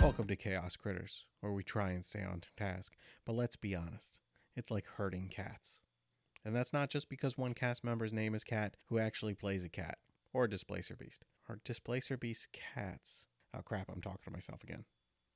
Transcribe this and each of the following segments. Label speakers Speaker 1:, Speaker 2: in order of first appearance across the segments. Speaker 1: Welcome to Chaos Critters, where we try and stay on task, but let's be honest, it's like herding cats. And that's not just because one cast member's name is Cat, who actually plays a cat, or a displacer beast. Are displacer beasts cats? Oh crap, I'm talking to myself again.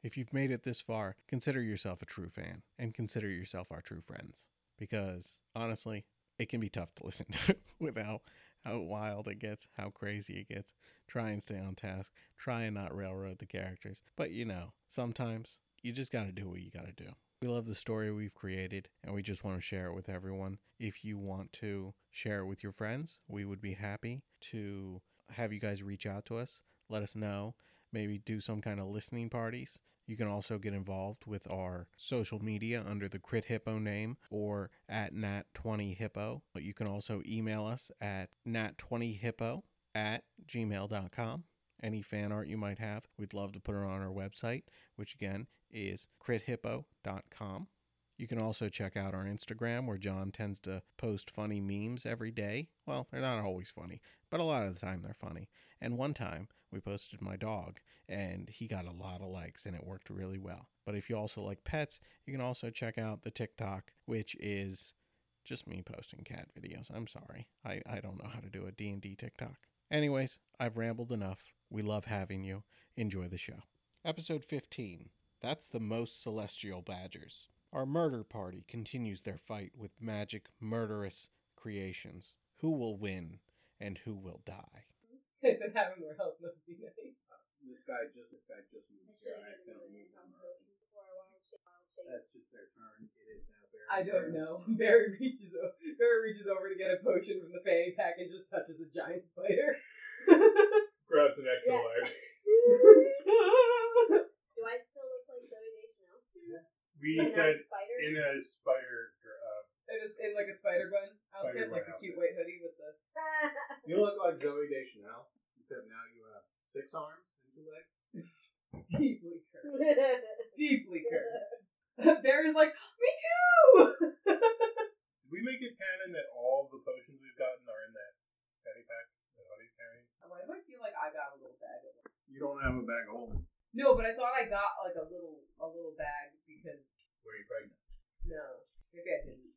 Speaker 1: If you've made it this far, consider yourself a true fan, and consider yourself our true friends. Because, honestly, it can be tough to listen to with how, how wild it gets, how crazy it gets. Try and stay on task, try and not railroad the characters. But you know, sometimes you just got to do what you got to do. We love the story we've created and we just want to share it with everyone. If you want to share it with your friends, we would be happy to have you guys reach out to us, let us know, maybe do some kind of listening parties. You can also get involved with our social media under the Crit Hippo name or at Nat20Hippo. But you can also email us at Nat20Hippo at gmail.com. Any fan art you might have, we'd love to put it on our website, which again is crithippo.com. You can also check out our Instagram where John tends to post funny memes every day. Well, they're not always funny, but a lot of the time they're funny. And one time we posted my dog and he got a lot of likes and it worked really well. But if you also like pets, you can also check out the TikTok, which is just me posting cat videos. I'm sorry. I, I don't know how to do a D&D TikTok. Anyways, I've rambled enough. We love having you. Enjoy the show. Episode 15. That's the most celestial badgers. Our murder party continues their fight with magic murderous creations. Who will win and who will die?
Speaker 2: Because having more help would be nice.
Speaker 3: This guy just this guy just moved here. I accidentally moved him early. That's just their turn. It is now their
Speaker 2: I don't
Speaker 3: turn.
Speaker 2: know. Barry reaches over, Barry reaches over to get a potion from the fanny pack and just touches a giant spider.
Speaker 3: Grabs an extra
Speaker 4: Yeah.
Speaker 3: large.
Speaker 4: Do I still look like Zoe Deschanel?
Speaker 3: We
Speaker 4: Like
Speaker 3: said
Speaker 4: a spider?
Speaker 3: in a spider. Uh,
Speaker 2: it is in like a spider bun outfit,
Speaker 3: Spider bun
Speaker 2: like a cute white hoodie with the.
Speaker 3: you look like Zoe Deschanel, except now you have six arms and two legs.
Speaker 2: Deeply curved.
Speaker 4: That's
Speaker 2: Deeply curved. Barry's like, me too!
Speaker 3: Did we make it canon that all the potions we've gotten are in that fanny pack that Audie's carrying?
Speaker 2: Why do I feel like I got a little bag of it?
Speaker 3: You don't have a bag of holding.
Speaker 2: No, but I thought I got like a little a little bag because
Speaker 3: Were you pregnant?
Speaker 2: no, maybe I didn't.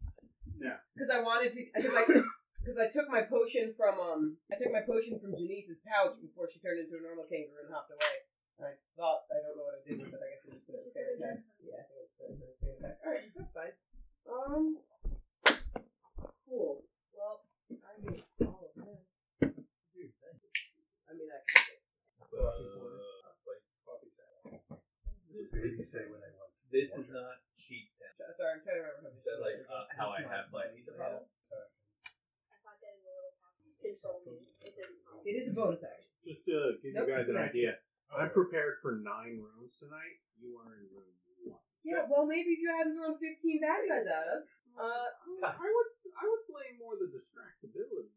Speaker 3: No.
Speaker 2: because I wanted to because I because I took my potion from um I took my potion from Janice's pouch before she turned into a normal kangaroo and hopped away. And I thought I don't know what I did with it. I guess it was put it in the fanny pack. Yeah, I think it's put it in the fanny pack. All right, that's fine. Um, cool. Well, I need all of this. I mean, I can
Speaker 3: Uh, Did you say when I went?
Speaker 5: This is not cheat test.
Speaker 2: sorry, I'm trying to remember how to
Speaker 5: That like uh, how I have like the problem.
Speaker 2: It is a bonus action.
Speaker 3: Just to give
Speaker 2: Nope.
Speaker 3: you guys an idea, I'm prepared for nine rooms tonight. You are in room one.
Speaker 2: Yeah, well, maybe if you hadn't thrown 15 bad guys at us. Uh,
Speaker 3: I would I would blame more the distractibility.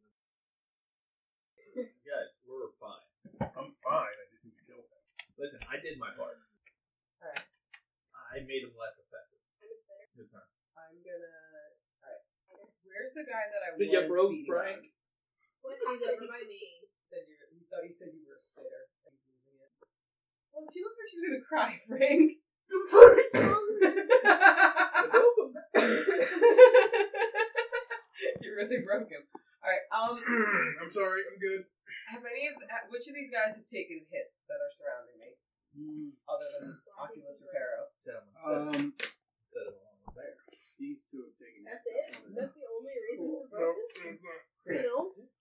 Speaker 5: Guys, we're fine.
Speaker 3: I'm fine. I didn't kill him.
Speaker 5: Listen, I did my part.
Speaker 2: Alright.
Speaker 5: I made him less effective. Good time.
Speaker 2: I'm gonna. Alright. Where's the guy that I was?
Speaker 5: Did you broke
Speaker 2: beating
Speaker 5: Frank?
Speaker 2: on?
Speaker 4: What do you do? Remind me.
Speaker 2: Said you you thought you said you were a spitter. and he's using it. Well, she looks like she's gonna cry, Frank. I'm sorry. you really broke him. Alright. Um.
Speaker 3: I'm sorry. I'm good.
Speaker 2: Have any of ha- which of these guys have taken hits that are surrounding me, other than Oculus Reparo?
Speaker 5: Set him,
Speaker 3: Um,
Speaker 5: set him along with there.
Speaker 3: these two have taken
Speaker 4: That's it? That's the only reason
Speaker 2: Cool.
Speaker 4: to vote?
Speaker 3: Mm,
Speaker 4: No.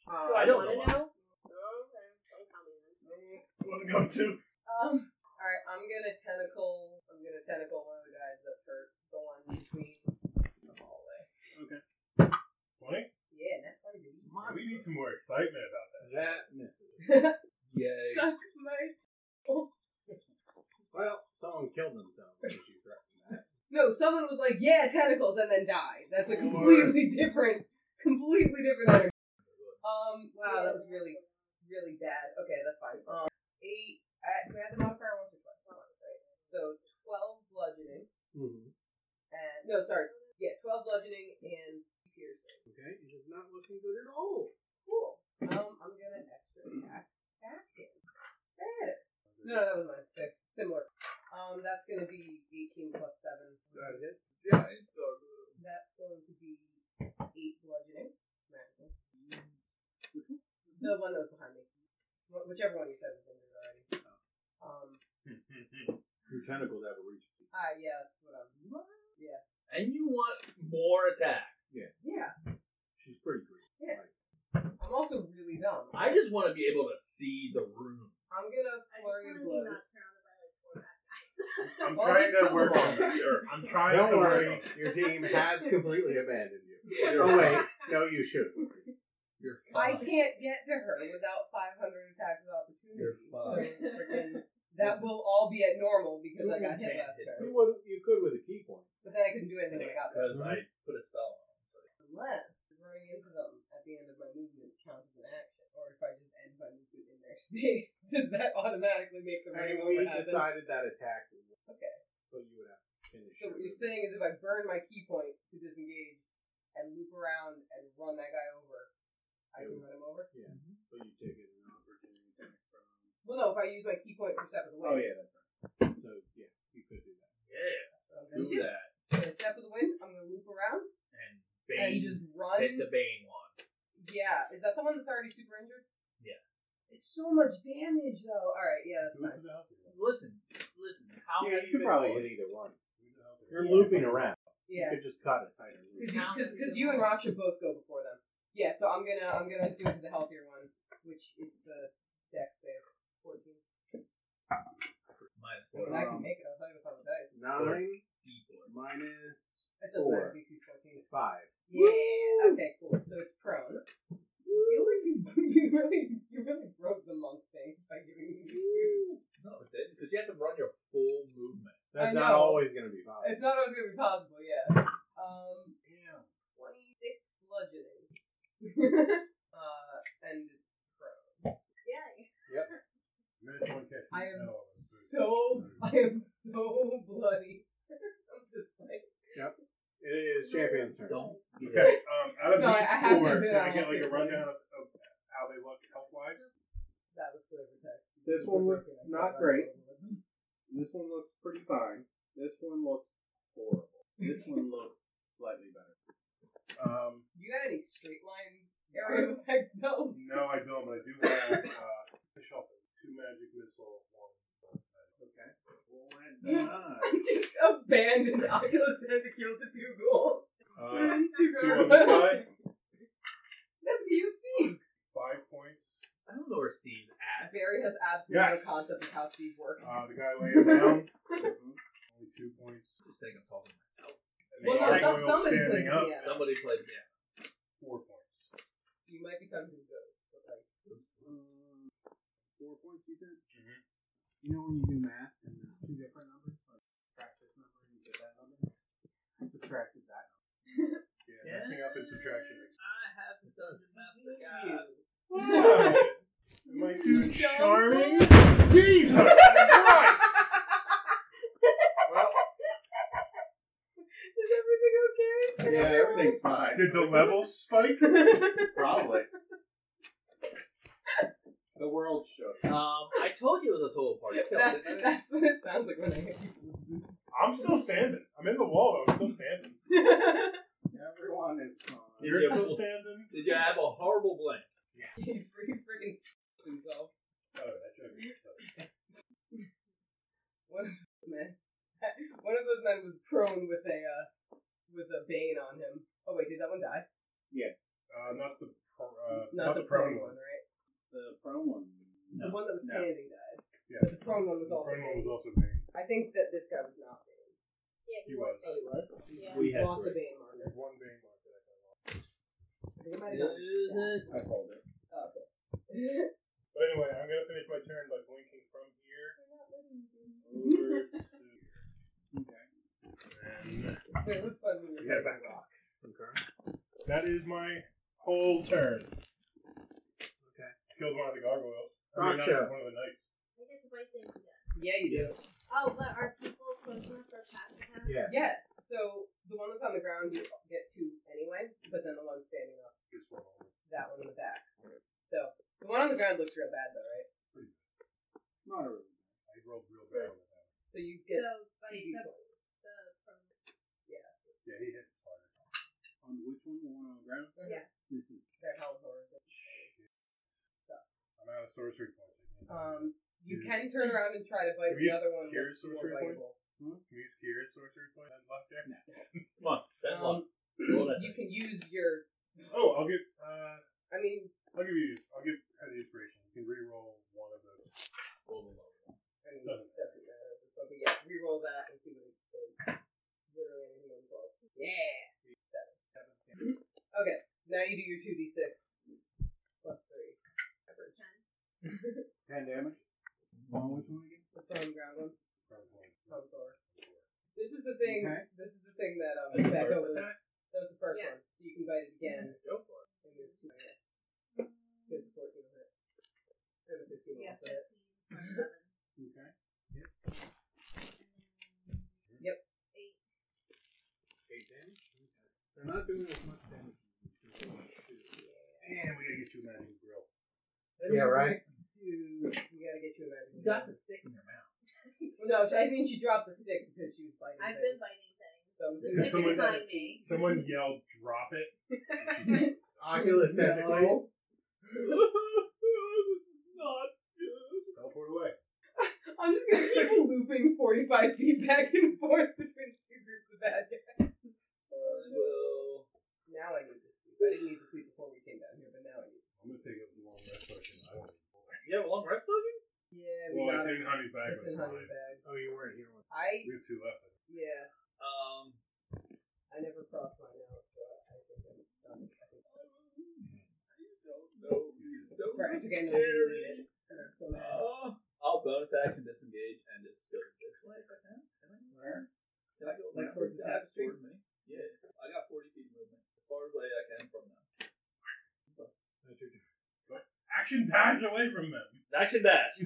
Speaker 2: Um,
Speaker 4: Do I
Speaker 5: I don't
Speaker 4: wanna
Speaker 5: know why.
Speaker 4: know? Okay. Don't tell me then.
Speaker 3: Want to go too?
Speaker 2: Um. All right, I'm gonna tentacle. I'm gonna tentacle one of the guys that hurt the one between the hallway.
Speaker 3: Twenty.
Speaker 2: Yeah, that's funny. baby.
Speaker 3: We need some more excitement about that. That misses.
Speaker 5: Yay.
Speaker 2: That's nice.
Speaker 3: Well, someone killed themselves. if you threaten that.
Speaker 2: No, someone was like, "Yeah, tentacles," and then died. That's a completely different, completely different. Energy. Um. Um, wow, that was really, really bad. Okay, that's fine. Um, eight. I, we had the modifier once or twice. Once, right? So twelve bludgeoning,
Speaker 6: Mm-hmm.
Speaker 2: and no, sorry, yeah, twelve bludgeoning and piercing.
Speaker 6: Okay, it is not looking good at all.
Speaker 2: Cool. Um, I'm gonna extra attack. Attack him. Better. No, that was mine. Okay, similar. Um, that's gonna be eighteen plus seven.
Speaker 6: That hit.
Speaker 7: Yeah, it's uh,
Speaker 2: That's going to be eight bludgeoning. Magical. The one that was behind me. Wh- Whichever one you said was in there already. Um,
Speaker 6: Your tentacles have a reach.
Speaker 2: ah, yeah, that's what I'm. Yeah.
Speaker 7: And you want more attack.
Speaker 2: Yeah.
Speaker 6: She's pretty green.
Speaker 2: I'm also really dumb.
Speaker 7: I just want to be able to see the room.
Speaker 2: I'm gonna
Speaker 4: I just
Speaker 2: flurry
Speaker 4: wanna
Speaker 2: of
Speaker 4: be
Speaker 2: blows.
Speaker 4: not surrounded by like four bad guys.
Speaker 3: I'm
Speaker 2: Well,
Speaker 3: trying
Speaker 2: just
Speaker 3: to
Speaker 2: come
Speaker 3: work
Speaker 2: along.
Speaker 3: on that. I'm trying
Speaker 6: Don't
Speaker 3: to
Speaker 6: worry,
Speaker 3: work on
Speaker 6: your team has completely abandoned you.
Speaker 7: You're
Speaker 6: Oh wait,
Speaker 7: fine.
Speaker 6: no, you should.
Speaker 7: You're
Speaker 2: I
Speaker 7: fine.
Speaker 2: can't get to her without 500 attacks of
Speaker 7: You're
Speaker 2: opportunity.
Speaker 7: fine.
Speaker 2: So, freaking- that will all be at normal because I got hit last
Speaker 6: You
Speaker 2: turn.
Speaker 6: would, you could with a key point.
Speaker 2: But then I couldn't do anything when I got there.
Speaker 7: Because I put a spell on him.
Speaker 2: Unless running into them at the end of my movement counts as an action, or if I just end my movement in their space, does that automatically make the
Speaker 6: I
Speaker 2: running
Speaker 6: mean, we
Speaker 2: over happen?
Speaker 6: decided that attack. was-
Speaker 2: Okay.
Speaker 6: So you would have to finish.
Speaker 2: So what
Speaker 6: your
Speaker 2: you're saying is if I burn my key point to disengage and loop around and run that guy over, I can run him over?
Speaker 6: Yeah. So you take it an opportunity attack from.
Speaker 2: Well, no, if I use my key point for step of the wind.
Speaker 6: Oh yeah, that's right. So yeah, you could do that.
Speaker 7: Yeah,
Speaker 2: So I'm
Speaker 7: do
Speaker 2: gonna do
Speaker 7: that.
Speaker 2: So step of the wind. I'm gonna loop around
Speaker 7: And
Speaker 2: and
Speaker 7: Bane,
Speaker 2: just run.
Speaker 7: hit the Bane one.
Speaker 2: Yeah, is that the one that's already super injured?
Speaker 7: Yeah.
Speaker 2: It's so much damage though. All right, yeah, that's
Speaker 6: Who's
Speaker 2: fine.
Speaker 6: without you?
Speaker 7: Listen, listen, how
Speaker 6: Yeah,
Speaker 7: many
Speaker 6: you could
Speaker 7: big
Speaker 6: probably
Speaker 7: boys?
Speaker 6: hit either one. You're looping around.
Speaker 2: Yeah,
Speaker 6: You could just cut a tighter loop.
Speaker 2: because because you and Rock should both go before them. Yeah, so I'm gonna I'm gonna do it to the healthier one, which is the deck save fourteen.
Speaker 7: Minus
Speaker 2: And I can make it. I thought it was on the dice.
Speaker 6: Nine
Speaker 7: D4.
Speaker 6: minus
Speaker 2: It doesn't matter.
Speaker 6: Four.
Speaker 2: DC fourteen.
Speaker 6: five.
Speaker 2: Yeah. Okay. Cool. So it's prone. You really, you really, you really broke the monk thing by giving me.
Speaker 7: No, it didn't, because you have to run your full movement.
Speaker 2: I
Speaker 6: That's not
Speaker 2: know.
Speaker 6: always going to be possible.
Speaker 2: It's not always gonna be possible, yeah. Um,
Speaker 6: Damn.
Speaker 2: twenty six bludgeoning. uh, and it's prone.
Speaker 4: Yay.
Speaker 3: Minus one catch.
Speaker 2: I am
Speaker 3: No, it's good.
Speaker 2: So I am so bloody. I'm just like
Speaker 6: It is champion's turn.
Speaker 7: Don't.
Speaker 3: Okay, um, out of
Speaker 2: No, I- I
Speaker 3: these
Speaker 2: haven't
Speaker 3: four,
Speaker 2: been
Speaker 3: can I
Speaker 2: on
Speaker 3: get
Speaker 2: all
Speaker 3: like a
Speaker 2: six.
Speaker 3: rundown of, of how they look health wise?
Speaker 2: that was flavor text.
Speaker 6: This one was not great. This one looks pretty fine. This one looks horrible. This one looks slightly better.
Speaker 3: Um,
Speaker 2: You got any straight line area of effect spells?
Speaker 3: no, I don't, but I do have uh, fish off two magic missiles. One.
Speaker 6: Okay. Well, Uh, why not?
Speaker 2: I just abandoned Oculus Tentacles to two goals.
Speaker 3: Uh,
Speaker 2: Two
Speaker 3: two on this guy,
Speaker 2: That's UFC.
Speaker 3: five points.
Speaker 7: I don't know where Steve's at.
Speaker 2: Barry has absolutely
Speaker 3: Yes.
Speaker 2: no concept of how Steve works.
Speaker 3: Uh, the guy laying down,
Speaker 2: Mm-hmm.
Speaker 3: only two points.
Speaker 7: Just think I'm talking myself.
Speaker 3: And
Speaker 2: well,
Speaker 3: the
Speaker 2: no,
Speaker 3: guy
Speaker 2: some,
Speaker 3: who's
Speaker 2: somebody
Speaker 3: standing
Speaker 2: couldn't be
Speaker 3: up,
Speaker 2: at it.
Speaker 7: Somebody played, yeah.
Speaker 3: four points.
Speaker 2: You might be talking to the ghost, but like,
Speaker 6: Um, four points, you said?
Speaker 3: Mm-hmm.
Speaker 6: You know when you do math and there's two different numbers? Like, subtract this number and you get that number? I subtracted that number.
Speaker 3: Yeah, mixing up and subtraction.
Speaker 7: I have to done the math
Speaker 2: look at
Speaker 7: guy.
Speaker 2: you.
Speaker 3: Am I too
Speaker 2: You dumb
Speaker 3: charming?
Speaker 2: bitch.
Speaker 3: Jesus Christ! Well,
Speaker 2: Is everything okay?
Speaker 6: Yeah, everything's fine.
Speaker 3: did the levels spike?
Speaker 6: Probably. the world shook.
Speaker 7: Um, I told you it was a total party kill,
Speaker 2: That-
Speaker 7: didn't I?
Speaker 2: that's what it sounds like when I hit people.
Speaker 3: I'm still standing. I'm in the wall, but I'm still standing.
Speaker 6: Everyone is fine.
Speaker 7: Yeah.
Speaker 3: You're
Speaker 7: Yeah.
Speaker 3: still standing?
Speaker 7: Did you have a horrible blank?
Speaker 2: he freaking freaking himself.
Speaker 3: Oh, that should be
Speaker 2: One of those men. One of those men was prone with a uh, with a bane on him. Oh wait, did that one die?
Speaker 3: uh, not the pro- uh,
Speaker 2: Not, the, prone one, right?
Speaker 6: The prone one.
Speaker 2: The one that was
Speaker 6: No.
Speaker 2: standing died.
Speaker 3: Yeah.
Speaker 2: But the prone one
Speaker 3: The
Speaker 2: was also.
Speaker 3: prone one was
Speaker 2: bane.
Speaker 3: also big.
Speaker 2: I think that this guy was not bane.
Speaker 4: Yeah,
Speaker 3: He was.
Speaker 2: Oh, he was.
Speaker 4: Yeah.
Speaker 7: We had
Speaker 2: Lost a
Speaker 7: three.
Speaker 2: bane marker.
Speaker 3: There's one big mark that I got off.
Speaker 2: They might have done.
Speaker 7: Is it?
Speaker 6: I called it.
Speaker 2: Oh, okay.
Speaker 3: But anyway, I'm going to finish my turn by blinking from here over to here.
Speaker 6: Okay.
Speaker 3: And
Speaker 2: it was fun when we were
Speaker 3: Yeah,
Speaker 2: playing
Speaker 3: back
Speaker 2: rock.
Speaker 3: that is my whole turn. killed one of the gargoyles. I mean, not
Speaker 6: Gotcha.
Speaker 3: one of the knights.
Speaker 4: We get to bite things again.
Speaker 2: Yeah, you do.
Speaker 4: Oh, but are people close enough for a pass to have?
Speaker 7: Yeah.
Speaker 2: Yes. So the one that's on the ground you get two anyway, but then the one standing up, that one in the back. So the one on the ground looks real bad though, right?
Speaker 6: Not really.
Speaker 3: I rolled real bad on that.
Speaker 2: So you
Speaker 4: So,
Speaker 2: get
Speaker 4: bite
Speaker 2: CD
Speaker 4: the,
Speaker 2: points.
Speaker 4: the from
Speaker 3: Yeah, he hit harder.
Speaker 6: On which one? The one on the ground?
Speaker 4: Yeah.
Speaker 6: This is
Speaker 2: Uh-huh. They're hell horrors.
Speaker 3: I'm out of sorcery points.
Speaker 6: Uh,
Speaker 2: Um, you
Speaker 3: Hmm.
Speaker 2: can turn around and try to bite
Speaker 3: Have
Speaker 2: the
Speaker 3: you
Speaker 2: other one.
Speaker 3: cured
Speaker 2: That's more
Speaker 3: sorcery point?
Speaker 2: biteable.
Speaker 6: Hmm?
Speaker 3: Can we scared sorcery point that left there?
Speaker 7: Come on. That's
Speaker 2: Um,
Speaker 7: one. Roll that
Speaker 2: you can use your.
Speaker 3: Oh, I'll give. Uh,
Speaker 2: I mean,
Speaker 3: I'll give you. I'll give kind of the inspiration. You can re-roll one of those.
Speaker 7: roll below.
Speaker 2: I mean, that's what matters. But yeah, reroll that and see what it does. Literally anything on 12. Yeah. Seven. Okay. Now you do your two d six plus three. Average.
Speaker 4: ten.
Speaker 6: ten damage. On which one again?
Speaker 2: The phone ground one.
Speaker 3: Probably.
Speaker 2: Phone door. This is the thing.
Speaker 6: Okay.
Speaker 2: This is the thing that um.
Speaker 7: That's the
Speaker 2: Becca
Speaker 7: first
Speaker 2: was,
Speaker 7: attack?
Speaker 2: that was the first
Speaker 4: Yeah.
Speaker 2: one. So you can bite it again.
Speaker 7: Go for it.
Speaker 2: And there's two. There's a fourteen on it. And a fifteen
Speaker 4: Yeah,
Speaker 2: on it.
Speaker 4: fifteen plus seven.
Speaker 6: Okay.
Speaker 4: And then
Speaker 2: Yep.
Speaker 4: Eight.
Speaker 6: Eight damage. Okay. They're not doing as much damage. as they want to.
Speaker 3: And we gotta get you a magic grill.
Speaker 7: Yeah, right?
Speaker 2: You, you gotta get you a magic.
Speaker 7: the stick in your mouth.
Speaker 2: No, I think she dropped the stick because she was biting.
Speaker 4: I've
Speaker 2: things.
Speaker 4: been biting things.
Speaker 2: So I'm
Speaker 7: Is
Speaker 2: assuming-
Speaker 3: If someone-
Speaker 4: find me.
Speaker 3: Someone yelled, "Drop it!"
Speaker 7: Oculus technically.
Speaker 2: No.
Speaker 7: this is not good.
Speaker 3: Teleport away.
Speaker 2: I'm just gonna keep looping 45 feet back and forth between two groups of bad guys.
Speaker 7: Well,
Speaker 2: Uh, Now I need to sleep. I didn't need to sleep before we came down here, but now I need.
Speaker 3: I'm gonna take a long rest session. I don't.
Speaker 7: you have a long rest plugin?
Speaker 2: Yeah, we
Speaker 3: Well, I
Speaker 2: got it.
Speaker 3: didn't honey back.
Speaker 2: It's in
Speaker 3: but
Speaker 2: honey
Speaker 3: it's fine.
Speaker 2: bag.
Speaker 7: Oh, you weren't here one.
Speaker 2: I
Speaker 3: We have two left.
Speaker 2: yeah,
Speaker 7: Um,
Speaker 2: I never crossed mine out, so I think I'm done. I think
Speaker 7: I don't know. He's so
Speaker 2: Right, again, I'm
Speaker 7: scary.
Speaker 2: I'm so mad.
Speaker 7: Uh, I'll bonus action disengage and just go this way if I can. Can I? Where? Can I go
Speaker 2: Like
Speaker 7: around?
Speaker 2: towards the
Speaker 7: Yeah,
Speaker 2: tapestry?
Speaker 7: towards me? Yeah, I got 40 feet movement. As far away I can from them.
Speaker 3: Action dash away from them.
Speaker 7: Action dash.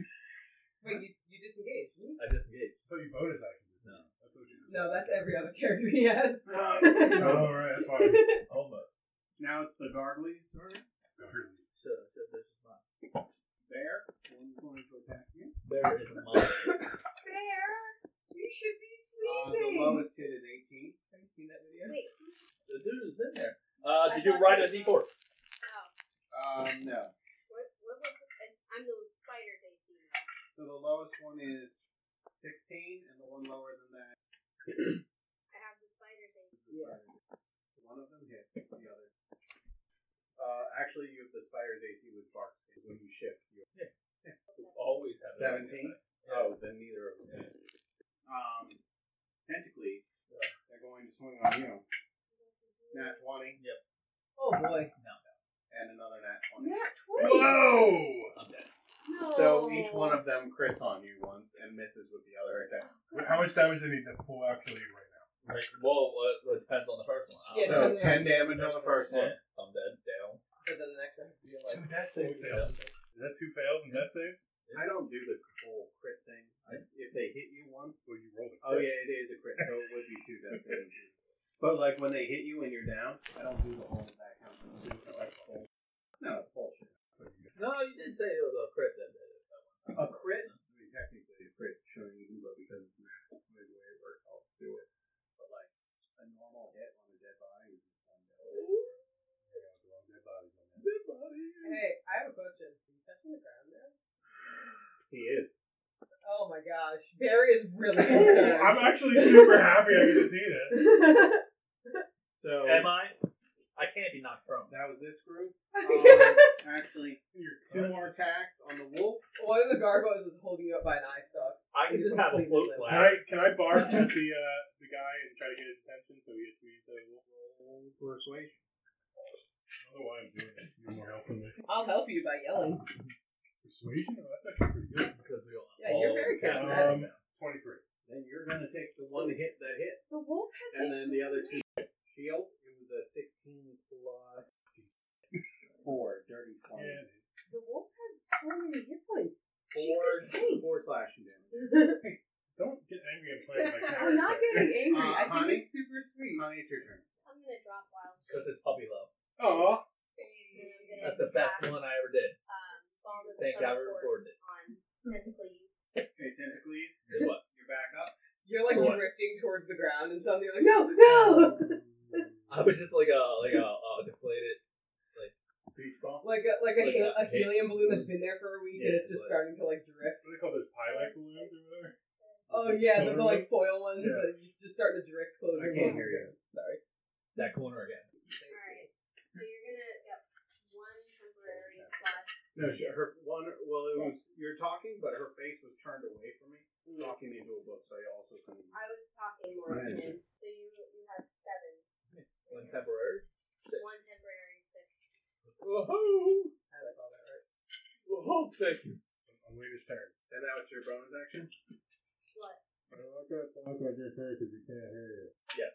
Speaker 2: Wait, you, you disengaged? didn't you?
Speaker 7: I disengage.
Speaker 3: So you bonus action.
Speaker 7: No.
Speaker 3: That's what you
Speaker 2: No, that's every other character he has.
Speaker 3: Oh, all right, that's fine.
Speaker 7: Almost.
Speaker 6: Now it's the gargly turn.
Speaker 7: So, so this is mine.
Speaker 6: Bear. One's going to attack you.
Speaker 7: There is mine.
Speaker 2: Bear, you should be
Speaker 6: Uh, the lowest hit is 18.
Speaker 2: Have you seen that video?
Speaker 4: Wait.
Speaker 7: The dude is in there.
Speaker 4: I
Speaker 7: Uh, did
Speaker 4: thought
Speaker 7: you write
Speaker 4: they
Speaker 7: a d4?
Speaker 4: Oh.
Speaker 6: Um, no.
Speaker 4: What? What was? And I'm the spider they see.
Speaker 6: So the lowest one is 16, and the one lower than that,
Speaker 4: I have the spider they see.
Speaker 2: Yeah.
Speaker 6: one of them hits the other. Uh, actually, you have the spider's AC with bark. and When you shift, you
Speaker 7: Always have it.
Speaker 6: 17? Oh, then neither of them. hit. Um, tentacles, they're going to swing on you. Nat 20
Speaker 2: Oh boy.
Speaker 6: and another nat 20.
Speaker 2: Not
Speaker 3: Whoa!
Speaker 7: I'm dead.
Speaker 4: No.
Speaker 6: So each one of them crits on you once and misses with the other attack.
Speaker 3: Wait, How much damage do I need to pull actually right now?
Speaker 7: Right. Well, uh, it depends on the first one.
Speaker 2: Yeah,
Speaker 7: I'm
Speaker 6: So 10 damage on the first one.
Speaker 7: dead. I'm dead. Down.
Speaker 2: But then the next one has to be like,
Speaker 3: That's two fails. Is that two fails and that save?
Speaker 6: I don't do the whole crit thing. I, if they hit you once,
Speaker 3: Well, you rolled a
Speaker 6: Oh yeah, it is a crit, so it would be two death saves. But like when they hit you and you're down, I don't do the whole back count. I do the whole- No, it's bullshit.
Speaker 7: No, you did say it was a crit that did it.
Speaker 6: A crit. I mean, technically, a crit showing you, but because it's not the way it works, I'll do it. But like a normal hit on a dead body is just one dead body. Yeah, the wrong dead body.
Speaker 7: Good buddy.
Speaker 2: hey, I have a question. Are you touching the ground there?
Speaker 6: He is.
Speaker 2: Oh my gosh. Barry is really
Speaker 3: Oh, I'm
Speaker 2: concerned.
Speaker 3: actually super happy I get to see this.
Speaker 6: So
Speaker 7: Am I? I can't be knocked prone.
Speaker 6: that was this group.
Speaker 2: Yeah.
Speaker 6: Um, actually, two more attacks on the wolf.
Speaker 2: One of the gargoyles is holding you up by an eye stalk.
Speaker 7: I can just have a float
Speaker 3: Can
Speaker 7: flag.
Speaker 3: I can I bark at the uh, the guy and try to get his attention so he just needs to roll?
Speaker 6: Persuasion.
Speaker 3: I don't know why I'm doing this. You more help than me.
Speaker 2: I'll help you by yelling.
Speaker 3: Persuasion? Oh, that's actually pretty good.
Speaker 7: Because we all
Speaker 2: Yeah, you're very
Speaker 7: all-
Speaker 2: charismatic.
Speaker 3: Um, Twenty-three.
Speaker 6: Then you're gonna take the one hit that hit.
Speaker 2: The wolf has
Speaker 6: And then the other two shield. It was a sixteen plus four, dirty twenty.
Speaker 3: Yeah.
Speaker 2: the wolf has
Speaker 6: Uh,
Speaker 7: Uh,
Speaker 4: back.
Speaker 7: one I ever did.
Speaker 4: Um, fall into
Speaker 7: Thank
Speaker 4: some
Speaker 7: God we
Speaker 4: sort
Speaker 7: recorded it.
Speaker 4: on tentacles.
Speaker 6: Okay, tentacles,
Speaker 7: Did what?
Speaker 6: you're back up.
Speaker 2: You're like
Speaker 7: What?
Speaker 2: drifting towards the ground, and suddenly you're like, no, no!
Speaker 7: I was just like a like a, a deflated.
Speaker 6: Beach ball.
Speaker 2: Like a, like a,
Speaker 7: Like
Speaker 2: hel-
Speaker 7: a
Speaker 2: a
Speaker 7: hit.
Speaker 2: helium balloon that's been there for a week, and
Speaker 7: Yeah,
Speaker 2: it's just
Speaker 7: but-
Speaker 2: starting to like drift.
Speaker 3: What do they call those pilot balloons or whatever?
Speaker 2: Oh yeah, the,
Speaker 3: Solar
Speaker 2: the like foil ones
Speaker 3: Yeah.
Speaker 2: that you just starting to drift closer.
Speaker 6: I
Speaker 2: and
Speaker 6: can't
Speaker 2: closer.
Speaker 6: hear you.
Speaker 2: Sorry.
Speaker 7: That corner again.
Speaker 4: Alright. So you're gonna get one temporary plus.
Speaker 6: No, she, her one. Well, it was you're talking, but her face was turned away from me,
Speaker 3: Mm.
Speaker 6: talking into a book. So I also couldn't.
Speaker 4: I was talking more
Speaker 6: Right.
Speaker 4: than so you you have seven.
Speaker 7: One temporary.
Speaker 4: One temporary six.
Speaker 7: Woohoo!
Speaker 2: I like all that, right?
Speaker 7: Woohoo! Thank you.
Speaker 6: On Lena's turn. And now it's your bonus action.
Speaker 4: What?
Speaker 3: I don't like that talk like you're because you can't hear you.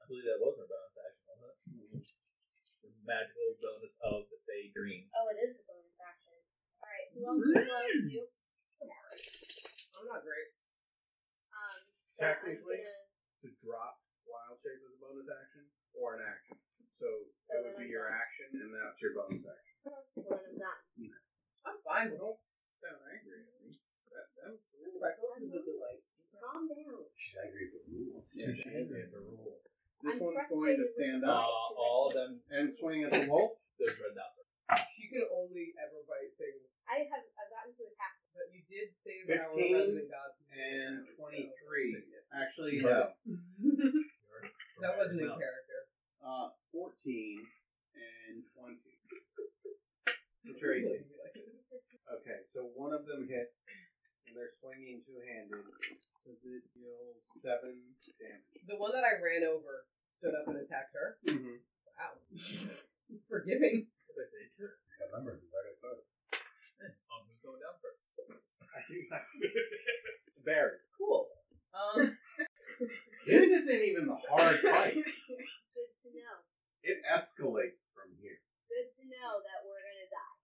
Speaker 7: I believe that was our bonus action, wasn't it?
Speaker 6: Mm-hmm.
Speaker 7: The magical bonus of the Fey Dream.
Speaker 4: Oh it is a bonus action. Alright, who else do you want to do?
Speaker 2: I'm not great.
Speaker 4: Um so I'm
Speaker 6: Technically.
Speaker 4: gonna-
Speaker 6: To drop wild shape as a bonus action or an action. So it would be your action, and that's your bonus action.
Speaker 4: well, then I'm not.
Speaker 2: I'm fine. But don't
Speaker 6: Sound angry at me? That, that was
Speaker 2: remember, I told you that the like.
Speaker 4: Calm down.
Speaker 6: She's angry at the rule. Yeah, she's angry at the rule. This one's
Speaker 4: I'm
Speaker 6: going to
Speaker 4: frustrated with
Speaker 6: stand
Speaker 7: Uh,
Speaker 6: up
Speaker 7: all of them,
Speaker 6: and swing at the wolf.
Speaker 7: they're red dots.
Speaker 2: She could only ever bite things,
Speaker 4: I have I've gotten to attack.
Speaker 2: but you did save our
Speaker 6: 15
Speaker 2: resident god
Speaker 6: And 23. Actually,
Speaker 7: Yeah.
Speaker 6: no.
Speaker 2: That wasn't in
Speaker 7: No.
Speaker 2: character.
Speaker 6: Uh, 14 and 20. Which are 18. Okay, so one of them hit, and they're swinging two handed. Does it deal 7 damage?
Speaker 2: The one that I ran over stood up and attacked her.
Speaker 6: Mm-hmm.
Speaker 2: Wow. Forgiving.
Speaker 6: Remember,
Speaker 7: Um, who's going down first?
Speaker 6: Barry.
Speaker 2: Cool. Um,
Speaker 6: This isn't even the hard fight.
Speaker 4: Good to know.
Speaker 6: It escalates from here.
Speaker 4: Good to know that we're gonna die.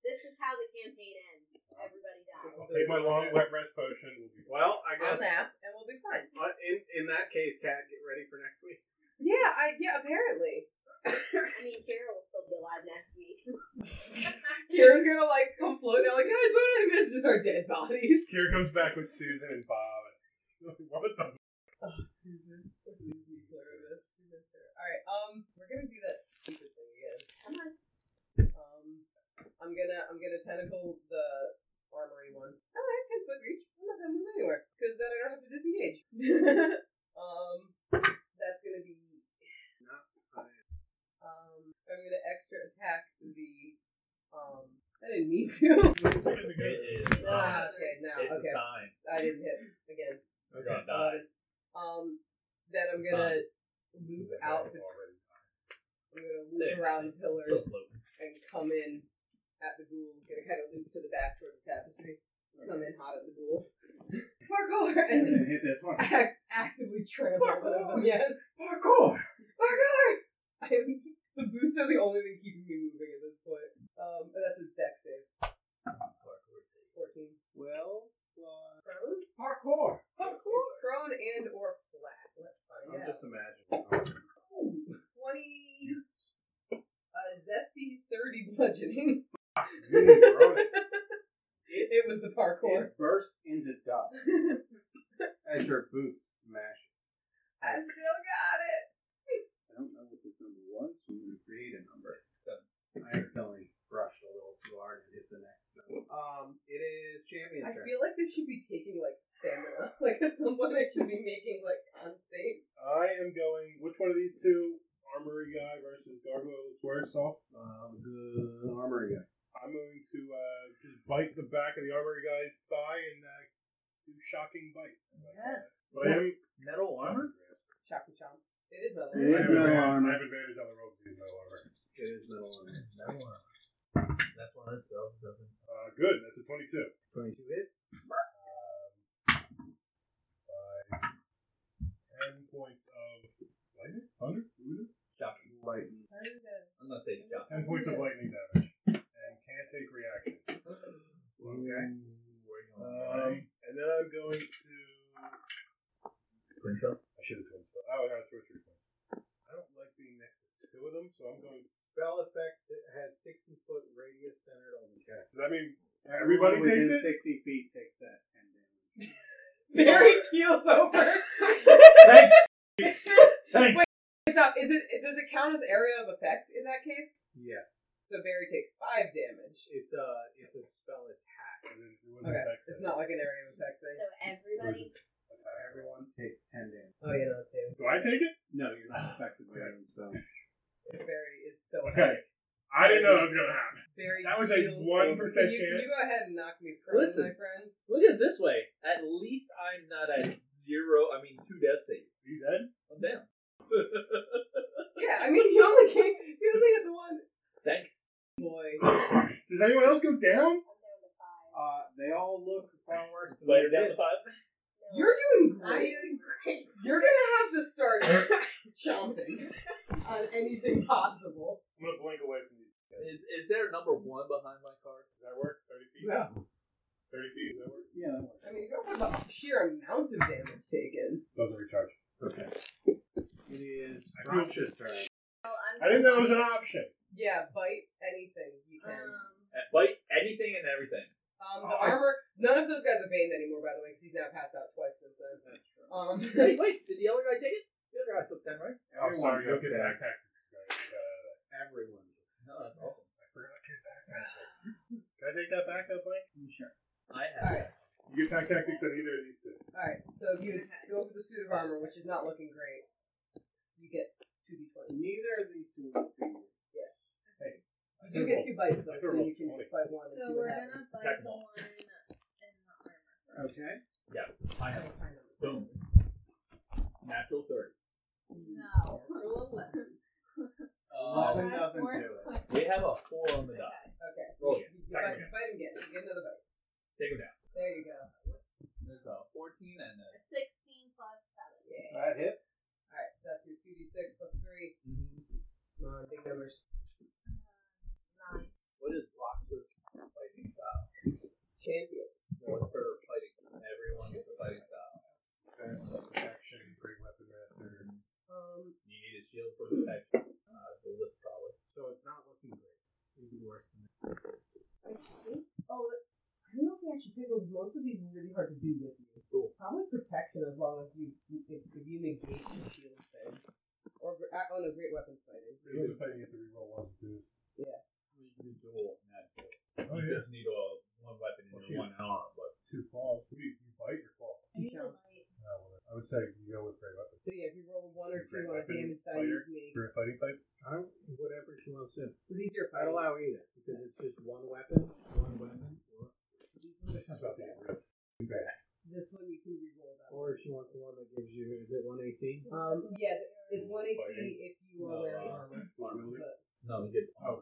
Speaker 4: This is how the campaign ends. Everybody dies.
Speaker 3: I'll take my long wet rest potion. We'll be
Speaker 6: Well, I
Speaker 2: I'll nap and we'll be fine.
Speaker 6: uh, in, in that case, Cat, get ready for next week.
Speaker 2: Yeah, I yeah, apparently.
Speaker 4: I mean, Carol will still be alive next week.
Speaker 2: Kira's gonna like come float down like, guys, what did I miss? Just our dead bodies.
Speaker 3: Here comes back with Susan and Bob. what the?
Speaker 2: Oh, Alright, um, we're gonna do that stupid thing again.
Speaker 4: Come on.
Speaker 2: Um, I'm gonna I'm gonna tentacle the armory one. Oh, I have ten foot reach. I'm not gonna move anywhere because then I don't have to disengage. um, that's gonna be. Um, I'm gonna extra attack the. Um, I didn't mean to.
Speaker 7: It is.
Speaker 2: ah,
Speaker 7: Uh,
Speaker 2: okay, no,
Speaker 7: it's
Speaker 2: okay,
Speaker 7: a sign.
Speaker 2: I didn't hit again.
Speaker 7: You're gonna
Speaker 6: Uh,
Speaker 7: die.
Speaker 2: Um, um, then I'm gonna move out. the- I'm gonna move
Speaker 7: There.
Speaker 2: around
Speaker 7: So
Speaker 2: pillars
Speaker 7: slow.
Speaker 2: and come in at the ghoul. Gonna kind of loop to the back toward the tapestry. Come in hot at the ghouls. Parkour!
Speaker 6: And
Speaker 2: And
Speaker 6: then hit this one.
Speaker 2: act, actively trample one of them. Yes.
Speaker 6: Parkour!
Speaker 2: Parkour! I am, the boots are the only thing keeping me moving at this point. Um, but that's a deck save. 14.
Speaker 6: Well, uh,
Speaker 2: Prone?
Speaker 6: parkour!
Speaker 2: Parkour! It's prone and or flat. Let's
Speaker 6: I'm
Speaker 2: find out.
Speaker 6: just
Speaker 3: Oh,
Speaker 6: imagining.
Speaker 2: Ooh, 20. Uh, zesty 30 bludgeoning. It was the parkour.
Speaker 6: It bursts into dust as your boot smash.
Speaker 2: I still got it.
Speaker 6: I don't know what this number was, so I'm going to create a number. I accidentally brushed a little too hard and hit the next number. Um, it is champion
Speaker 2: I
Speaker 6: turn.
Speaker 2: feel like this should be taking like stamina. Like at some point I should be making like unsafe.
Speaker 3: I am going. Which one of these two, armory guy versus gargoyle, looks worse off?
Speaker 6: Um, the armor guy.
Speaker 3: I'm going to uh, just bite the back of the armory guy's thigh and uh, do shocking bite.
Speaker 2: Yes.
Speaker 3: But I am.
Speaker 7: Metal armor?
Speaker 2: Chaka chomp. It is my
Speaker 6: It
Speaker 3: I
Speaker 6: is
Speaker 3: have,
Speaker 6: metal
Speaker 3: advantage,
Speaker 6: armor.
Speaker 3: I have advantage on the roll because metal armor.
Speaker 6: It is metal armor.
Speaker 7: Metal armor. That's one of those spells that doesn't.
Speaker 3: Uh, good. That's a 22.
Speaker 6: 22 hit.
Speaker 3: Um, 10 points of lightning? Thunder? Voodoo?
Speaker 7: Shocking.
Speaker 6: Lightning.
Speaker 7: I'm gonna say shocking.
Speaker 3: 10 points of lightning damage. And can't take reaction.
Speaker 6: Okay.
Speaker 3: Um, and then I'm going to.
Speaker 7: Quintra?
Speaker 3: I should have twin spell. Oh, I got a sorcery point. I don't like being next to two of them, so I'm going.
Speaker 6: Spell effect has 60 foot radius
Speaker 3: I mean, Everybody
Speaker 6: Within
Speaker 3: takes it?
Speaker 6: Sixty feet takes that. And then
Speaker 2: Barry keels over.
Speaker 7: Thanks. Thanks.
Speaker 2: It's not, is it, does it count as area of effect in that case?
Speaker 6: yeah,
Speaker 2: So Barry takes five damage.
Speaker 6: it's a it's a spell attack.
Speaker 3: it wouldn't
Speaker 2: Okay,
Speaker 3: affect
Speaker 2: it's
Speaker 3: that.
Speaker 2: not like an area of effect thing.
Speaker 4: So everybody.
Speaker 6: Everyone takes ten damage.
Speaker 2: Oh, yeah, no, too.
Speaker 3: Do I take it?
Speaker 6: No, you're not affected by it. So
Speaker 2: Barry is so
Speaker 3: Okay. I didn't know that was gonna happen.
Speaker 2: Barry
Speaker 3: That was a
Speaker 2: keels
Speaker 3: 1%
Speaker 2: over. Can you, Can
Speaker 3: chance.
Speaker 2: you go ahead and knock me prone,
Speaker 7: Listen.
Speaker 2: my friend?
Speaker 7: Look at it this way. At least I'm not at zero. I mean, two death saves.
Speaker 3: Are you dead?
Speaker 7: I'm down.
Speaker 2: Yeah, I mean, he only came, he only had the one.
Speaker 7: Thanks.
Speaker 2: Boy.
Speaker 3: Does anyone else go down?
Speaker 4: I'm down to five.
Speaker 6: uh, they all look forward.
Speaker 7: Later down the five.
Speaker 4: No,
Speaker 2: You're doing
Speaker 4: I'm
Speaker 2: great.
Speaker 4: doing great.
Speaker 2: You're gonna have to start chomping on anything possible.
Speaker 3: I'm gonna blink away from you.
Speaker 7: Is, is there a number one behind my card?
Speaker 3: Does that work? Thirty feet.
Speaker 6: Yeah,
Speaker 3: Thirty feet. Does that work?
Speaker 6: yeah.
Speaker 2: I mean, you don't have the sheer amount of damage taken.
Speaker 3: Doesn't recharge.
Speaker 6: Okay. It is
Speaker 3: I feel-
Speaker 6: Roch's turn.
Speaker 4: Well, I'm
Speaker 3: I didn't know it was an option.
Speaker 2: Yeah, bite anything you
Speaker 4: Um,
Speaker 2: can.
Speaker 7: Uh, Like anything and everything.
Speaker 2: Um,
Speaker 3: Oh,
Speaker 2: the
Speaker 3: I-
Speaker 2: armor. None of those guys are baned anymore, by the way, because he's now passed out twice since then. Um,
Speaker 7: Wait, wait. Did the other guy take it? The other guy took ten, right?
Speaker 3: I'm
Speaker 6: Everyone
Speaker 3: sorry. You'll
Speaker 6: took
Speaker 3: get
Speaker 6: that.
Speaker 3: back Uh,
Speaker 6: Everyone.
Speaker 7: No, Oh, that's awesome.
Speaker 3: I forgot to get back tactics. Can I take that back up, Mike?
Speaker 6: Sure.
Speaker 7: I have.
Speaker 2: Alright,
Speaker 3: Mm, You get back tactics on either of these two.
Speaker 2: alright. So if you go for the suit of armor, which is not looking great, you get 2d20.
Speaker 6: Neither of these two will see you.
Speaker 2: You do get two bites, though, so you can
Speaker 3: Twenty.
Speaker 2: bite one and see
Speaker 4: so we're
Speaker 2: what happens.
Speaker 4: gonna fight
Speaker 7: Second
Speaker 4: the
Speaker 7: one.
Speaker 4: one in the armor.
Speaker 6: Okay.
Speaker 7: Yes, I have. it. Boom. Natural thirty.
Speaker 4: No, roll eleven.
Speaker 3: Oh,
Speaker 7: Uh,
Speaker 4: Um,
Speaker 6: Nothing doesn't
Speaker 4: Four.
Speaker 6: do it.
Speaker 7: we have a four on the die.
Speaker 2: Okay.
Speaker 7: Roll again.
Speaker 2: You bite, you bite him again. You get another bite.
Speaker 7: Take it down.
Speaker 2: There you go.
Speaker 7: There's a fourteen and a
Speaker 4: A Sixteen plus seven. Uh,
Speaker 2: Yeah.
Speaker 6: That hits.
Speaker 2: Alright, so that's your 2d6 plus 3. Come on, big numbers.
Speaker 4: Nine.
Speaker 7: what is Roxas fighting style?
Speaker 2: Champion.
Speaker 7: What's her fighting? Everyone gets a fighting style.
Speaker 3: Action, great weapon master.
Speaker 2: Um,
Speaker 7: You need a shield for protection. Uh, the list probably.
Speaker 6: So it's not looking great. It'd be worse than
Speaker 2: Oh, I don't know if we actually picked those. Most of these are really hard to do with you.
Speaker 7: Cool.
Speaker 2: Probably protection as long as you if, if you negate the shield thing. Or gr- uh, oh no, great weapons fighting.
Speaker 3: You're fighting at the reroll one, two.
Speaker 7: We can duel and that's it.
Speaker 3: Oh,
Speaker 7: You
Speaker 3: yeah.
Speaker 7: just need a one weapon and
Speaker 3: Yeah.
Speaker 7: one arm, but
Speaker 3: Two claws. You, you bite your claw.
Speaker 4: I need a
Speaker 2: Counts.
Speaker 4: light.
Speaker 3: Uh, well, I would say you go with great weapon.
Speaker 2: So yeah, if you roll one or two
Speaker 3: Great
Speaker 2: on a
Speaker 3: weapon
Speaker 2: damage die, you
Speaker 3: fighter.
Speaker 2: make.
Speaker 3: You're a fighting type.
Speaker 6: I don't, whatever she wants to.
Speaker 2: So these are
Speaker 6: I'd
Speaker 2: fighting.
Speaker 6: allow either because it's just one weapon, one weapon, or,
Speaker 3: This is about to get real. Too bad.
Speaker 2: This one you can re-roll that.
Speaker 6: or if she wants the one that gives you is it one eighteen?
Speaker 2: Um, yeah, it's one AC
Speaker 3: Fighting.
Speaker 2: if you are
Speaker 7: No,
Speaker 2: wearing
Speaker 7: uh,
Speaker 2: armor.
Speaker 3: Normally.
Speaker 2: But
Speaker 7: no, you get
Speaker 3: Oh.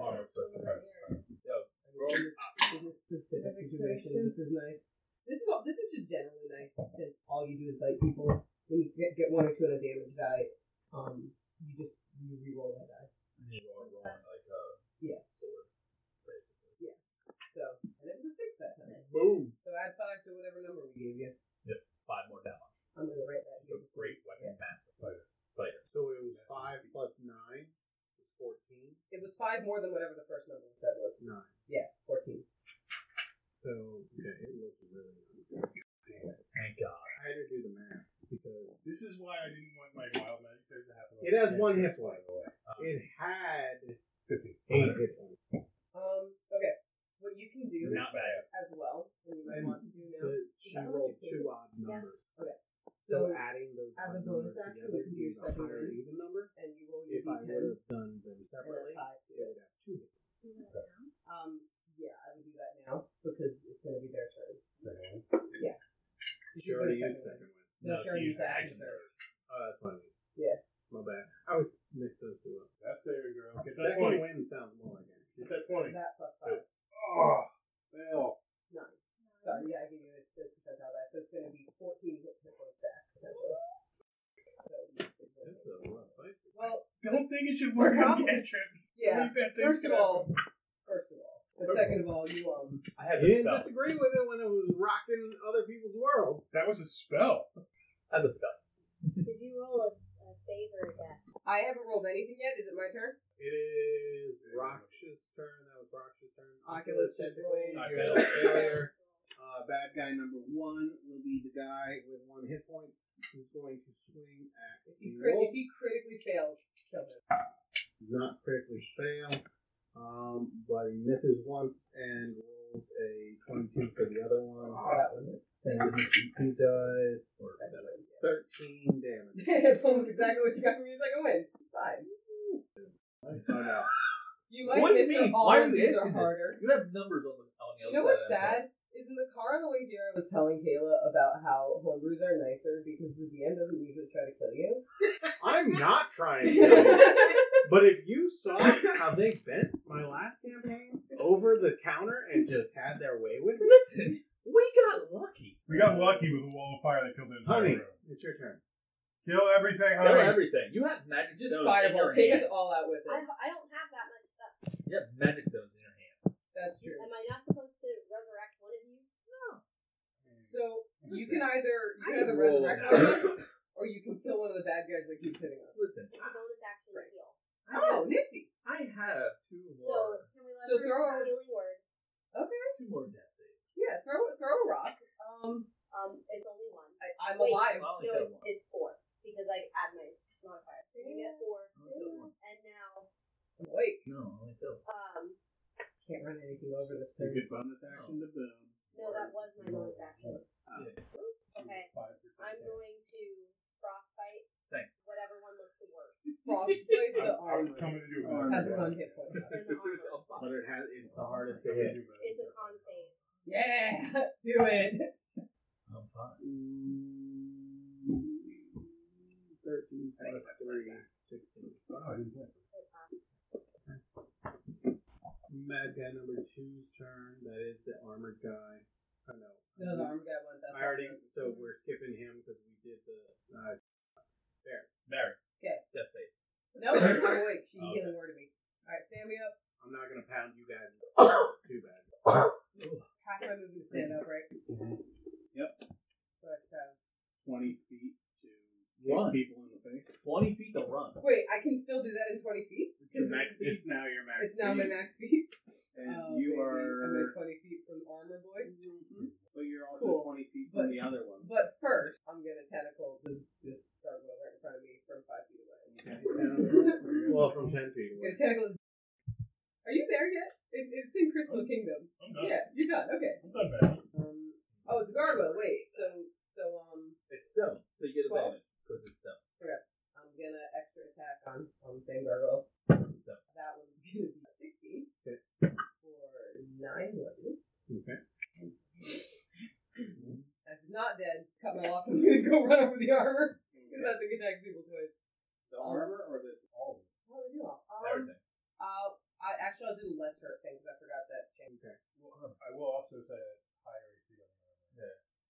Speaker 7: armor. So
Speaker 2: in this, in this specific situation, this is nice. This is all, this is just generally nice since all you do is bite people. When you get, get one or two on a damage die, um, you just you re-roll that die.
Speaker 7: you are rolling like uh, a
Speaker 2: Yeah.
Speaker 7: sword.
Speaker 2: So, and it was a six that time.
Speaker 7: Boom.
Speaker 2: So add five to whatever number we gave you.
Speaker 7: Five more down.
Speaker 2: I'm gonna write that
Speaker 7: You're
Speaker 2: here.
Speaker 7: a great weapon master
Speaker 3: Fighter.
Speaker 7: fighter.
Speaker 6: So it was five plus nine is fourteen.
Speaker 2: It was five more than whatever the first number said was.
Speaker 6: Nine.
Speaker 2: Yeah, fourteen.
Speaker 6: So okay, it looks really good.
Speaker 7: Thank God.
Speaker 6: I had to do the math because
Speaker 3: This is why I didn't want my wild magic to happen.
Speaker 6: it has one hit point.
Speaker 3: Uh,
Speaker 6: It had
Speaker 3: Fifty.
Speaker 6: eight hit points.
Speaker 2: Um, okay. What you can do
Speaker 7: Not bad.
Speaker 2: as well, and you might
Speaker 6: And
Speaker 2: want to do now.
Speaker 6: So she rolled two odd numbers. So
Speaker 2: So,
Speaker 6: adding those
Speaker 2: as a
Speaker 6: odd
Speaker 2: bonus
Speaker 6: numbers
Speaker 2: action,
Speaker 6: together
Speaker 2: we can do
Speaker 6: gives a
Speaker 2: second
Speaker 6: higher
Speaker 2: one.
Speaker 6: even number.
Speaker 2: and you roll your
Speaker 6: If I would
Speaker 2: d10
Speaker 6: have done them separately,
Speaker 2: and add five.
Speaker 6: it would have two hit points.
Speaker 4: Do that now?
Speaker 2: Um, yeah, I would do that now because it's gonna be their turn.
Speaker 3: Second one.
Speaker 2: You
Speaker 6: She
Speaker 2: should
Speaker 6: already
Speaker 2: go
Speaker 6: used
Speaker 2: second.
Speaker 6: second one.
Speaker 2: No, she already
Speaker 7: you
Speaker 2: used that action.
Speaker 7: action there.
Speaker 6: Oh, that's funny.
Speaker 2: Yeah.
Speaker 6: My bad. I was mixed those two up.
Speaker 3: That's there, girl. Get that
Speaker 6: Second
Speaker 3: twenty.
Speaker 6: win sounds more like it.
Speaker 3: Get that twenty.
Speaker 2: That plus five.
Speaker 3: Oh.
Speaker 6: Well,
Speaker 2: Nine. Sorry, yeah, I gave you a six percent out of that. So it's gonna be fourteen hit hit points back potentially. So,
Speaker 6: that's a rough fight.
Speaker 2: well,
Speaker 3: Don't think it should work on
Speaker 2: Probably.
Speaker 3: cantrips.
Speaker 2: Yeah.
Speaker 3: Leave that thing
Speaker 2: First of
Speaker 3: to-
Speaker 2: all, first of all, but
Speaker 3: Okay.
Speaker 2: second of all, you um,
Speaker 7: I have
Speaker 6: You didn't
Speaker 7: a spell.
Speaker 6: disagree with it when it was rocking other people's world.
Speaker 3: That was a spell.
Speaker 7: I have a spell.
Speaker 4: Did you roll a, a save or a death?
Speaker 2: I haven't rolled anything yet. Is it my turn?
Speaker 6: It is Rox's turn. That was Rox's turn.
Speaker 2: Oculus disadvantage.
Speaker 7: I
Speaker 6: You're
Speaker 7: failed.
Speaker 6: a failure. Uh, bad guy number one will be the guy with one hit point who's going to swing at
Speaker 2: If he,
Speaker 6: the
Speaker 2: crit-
Speaker 6: wolf.
Speaker 2: if he critically fails, kill him.
Speaker 6: Does not critically fail, um, but he misses once and rolls a 22 for the other one. That one hits. And he does 13 damage.
Speaker 2: That's almost exactly what you got from your second win. Fine.
Speaker 6: Oh no.
Speaker 2: You might
Speaker 7: What do you
Speaker 2: miss your
Speaker 7: mean? Why
Speaker 2: arms
Speaker 7: are you
Speaker 2: these are
Speaker 7: asking this?
Speaker 2: harder.
Speaker 7: You have numbers on the on the
Speaker 2: You
Speaker 7: other
Speaker 2: know what's
Speaker 7: side.
Speaker 2: sad? Is in the car on the way here, I was telling Kayla about how homebrews are nicer because the DM doesn't usually try to kill you.
Speaker 6: I'm not trying to kill you. But if you saw how they bent my last campaign over the counter and just had their way with it,
Speaker 7: Listen, we got lucky.
Speaker 3: We got lucky with a wall of fire that killed the entire
Speaker 6: honey,
Speaker 3: room.
Speaker 6: it's your turn.
Speaker 3: Kill everything,
Speaker 7: You have
Speaker 3: honey.
Speaker 7: everything. You have magic
Speaker 2: Just
Speaker 7: stones in
Speaker 2: fireball,
Speaker 7: your
Speaker 2: take us
Speaker 7: hand.
Speaker 2: all out with
Speaker 4: I,
Speaker 2: it.
Speaker 4: I don't have that much stuff.
Speaker 7: You have magic stones in your hand.
Speaker 2: That's true.
Speaker 4: Am I not supposed to resurrect one of you?
Speaker 2: So you can either you
Speaker 7: I
Speaker 2: can either
Speaker 7: can roll
Speaker 2: resurrect
Speaker 7: now.
Speaker 2: one, or you can kill one of the bad guys that keeps hitting us.
Speaker 7: Listen,
Speaker 4: A bonus action to
Speaker 2: Right.
Speaker 4: heal.
Speaker 7: I
Speaker 2: Oh,
Speaker 7: have,
Speaker 2: nifty.
Speaker 7: I have two
Speaker 4: So
Speaker 7: more,
Speaker 4: can we let
Speaker 2: So
Speaker 4: her
Speaker 2: throw
Speaker 4: use
Speaker 2: her-
Speaker 4: her healing word?
Speaker 2: Okay.
Speaker 7: two more death saves.
Speaker 2: Yeah, throw throw a rock. Um,
Speaker 4: Um, it's only one.
Speaker 2: I, I'm
Speaker 4: Wait.
Speaker 2: alive.
Speaker 7: I only
Speaker 4: No,
Speaker 7: got
Speaker 4: it's,
Speaker 7: one.
Speaker 4: it's four because I add my modifier. So you get four,
Speaker 7: I only got one.
Speaker 4: and now
Speaker 2: I'm awake.
Speaker 7: No, I only got one.
Speaker 4: um,
Speaker 2: Can't run anything over this
Speaker 6: You
Speaker 2: thing.
Speaker 6: could bonus action Uh, to boom.
Speaker 4: no, that was my bonus action.
Speaker 7: Oh,
Speaker 4: Okay, I'm going to frostbite.
Speaker 7: Thanks.
Speaker 4: Whatever one looks the worst.
Speaker 2: Frostbite
Speaker 3: I,
Speaker 2: the
Speaker 3: I was
Speaker 2: armor.
Speaker 3: coming to do
Speaker 6: Armor.
Speaker 2: Has
Speaker 3: it.
Speaker 2: one hit point.
Speaker 4: And the armor.
Speaker 6: But it has, it's the hardest to hit.
Speaker 4: It's a con save.
Speaker 2: Yeah, do it.
Speaker 7: I'm fine.
Speaker 6: Mm, 13 plus 3, 16.
Speaker 3: Oh,
Speaker 4: It's, um,
Speaker 6: Mad guy number two's turn. That is the armored guy. I know.
Speaker 2: No, the armor guy went. That's
Speaker 6: I already, so we're skipping him because we did the. Uh,
Speaker 7: Mary.
Speaker 2: Okay.
Speaker 7: Death save.
Speaker 2: No, I'm awake. She's
Speaker 6: Oh,
Speaker 7: Okay.
Speaker 2: getting word of me. All right, stand me up.
Speaker 6: I'm not gonna pound you guys too bad.
Speaker 2: Half my movement to stand up, right?
Speaker 3: Mm-hmm.
Speaker 6: Yep.
Speaker 2: But uh,
Speaker 6: Twenty feet to
Speaker 7: One.
Speaker 6: hit people in the face.
Speaker 7: 20 feet to run.
Speaker 2: wait, I can still do that in 20 feet.
Speaker 6: It's your max speed. It's now your max.
Speaker 2: It's now my
Speaker 6: speed.
Speaker 2: max feet.
Speaker 6: And
Speaker 2: Oh,
Speaker 6: you
Speaker 2: baby, I'm
Speaker 6: are.
Speaker 2: at 20 feet from armor boy.
Speaker 6: But you're also
Speaker 2: Cool.
Speaker 6: twenty feet from
Speaker 2: But-
Speaker 6: the other one.
Speaker 2: But first, I'm gonna tentacle this this gargoyle right in front of me from five feet away.
Speaker 6: Okay. And- well, from ten feet
Speaker 2: I'm
Speaker 6: away.
Speaker 2: gonna tentacle. This. Are you there yet? It, it's in Crystal Kingdom.
Speaker 3: I'm done.
Speaker 2: Yeah, you're done. Okay.
Speaker 3: I'm done, man.
Speaker 2: Um. Oh, it's a gargoyle. Wait. So so um.
Speaker 7: It's stone. So you get
Speaker 2: Well-
Speaker 7: advantage because it's stone.
Speaker 2: I'm gonna extra attack on on the same gargoyle.
Speaker 7: So,
Speaker 2: That one's gonna be sixteen
Speaker 6: Okay.
Speaker 2: for nine levels.
Speaker 6: Okay.
Speaker 2: That's not dead. Cut my loss. I'm gonna go run over the armor because I think it attacks people twice.
Speaker 6: The armor or the all?
Speaker 2: What do I do? Um,
Speaker 7: everything.
Speaker 2: uh, I actually I'll do the less hurt thing because I forgot that change.
Speaker 3: Well, I will also say that higher AC.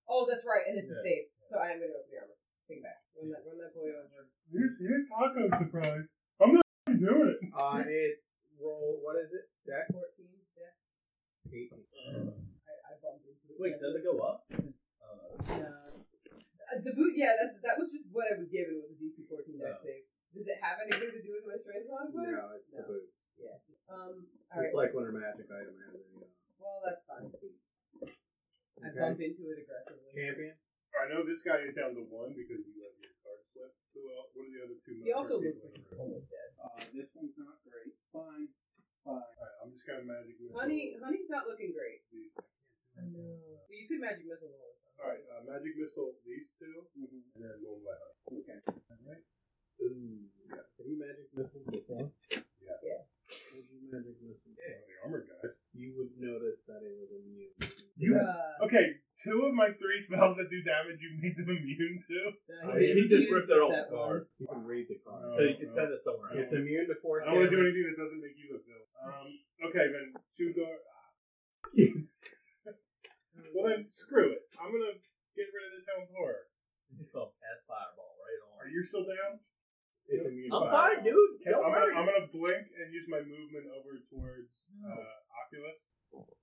Speaker 2: Oh, that's right, and it's a
Speaker 3: Yeah.
Speaker 2: save, so I am gonna go for the armor. Take it back. Run that, run that boy over.
Speaker 3: Here's, here's Taco surprise. I'm not f***ing doing it.
Speaker 6: Uh, it roll. What is it? Deck
Speaker 2: Fourteen. Yeah,
Speaker 6: eighteen.
Speaker 2: I, I bumped into it.
Speaker 7: Uh, Wait, does it go up? Uh,
Speaker 2: Uh, the boot, yeah, that's, that was just what I was given with the DC 14 deck
Speaker 7: Oh.
Speaker 2: save. Does it have anything to do with my strength modifier?
Speaker 6: No, it's the
Speaker 2: No.
Speaker 6: boot.
Speaker 2: Um,
Speaker 6: It's
Speaker 2: alright,
Speaker 6: like when a magic item has a. Uh,
Speaker 2: well, that's fine. I
Speaker 6: Okay.
Speaker 2: bumped into it aggressively.
Speaker 6: Champion.
Speaker 3: I know this guy is down to one because you let your card slip. Who else? What are the other two?
Speaker 2: He also
Speaker 3: members?
Speaker 2: looks like he's almost dead.
Speaker 6: Uh, this one's not great. Fine. Fine.
Speaker 3: Alright, I'm just gonna magic missile.
Speaker 2: Honey, Honey's not looking great.
Speaker 3: these.
Speaker 2: know. Well, you could magic missile roll.
Speaker 3: Alright, uh, magic missile these 2 and then one by heart.
Speaker 6: Mm-hmm. Okay. Alright. Ooh. Have you magic missiles before?
Speaker 3: Yeah.
Speaker 2: Yeah.
Speaker 6: Would you magic missile
Speaker 3: One of the armor guys.
Speaker 6: You would notice that it was immune.
Speaker 3: You
Speaker 2: Uh,
Speaker 3: okay? Two of my three spells that do damage, you made them immune to.
Speaker 2: no,
Speaker 7: he
Speaker 2: didn't-
Speaker 7: just
Speaker 2: didn't
Speaker 7: ripped
Speaker 2: miss
Speaker 7: it off
Speaker 2: that
Speaker 7: the card.
Speaker 6: uh, You can read the card.
Speaker 7: so you can
Speaker 3: no.
Speaker 7: send it somewhere
Speaker 3: Yeah.
Speaker 7: else.
Speaker 6: It's immune to
Speaker 3: I
Speaker 6: force
Speaker 3: don't want to do
Speaker 6: damage.
Speaker 3: anything that doesn't make you look ill. Um. Okay, then two guard.
Speaker 2: one.
Speaker 3: Well, then screw it. I'm gonna get rid of this town horror.
Speaker 7: It's called Add Fireball right
Speaker 3: Are
Speaker 7: on.
Speaker 3: you still down?
Speaker 6: It's immune to
Speaker 7: I'm
Speaker 6: fire.
Speaker 7: fine, dude.
Speaker 3: Okay,
Speaker 7: Don't
Speaker 3: I'm,
Speaker 7: worry.
Speaker 3: gonna, I'm gonna blink and use my movement over towards uh, Oculus.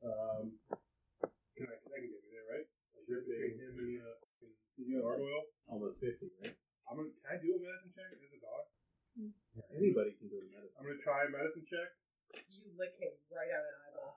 Speaker 3: Um, can I, I can get me there, right? Like, right between him and uh, the gargoyle.
Speaker 6: Almost 50, right?
Speaker 3: I'm gonna. Can I do a medicine check as a dog?
Speaker 6: Anybody can do a medicine.
Speaker 3: I'm gonna try a medicine check.
Speaker 2: You lick him right out of an eyeball.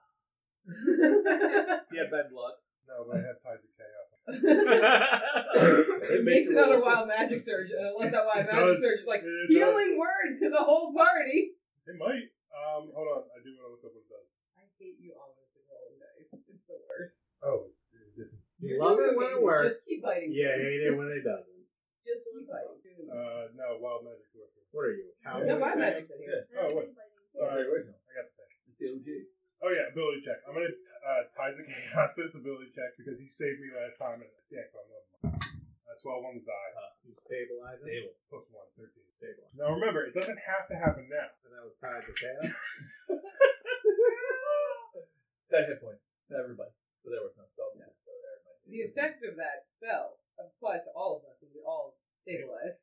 Speaker 7: Yeah, bad luck.
Speaker 3: No, but I have ties to chaos.
Speaker 7: it
Speaker 2: it makes
Speaker 7: it a
Speaker 2: another
Speaker 7: little-
Speaker 2: wild magic surge, and I love that wild
Speaker 3: It
Speaker 2: magic
Speaker 3: does.
Speaker 2: surge. It's like
Speaker 3: It
Speaker 2: healing word to the whole party.
Speaker 3: does. It might. Um, hold on. I do want to look up what it does.
Speaker 2: I hate you all with the rolling dice. It's the worst.
Speaker 3: Oh, it's different.
Speaker 7: You love it when it works.
Speaker 2: Just keep biting.
Speaker 7: Yeah, hate it when it doesn't.
Speaker 2: Just keep biting. Dude.
Speaker 3: Uh, no, wild magic sorcery.
Speaker 7: What are you? a cowboy?
Speaker 2: no, my magic's in here.
Speaker 3: Oh, what?
Speaker 4: Yeah.
Speaker 3: Alright, wait, no, I got the thing. Oh yeah, ability check. I'm gonna uh, tie the chaos to this ability check because he saved me last time and yeah, so I'm not- That's why I won the die.
Speaker 7: Uh, you stabilize it. Stable.
Speaker 3: Plus one, 13.
Speaker 7: Stable.
Speaker 3: Now remember, it doesn't have to happen now.
Speaker 7: And that was tied to chaos. Ten hit points. to Everybody. So there was no spell. Yeah. So there might
Speaker 2: The effect of that spell applies to all of us, and we all stabilize.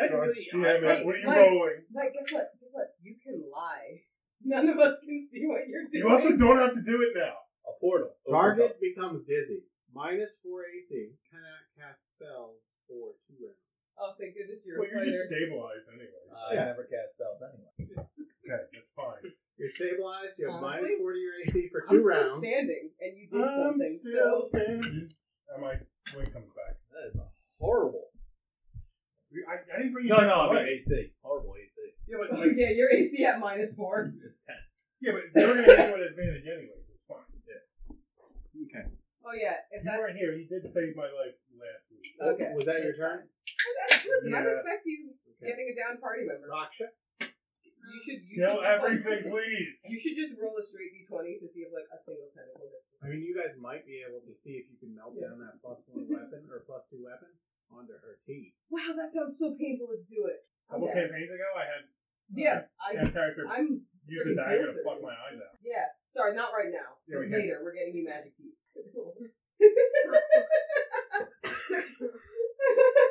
Speaker 7: Technically,
Speaker 3: Yeah,
Speaker 7: I
Speaker 3: man,
Speaker 7: might.
Speaker 3: what are you
Speaker 2: Mike.
Speaker 3: rolling?
Speaker 2: But guess what? Guess what? You can lie. None of us can see what you're doing.
Speaker 3: You also don't have to do it now.
Speaker 7: A portal.
Speaker 8: Target becomes dizzy. Minus four AC. Cannot cast spells for two rounds.
Speaker 2: Oh, thank goodness you're
Speaker 3: Well,
Speaker 2: a
Speaker 3: you're
Speaker 2: fighter.
Speaker 3: just stabilized anyway.
Speaker 7: I
Speaker 8: Yeah.
Speaker 7: never cast spells anyway.
Speaker 3: Okay, that's fine.
Speaker 8: You're stabilized. You have minus
Speaker 2: Honestly?
Speaker 8: four to your AC for
Speaker 2: I'm
Speaker 8: two
Speaker 2: still
Speaker 8: rounds.
Speaker 2: standing, and you did something. so
Speaker 3: standing. Am I? Wait, comes back.
Speaker 7: That is a horrible.
Speaker 3: We- I, I didn't bring you.
Speaker 7: No,
Speaker 3: back
Speaker 7: no, I
Speaker 3: to
Speaker 7: mean
Speaker 3: life.
Speaker 7: AC. Horrible AC.
Speaker 3: Yeah, but like,
Speaker 2: yeah, your AC at minus four.
Speaker 3: yeah, but they're gonna have an advantage anyway. so It's fine.
Speaker 6: Okay.
Speaker 2: Oh yeah, if
Speaker 3: You
Speaker 2: that's
Speaker 3: weren't here. You did save my life last week.
Speaker 2: okay.
Speaker 8: Was that your turn?
Speaker 2: Listen, I
Speaker 3: Yeah.
Speaker 2: respect you getting a down party member.
Speaker 8: Raksha?
Speaker 2: You should you
Speaker 3: Kill
Speaker 2: should just, like,
Speaker 3: everything,
Speaker 2: You
Speaker 3: please.
Speaker 2: should just roll a straight d20 to see if like a single tentacle hits.
Speaker 8: I mean, you guys might be able to see if you can melt
Speaker 2: Yeah.
Speaker 8: down that plus one weapon or plus two weapon onto her teeth.
Speaker 2: Wow, that sounds so painful. Let's do it. I'm
Speaker 3: Couple
Speaker 2: down.
Speaker 3: campaigns ago, I had
Speaker 2: Yeah, I
Speaker 3: that character
Speaker 2: I'm
Speaker 3: use a
Speaker 2: freaking
Speaker 3: dagger
Speaker 2: guilty.
Speaker 3: to fuck my eyes out.
Speaker 2: yeah. Sorry, not right now.
Speaker 3: Yeah, we can.
Speaker 2: later, we're getting you magic keys.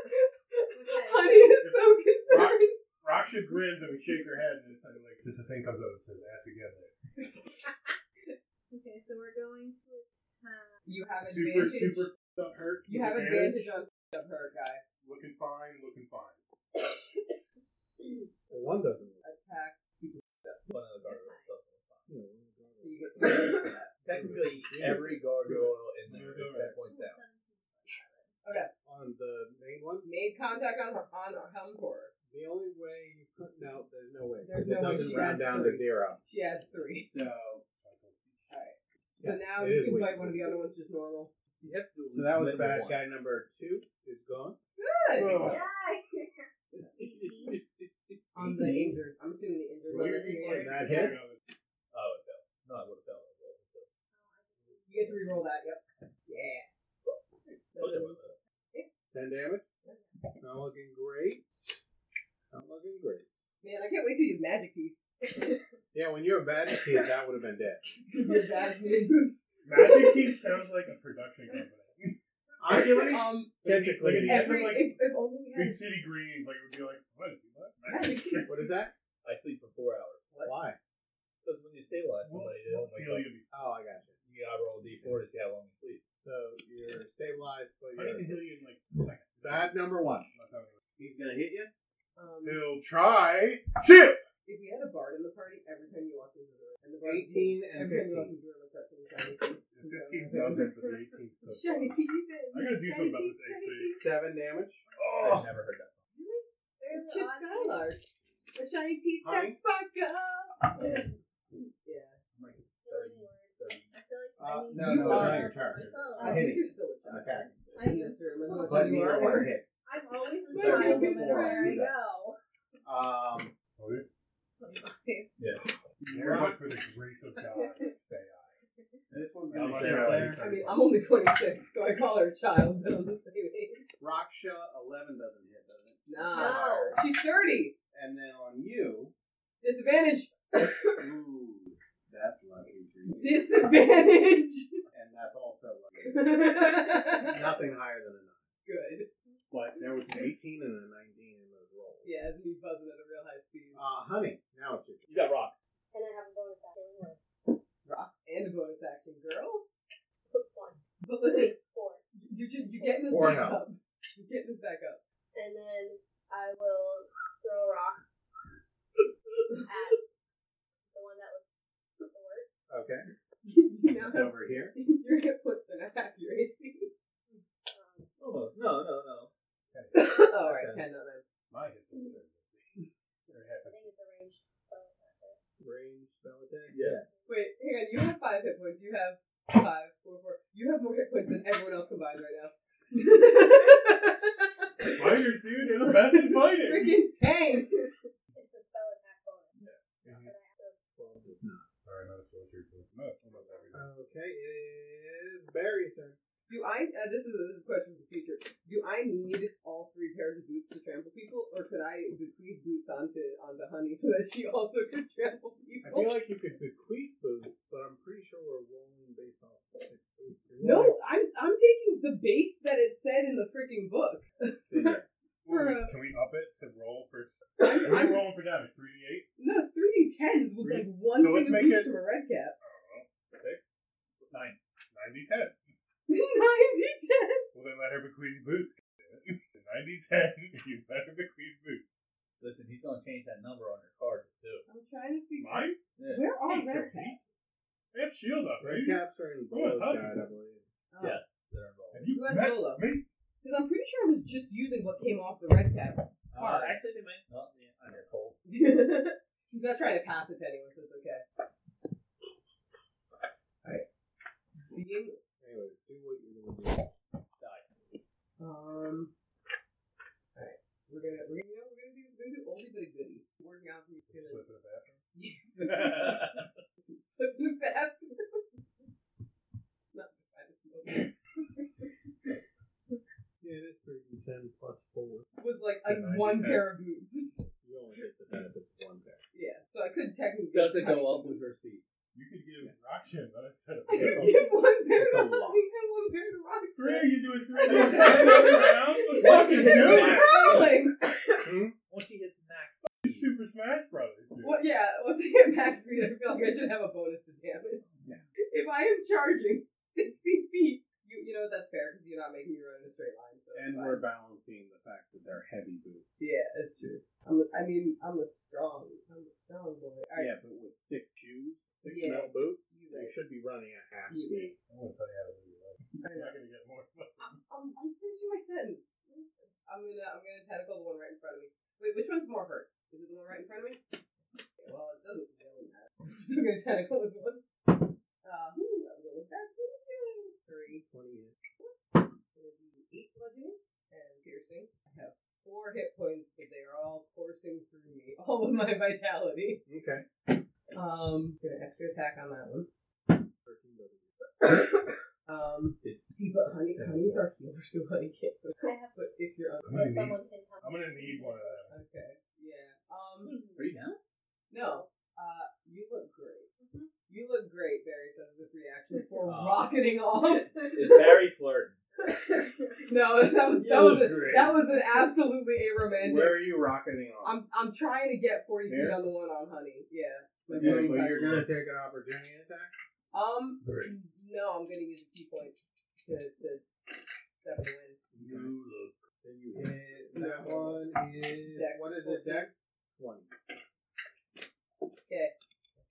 Speaker 2: Honey is so concerned.
Speaker 3: Raksha grins and we shake her head, and it's kind of like just a thing comes out and says, "Ass together."
Speaker 4: Okay, so we're going to attack.
Speaker 2: You have
Speaker 3: Super,
Speaker 2: advantage.
Speaker 3: super up hurt.
Speaker 2: you
Speaker 3: with
Speaker 2: have advantage on of her guy
Speaker 3: Looking fine, looking fine.
Speaker 8: The one doesn't work.
Speaker 2: attack.
Speaker 7: One of the gargoyles doesn't apply.
Speaker 8: You know,
Speaker 2: So you get advantage on that.
Speaker 7: Technically, every gargoyle in there is ten points down.
Speaker 8: on the main one,
Speaker 2: Made contact on her on her helm horror.
Speaker 8: the only way you could no, there's no way.
Speaker 2: There's
Speaker 8: it
Speaker 2: no way
Speaker 8: doesn't
Speaker 2: she
Speaker 8: round
Speaker 2: adds
Speaker 8: down
Speaker 2: three.
Speaker 8: to zero.
Speaker 2: She has three.
Speaker 6: So,
Speaker 2: So
Speaker 8: Yeah,
Speaker 2: now
Speaker 8: it
Speaker 2: you
Speaker 8: is
Speaker 2: can
Speaker 8: weak.
Speaker 2: fight one of the other ones just normal.
Speaker 7: You have to
Speaker 8: So that was
Speaker 7: limit
Speaker 8: bad
Speaker 7: one.
Speaker 8: guy number two is gone.
Speaker 2: Good.
Speaker 3: Oh.
Speaker 4: Yay!
Speaker 2: On the injured. I'm assuming the injured one.
Speaker 3: Well,
Speaker 2: is
Speaker 3: you're
Speaker 2: the injured.
Speaker 8: That
Speaker 3: You
Speaker 8: hits.
Speaker 3: know,
Speaker 7: Oh, it fell. No, I would have fell. It rolled.
Speaker 2: You get to reroll that, yep. Yeah.
Speaker 7: Look at what the-
Speaker 8: Ten damage. Not looking great. Not looking great.
Speaker 2: Man, I can't wait till you have magic teeth.
Speaker 8: Yeah, when you're a magic kid, that would have been dead.
Speaker 2: Your bad moves.
Speaker 3: Magic Keith sounds like a production company.
Speaker 8: I give it
Speaker 2: Um,
Speaker 8: technically.
Speaker 3: Yeah,
Speaker 2: Every,
Speaker 3: like-
Speaker 2: if, if only we
Speaker 3: Big
Speaker 2: had
Speaker 3: City Greens, like, would be like, what? what?
Speaker 2: magic teeth.
Speaker 8: What is that?
Speaker 7: I sleep for four hours.
Speaker 8: Why?
Speaker 7: Because when you stabilize
Speaker 3: What
Speaker 7: somebody, they don't wake
Speaker 3: feel
Speaker 7: up.
Speaker 3: you be?
Speaker 8: Oh, I got you.
Speaker 7: You gotta roll a d4 to see how long you sleep.
Speaker 8: So you're stabilized, but
Speaker 3: I need to heal
Speaker 8: you're
Speaker 3: you in like a second.
Speaker 8: bad number one.
Speaker 3: That's how it works.
Speaker 8: He's gonna hit you.
Speaker 2: Um,
Speaker 3: He'll try. Shit!
Speaker 2: if we had a bard in the party, every time you walk into the room, and the bard,
Speaker 8: Eighteen and
Speaker 2: every time you walk into the
Speaker 8: fifteen.
Speaker 2: room, it starts with shiny teeth.
Speaker 3: 15,000 for the 18th. so far.
Speaker 2: Shiny teeth.
Speaker 3: I gotta do something about this AC.
Speaker 8: Seven damage.
Speaker 3: Oh!
Speaker 7: I've never heard that.
Speaker 2: It's Chip Skylar. The shiny teeth that
Speaker 8: Honey?
Speaker 2: sparkle. Yeah.
Speaker 8: Uh,
Speaker 4: Uh,
Speaker 8: no, no,
Speaker 2: You
Speaker 8: it's not
Speaker 2: are-
Speaker 8: your turn.
Speaker 2: I
Speaker 8: Hit
Speaker 2: think
Speaker 8: it.
Speaker 2: you're still a child.
Speaker 8: Okay.
Speaker 2: I think that's true. I'm
Speaker 8: But
Speaker 2: you
Speaker 8: you
Speaker 2: are
Speaker 8: are
Speaker 2: aware.
Speaker 8: one hit.
Speaker 4: I'm always
Speaker 2: Might
Speaker 4: a
Speaker 2: be a
Speaker 4: child, no
Speaker 2: bit
Speaker 4: matter
Speaker 2: more.
Speaker 4: where I
Speaker 8: Do that.
Speaker 4: go.
Speaker 8: Um,
Speaker 3: Okay.
Speaker 8: You're
Speaker 3: You're
Speaker 8: up.
Speaker 3: for the grace of God, say
Speaker 8: Uh,
Speaker 3: I.
Speaker 8: this one's
Speaker 3: I'm
Speaker 8: gonna
Speaker 3: on
Speaker 8: hit
Speaker 3: your
Speaker 8: there.
Speaker 3: right.
Speaker 2: I mean, I'm only 26, so I call her a child. But I'm just saying.
Speaker 8: Raksha eleven doesn't hit, does it?
Speaker 2: Nah.
Speaker 4: No.
Speaker 2: She's 30.
Speaker 8: And then on you,
Speaker 2: Disadvantage.
Speaker 8: ooh, that's lucky for you.
Speaker 2: Disadvantage.
Speaker 8: And that's also lucky.
Speaker 2: Good.
Speaker 8: Nothing higher than a nine. But there was an eighteen and a nineteen in those rolls.
Speaker 2: Yeah, it's me buzzing at a real high speed.
Speaker 8: Uh, honey, now it's your turn.
Speaker 7: You got rocks.
Speaker 4: And I have a bonus action.
Speaker 2: Rock and a bonus action, girl.
Speaker 4: Put one.
Speaker 2: But listen,
Speaker 4: Wait, four.
Speaker 2: you're just you're getting this
Speaker 8: Or
Speaker 2: back
Speaker 8: no.
Speaker 2: up. You're getting this back up.
Speaker 4: And then I will throw a rock at the one that was the worst.
Speaker 8: Okay.
Speaker 2: you You know,
Speaker 6: over here.
Speaker 2: your hit points are not accuracy.
Speaker 7: Almost. No, no, no.
Speaker 2: Alright,
Speaker 7: Okay.
Speaker 2: 10 of them.
Speaker 6: My hip is There
Speaker 4: I think it's a range. spell attack, right?
Speaker 8: Range spell attack.
Speaker 7: Yeah.
Speaker 2: Wait, hang on, you have 5 hit points. You have 5, 4, 4. You have more hit points than everyone else combined right now.
Speaker 3: Fighter, dude, they're the best at fighting.
Speaker 2: Freaking tank!
Speaker 4: It's a spell attack bonus.
Speaker 6: Yeah.
Speaker 4: But I have to
Speaker 6: Sorry, not a soldier. No, it's not that big.
Speaker 8: Okay, it is Barry's turn.
Speaker 2: Do I, uh, this is a this is a question for the future. Do I need all three pairs of boots to trample people, or could I bequeath boots onto, onto Honey so that she also could trample
Speaker 8: Um, I
Speaker 2: people?
Speaker 8: feel like you could bequeath boots, but I'm pretty sure we're rolling based off. of boots.
Speaker 2: No, I'm I'm taking the base that it said in the freaking book.
Speaker 3: Well,
Speaker 8: uh,
Speaker 3: we- Can we up it to roll for?
Speaker 2: I'm,
Speaker 3: We're
Speaker 2: I'm,
Speaker 3: rolling for damage. Three d eight.
Speaker 2: no, it's three d tens with like one
Speaker 3: So let's
Speaker 2: thing of
Speaker 3: make
Speaker 2: boots
Speaker 3: it-
Speaker 2: from a red cap.
Speaker 3: Nine. Nine d ten.
Speaker 2: Nine d ten.
Speaker 3: Well, then let her bequeath boots. Nine d ten. You let her bequeath boots.
Speaker 7: Listen, he's gonna change that number on your card too.
Speaker 2: I'm trying to figure.
Speaker 3: Mine.
Speaker 7: Yeah.
Speaker 2: Where are
Speaker 3: Hey,
Speaker 2: red
Speaker 3: Sophie.
Speaker 2: caps?
Speaker 3: They have shield up,
Speaker 8: Red
Speaker 3: right?
Speaker 8: caps are in
Speaker 3: Come on,
Speaker 8: Bolo's
Speaker 3: hug.
Speaker 8: guide, I believe.
Speaker 7: Yeah. They're involved.
Speaker 3: Have you
Speaker 2: You had
Speaker 3: met
Speaker 2: Zola.
Speaker 3: me?
Speaker 2: Because I'm pretty sure I was just using what came off the red cap.
Speaker 7: Uh, actually, they might not be on your cold.
Speaker 2: He's not trying to pass it to anyone, so it's okay. Alright. Being
Speaker 8: Anyway, do what you want to do.
Speaker 2: Um. Alright. We're gonna we're gonna, you know, we're gonna do we're gonna do oldie but a goodie. Working out from gonna
Speaker 3: Slip in the bathroom.
Speaker 2: slip in the bathroom. Not the bathroom.
Speaker 8: Yeah, it is three d ten plus four.
Speaker 2: With like a
Speaker 3: Good night,
Speaker 2: one
Speaker 3: okay.
Speaker 2: pair of boots.
Speaker 8: You only get the benefit of one there.
Speaker 2: Yeah. So I could technically
Speaker 7: Does it
Speaker 2: cut
Speaker 7: go up
Speaker 2: some-
Speaker 7: with her feet?
Speaker 3: You could give Rakshin that instead of
Speaker 2: I could
Speaker 3: Three
Speaker 2: give one pair to I
Speaker 8: that's a lot.
Speaker 2: could one pair to rock.
Speaker 3: are you doing three d ten every round? Let's fucking do it.
Speaker 2: Howling!
Speaker 7: Once she hits max,
Speaker 3: It's Super Smash Brothers. Dude.
Speaker 2: What? Yeah. Once I hit max speed, I feel like I should have a bonus to damage. If I am charging sixty feet, you you know what, that's fair because you're not making me run in a straight line. So it's
Speaker 6: And
Speaker 2: fine.
Speaker 6: we're balancing the fact that they're heavy boots.
Speaker 2: Yeah, that's true. I'm a, I mean, I'm a strong, I'm a strong boy. All right,
Speaker 6: Yeah, but with six shoes,
Speaker 2: yeah,
Speaker 8: Yeah. Metal boot.
Speaker 2: you
Speaker 8: You
Speaker 2: right.
Speaker 8: should be running at half
Speaker 2: You
Speaker 8: speed.
Speaker 3: I'm gonna tell you how to do it. I'm not gonna get more.
Speaker 2: I'm, I'm, I'm finishing my sentence. I'm gonna, I'm gonna tentacle the one right in front of me. Wait, which one's more hurt? Is it the one right in front of me? Okay, well, it doesn't really matter. I'm still gonna tentacle this one. Uh, ooh, I'm going with that. Three, twenty, eight bludgeoning and piercing. I have four hit points, but they are all coursing through me, all of my vitality.
Speaker 8: Okay.
Speaker 2: Um, gonna extra attack on that one.
Speaker 8: Thirteen doesn't.
Speaker 2: Um, see, but honey, honeys are healers, so honey can't. But
Speaker 4: I have
Speaker 2: but if you're
Speaker 3: I'm gonna need.
Speaker 4: if someone can come.
Speaker 3: I'm gonna need one of them.
Speaker 2: okay, yeah. Um,
Speaker 7: are you down?
Speaker 2: no. Uh, you look great. You look great, Barry says with reaction before
Speaker 7: Aw.
Speaker 2: rocketing off.
Speaker 7: Is Barry flirting?
Speaker 2: no, that was that was a, that was an absolutely
Speaker 6: Where
Speaker 2: aromantic.
Speaker 6: are you rocketing on?
Speaker 2: I'm I'm trying to get forty
Speaker 6: Here?
Speaker 2: feet on the one on honey. Yeah.
Speaker 8: But
Speaker 6: Yeah, but you're
Speaker 8: you're gonna take an opportunity attack.
Speaker 2: Um,
Speaker 3: Great.
Speaker 2: no, I'm gonna use a key point to to step away.
Speaker 8: Then you hit that one is
Speaker 2: Dex.
Speaker 8: what is it? Dex one.
Speaker 2: Okay.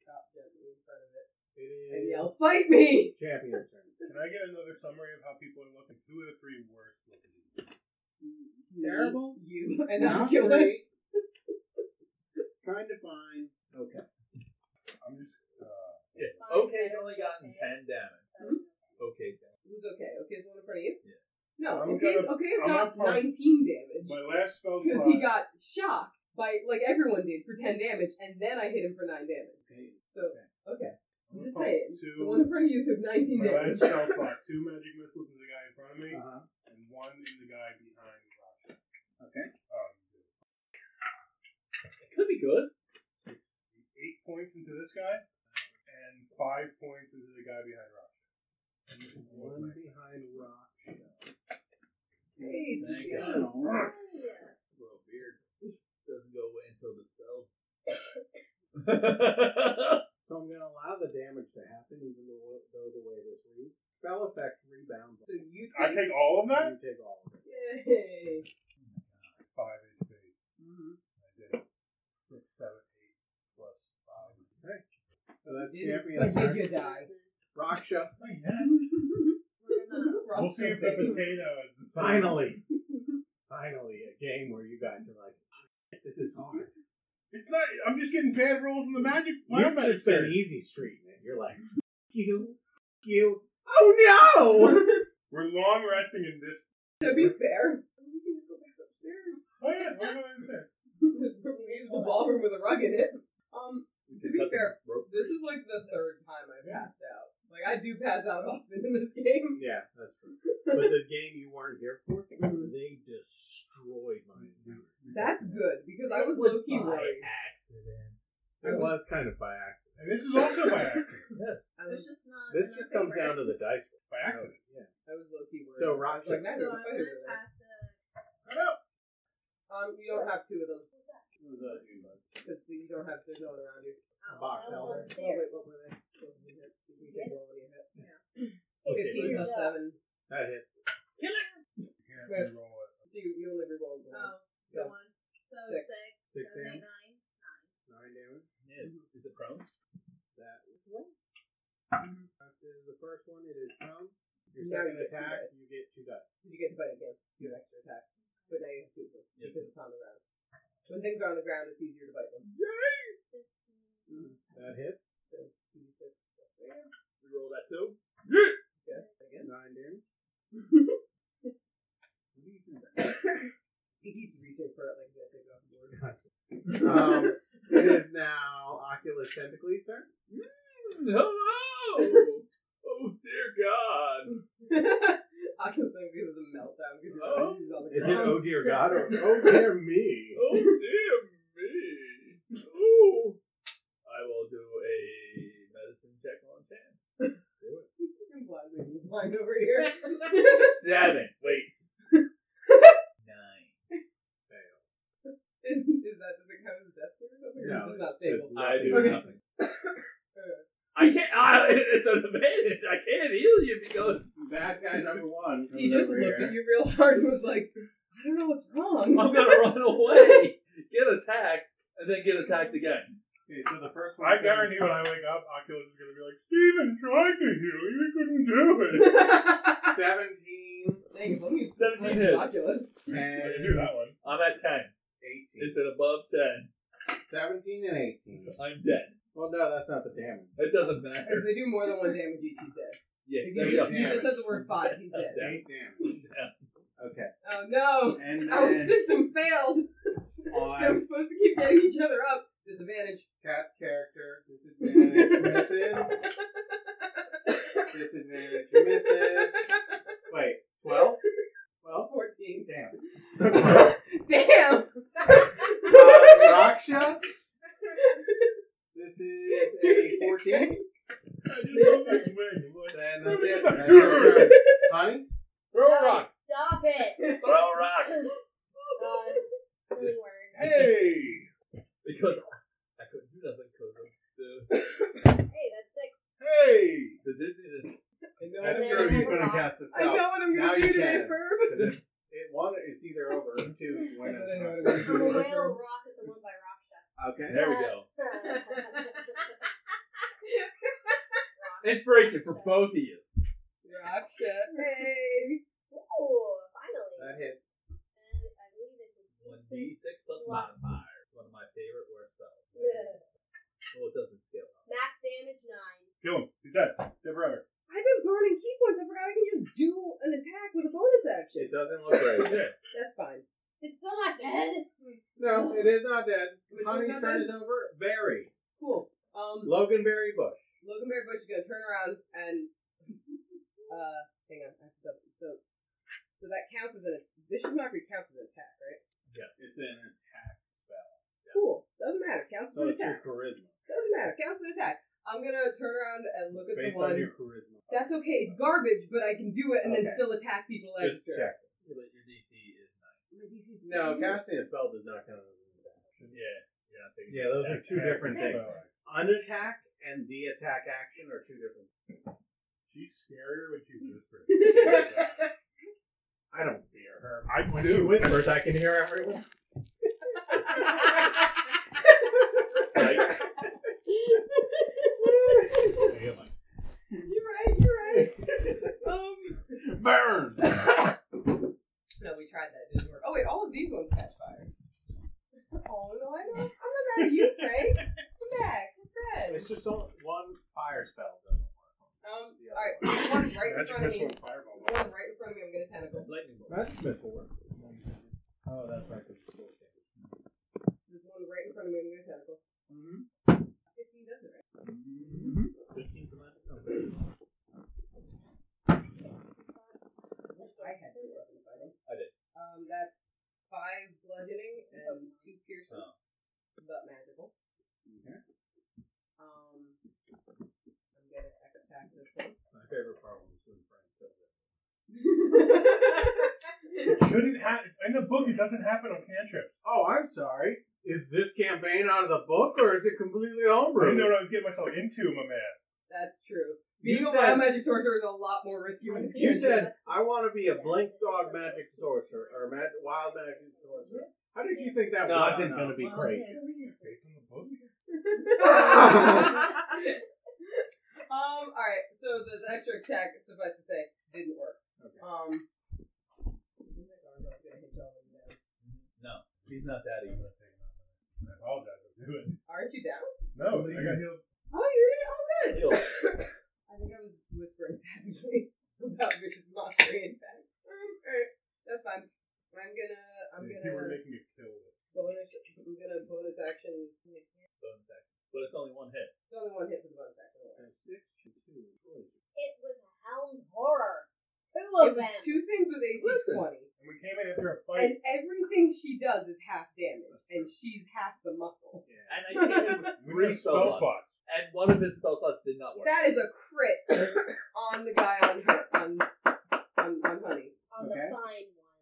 Speaker 2: Stop gently in front of it.
Speaker 8: It is
Speaker 2: And yell, fight me!
Speaker 8: champion turn.
Speaker 3: Can I get another summary of how people are looking? Two of the three worst looking.
Speaker 8: Terrible.
Speaker 2: You and
Speaker 8: Not
Speaker 2: Oculus.
Speaker 8: great. Trying to find. Okay.
Speaker 3: I'm just. Uh,
Speaker 7: Yeah.
Speaker 4: Fine.
Speaker 7: Okay, he's only gotten ten damage. Okay, then.
Speaker 2: Who's okay? Okay is the one in front of you?
Speaker 7: Yeah.
Speaker 2: No,
Speaker 3: I'm
Speaker 2: okay,
Speaker 3: gonna-
Speaker 2: okay it
Speaker 3: I'm
Speaker 2: got
Speaker 3: gonna punch-
Speaker 2: 19 damage.
Speaker 3: my last spell
Speaker 2: Because
Speaker 3: slot.
Speaker 2: he got shocked by, like everyone did, for 10 damage, and then I hit him for 9 damage. So, okay. I'm
Speaker 3: I'm
Speaker 2: just
Speaker 3: gonna
Speaker 2: saying.
Speaker 3: pump
Speaker 2: The one
Speaker 3: Two.
Speaker 2: in front of you took 19
Speaker 3: My last
Speaker 2: damage.
Speaker 3: spell slot. Two magic missiles in the guy in front of me,
Speaker 8: Uh-huh.
Speaker 3: and one in the guy behind. Rakshin.
Speaker 8: Okay.
Speaker 3: Um,
Speaker 7: It could be good.
Speaker 3: eight points into this guy, and five points into the guy behind Rock.
Speaker 8: One behind rock.
Speaker 2: Hey,
Speaker 7: Thank
Speaker 2: yeah.
Speaker 7: God.
Speaker 8: Oh,
Speaker 4: Yeah.
Speaker 7: Well, weird. Doesn't go away until the spell.
Speaker 8: So I'm gonna allow the damage to happen even though it goes away this week. Spell effect rebounds.
Speaker 2: So you
Speaker 3: I
Speaker 2: take.
Speaker 3: take all of that.
Speaker 8: You take all of it.
Speaker 2: Yay.
Speaker 3: Five HP.
Speaker 2: Mhm.
Speaker 3: I did it. six, seven, eight plus five.
Speaker 8: So that's
Speaker 2: You didn't-
Speaker 8: champion
Speaker 2: But
Speaker 8: turn.
Speaker 2: did you die?
Speaker 8: Raksha.
Speaker 3: My head.
Speaker 4: We're gonna.
Speaker 3: We'll see if the potato is the
Speaker 8: Finally. Finally, a game where you guys are like, this is hard.
Speaker 3: It's not. I'm just getting bad rolls from the magic. Why am I
Speaker 8: You're just
Speaker 3: upset?
Speaker 8: an easy street, man. You're like, you, you.
Speaker 2: Oh
Speaker 3: We're long resting in this.
Speaker 2: no! to be fair, we can go back upstairs.
Speaker 3: Oh yeah, we're going upstairs.
Speaker 2: Use the ballroom with a rug in it. Um, to be fair,
Speaker 7: Rope.
Speaker 2: this is like the third time I've passed out. Like I do pass out often in this game.
Speaker 8: Yeah, that's true. But the game you weren't here for, they destroyed my memory.
Speaker 3: Mm-hmm.
Speaker 2: That's good because I was
Speaker 8: It was
Speaker 2: low key
Speaker 8: by
Speaker 2: worried.
Speaker 8: accident. It was kind of by accident.
Speaker 3: And this is also by accident.
Speaker 2: I was,
Speaker 4: It's just not.
Speaker 8: This just comes down to the dice. Oh,
Speaker 3: By accident.
Speaker 8: Yeah.
Speaker 2: I was low key worried.
Speaker 8: So
Speaker 2: I was like,
Speaker 4: So
Speaker 8: Raksha,
Speaker 2: neither of
Speaker 4: I'm
Speaker 2: the fighters are there.
Speaker 4: gonna pass the.
Speaker 3: I know.
Speaker 2: Um, you don't have two of those
Speaker 6: Who's that
Speaker 8: uh,
Speaker 6: dude, bud?
Speaker 2: because you don't have there's no one around you.
Speaker 4: Oh,
Speaker 8: Box
Speaker 4: that was
Speaker 8: elder.
Speaker 2: Oh
Speaker 4: unfair.
Speaker 2: wait, what were they? What were they? Did you take roll when you hit?
Speaker 8: Okay,
Speaker 2: Fifteen plus
Speaker 4: yeah.
Speaker 2: seven.
Speaker 8: that hit.
Speaker 3: Yeah, we roll it.
Speaker 2: So you, you only rolled one.
Speaker 4: Oh,
Speaker 2: Yeah.
Speaker 4: good one. So
Speaker 2: Six.
Speaker 4: six,
Speaker 8: Six
Speaker 4: seven, eight,
Speaker 8: damage.
Speaker 4: nine.
Speaker 8: Nine damage.
Speaker 7: Yeah, is it prone? Mm-hmm.
Speaker 8: That is one. After the first one, it is prone. Your
Speaker 2: Now
Speaker 8: second
Speaker 2: you get two
Speaker 8: attack, you get two dice.
Speaker 2: you get to fight against your extra attack, but now you have two of them because it's on the ground. When things are on the ground, it's easier to bite them.
Speaker 8: That hit.
Speaker 2: Mm-hmm. So, you just-
Speaker 7: We roll that too.
Speaker 2: yeah, again.
Speaker 8: Nine damage.
Speaker 2: He's reaching for it like that. Take off the board.
Speaker 8: Um, it is now Oculus Tentacles, sir.
Speaker 7: Hello. Mm-hmm. oh dear God.
Speaker 2: I can think it was a meltdown because
Speaker 7: Oh.
Speaker 2: he's on the
Speaker 8: Is it
Speaker 2: ground.
Speaker 8: Oh dear God or Oh dear me?
Speaker 7: Oh dear me. Oh. I will do a medicine check on ten.
Speaker 2: I'm glad we didn't blind over here.
Speaker 7: Seven. Wait. Nine.
Speaker 2: is, is that does it count as death or something?
Speaker 8: No,
Speaker 2: it's not stable.
Speaker 7: I do
Speaker 2: Okay.
Speaker 7: nothing.
Speaker 2: Uh,
Speaker 7: I can't. I, it's an advantage. I can't heal you because
Speaker 6: Bad guy number one.
Speaker 2: he
Speaker 6: comes
Speaker 2: just
Speaker 6: over
Speaker 2: looked
Speaker 6: here.
Speaker 2: at you real hard and was like, I don't know what's wrong.
Speaker 7: I'm gonna run away, get attacked, and then get attacked again.
Speaker 6: Okay, so the first one.
Speaker 3: I guarantee when I wake up, Oculus is gonna be like, Steven tried to heal, you couldn't do it.
Speaker 8: Seventeen
Speaker 2: Dang, if only it's
Speaker 7: 17
Speaker 2: like
Speaker 7: hits.
Speaker 2: Oculus.
Speaker 3: I
Speaker 8: and
Speaker 3: can do that one.
Speaker 7: I'm at ten.
Speaker 8: eighteen.
Speaker 7: It's an above ten.
Speaker 8: Seventeen and eighteen.
Speaker 7: I'm dead.
Speaker 8: Well, no, that's not the damage.
Speaker 7: It doesn't
Speaker 2: If
Speaker 7: matter.
Speaker 2: they do more than one damage each, he's dead.
Speaker 7: Yeah,
Speaker 2: If
Speaker 7: there
Speaker 2: you
Speaker 7: we go.
Speaker 2: just, you just said the word five, he's dead.
Speaker 7: Yeah.
Speaker 8: Eight damage. Okay.
Speaker 2: Oh no!
Speaker 6: And
Speaker 2: Our
Speaker 6: then
Speaker 2: system failed! I'm
Speaker 8: On
Speaker 2: supposed to keep getting each other up. Disadvantage.
Speaker 8: cat character, disadvantage misses. disadvantage misses. Wait, twelve? Twelve?
Speaker 2: 14.
Speaker 8: Damn.
Speaker 6: So close.
Speaker 2: Damn!
Speaker 8: Uh, Raksha. This is a fourteen.
Speaker 3: I just love this wing. I'm like,
Speaker 8: Then that's it. That's your turn. Honey.
Speaker 3: Throw a
Speaker 4: Oh,
Speaker 3: rock.
Speaker 4: Stop it.
Speaker 7: Throw a rock
Speaker 4: Uh, silly word.
Speaker 3: Hey!
Speaker 7: because I couldn't do nothing because of the,
Speaker 4: Hey, that's six.
Speaker 3: Hey!
Speaker 7: the dizziness.
Speaker 2: I know
Speaker 8: That's
Speaker 2: what I'm
Speaker 8: true.
Speaker 2: gonna
Speaker 8: You
Speaker 2: do.
Speaker 8: couldn't cast the
Speaker 2: I know
Speaker 8: spell.
Speaker 2: what I'm
Speaker 8: Now
Speaker 2: gonna
Speaker 8: you
Speaker 2: do today,
Speaker 8: can.
Speaker 2: Ferb.
Speaker 8: It one. It's either over. or Two. When
Speaker 2: I know
Speaker 8: it's
Speaker 2: what I'm
Speaker 4: I'm
Speaker 2: gonna do
Speaker 4: a
Speaker 2: today,
Speaker 4: whale
Speaker 2: Ferb.
Speaker 4: rock at the one by Raksha.
Speaker 8: okay.
Speaker 7: There we go. Inspiration for both of you.
Speaker 2: Rock shit. Hey!
Speaker 4: Ooh, finally.
Speaker 8: That hit.
Speaker 4: And I believe it's a
Speaker 7: One D six plus modifier. One of my favorite word spells.
Speaker 4: Yeah.
Speaker 7: Well, it doesn't scale.
Speaker 4: Max damage nine.
Speaker 3: Kill him. He's dead. Dead forever.
Speaker 2: I've been burning key points. I forgot I can just do an attack with a bonus action.
Speaker 8: It doesn't look right.
Speaker 2: That's fine.
Speaker 4: It's still not dead.
Speaker 8: No, it is not dead.
Speaker 2: Which one's not
Speaker 8: Honey's turn
Speaker 2: dead?
Speaker 8: is over. Barry.
Speaker 2: Cool. Um,
Speaker 8: Logan Berry Bush.
Speaker 2: Logan Bear Butch is gonna turn around and uh hang on, I have to double so so that counts as an Bishop Mockery counts as an attack, right?
Speaker 6: It's in it.
Speaker 2: Cool. Doesn't matter, counts as
Speaker 8: So
Speaker 2: an
Speaker 8: it's your
Speaker 2: attack.
Speaker 8: charisma.
Speaker 2: Doesn't matter, counts as an attack. I'm gonna turn around and look at
Speaker 8: Based
Speaker 2: the one
Speaker 8: on your charisma.
Speaker 2: that's okay, it's garbage, but I can do it and then
Speaker 8: Okay.
Speaker 2: still attack people
Speaker 8: Just
Speaker 2: extra.
Speaker 8: check.
Speaker 7: Yeah, but your DC is nine.
Speaker 2: My DC's
Speaker 8: No, casting a spell does not count as an attack.
Speaker 7: Yeah. You're not taking
Speaker 8: Yeah, those are two different
Speaker 4: things.
Speaker 8: An attack and the attack action are two different.
Speaker 3: She's scarier when she whispers.
Speaker 8: I don't fear her.
Speaker 3: I
Speaker 8: When she
Speaker 3: do.
Speaker 8: whispers, I can hear everyone.
Speaker 7: Like,
Speaker 2: You're right. Um, right, there's one right in
Speaker 3: That's
Speaker 2: front of me.
Speaker 3: missile fireball.
Speaker 2: There's One right in front of me. I'm gonna tentacle.
Speaker 7: Lightning bolt.
Speaker 8: That's missile. Oh, that's right.
Speaker 2: There's one right in front of me. I'm gonna tentacle.
Speaker 3: Mhm.
Speaker 2: Fifteen does it, right?
Speaker 7: 15 for that? Okay.
Speaker 2: I had two weapons, I think.
Speaker 7: I did.
Speaker 2: Um, that's five bludgeoning and two piercing,
Speaker 7: Oh.
Speaker 2: but magical. Um, I'm gonna attack this one.
Speaker 6: My favorite problem is when Frank does it.
Speaker 3: Shouldn't ha- in the book. It doesn't happen on cantrips.
Speaker 8: Oh, I'm sorry. Is this campaign out of the book or is it completely
Speaker 3: I didn't know
Speaker 8: homebrew?
Speaker 3: what I was getting myself into, my man.
Speaker 2: That's true.
Speaker 8: You
Speaker 2: Being a
Speaker 8: said-
Speaker 2: wild magic sorcerer is a lot more risky when it's
Speaker 8: You
Speaker 2: cantrip.
Speaker 8: said I want to be a blink dog magic sorcerer or mag- wild magic sorcerer. How did you think that
Speaker 7: No, I
Speaker 8: wasn't
Speaker 7: don't
Speaker 8: going to be great?
Speaker 3: Based on the book.
Speaker 2: um, alright, so the, the extra attack, suffice to say, didn't work. Um,
Speaker 7: No, he's not that evil.
Speaker 3: I apologize. I'm doing.
Speaker 2: aren't you down?
Speaker 3: No, I got healed.
Speaker 2: Oh, you did? Oh, good!
Speaker 7: Heal.
Speaker 2: I think I was whispering savagely about Richard's mastery, in fact. Um, alright, that's fine. I'm gonna, I'm
Speaker 3: If you were
Speaker 2: gonna
Speaker 3: making a kill.
Speaker 2: bonus, I'm gonna bonus action. It's
Speaker 7: Bonus action. But it's only one hit.
Speaker 2: only one hit for the bonus action.
Speaker 4: It was hound horror. Two
Speaker 2: It was
Speaker 4: of them.
Speaker 2: two things with AC
Speaker 3: Listen.
Speaker 2: 20.
Speaker 3: And we came in after a fight.
Speaker 2: And everything she does is half damage, and she's half the muscle.
Speaker 7: And I hit him with
Speaker 3: we
Speaker 7: three
Speaker 3: did spell
Speaker 7: spell slots.
Speaker 3: slots.
Speaker 7: And one of his spell slots did not work.
Speaker 2: That is a crit on the guy on her, on, on, on Honey.
Speaker 4: On the
Speaker 8: Okay.
Speaker 4: fine one.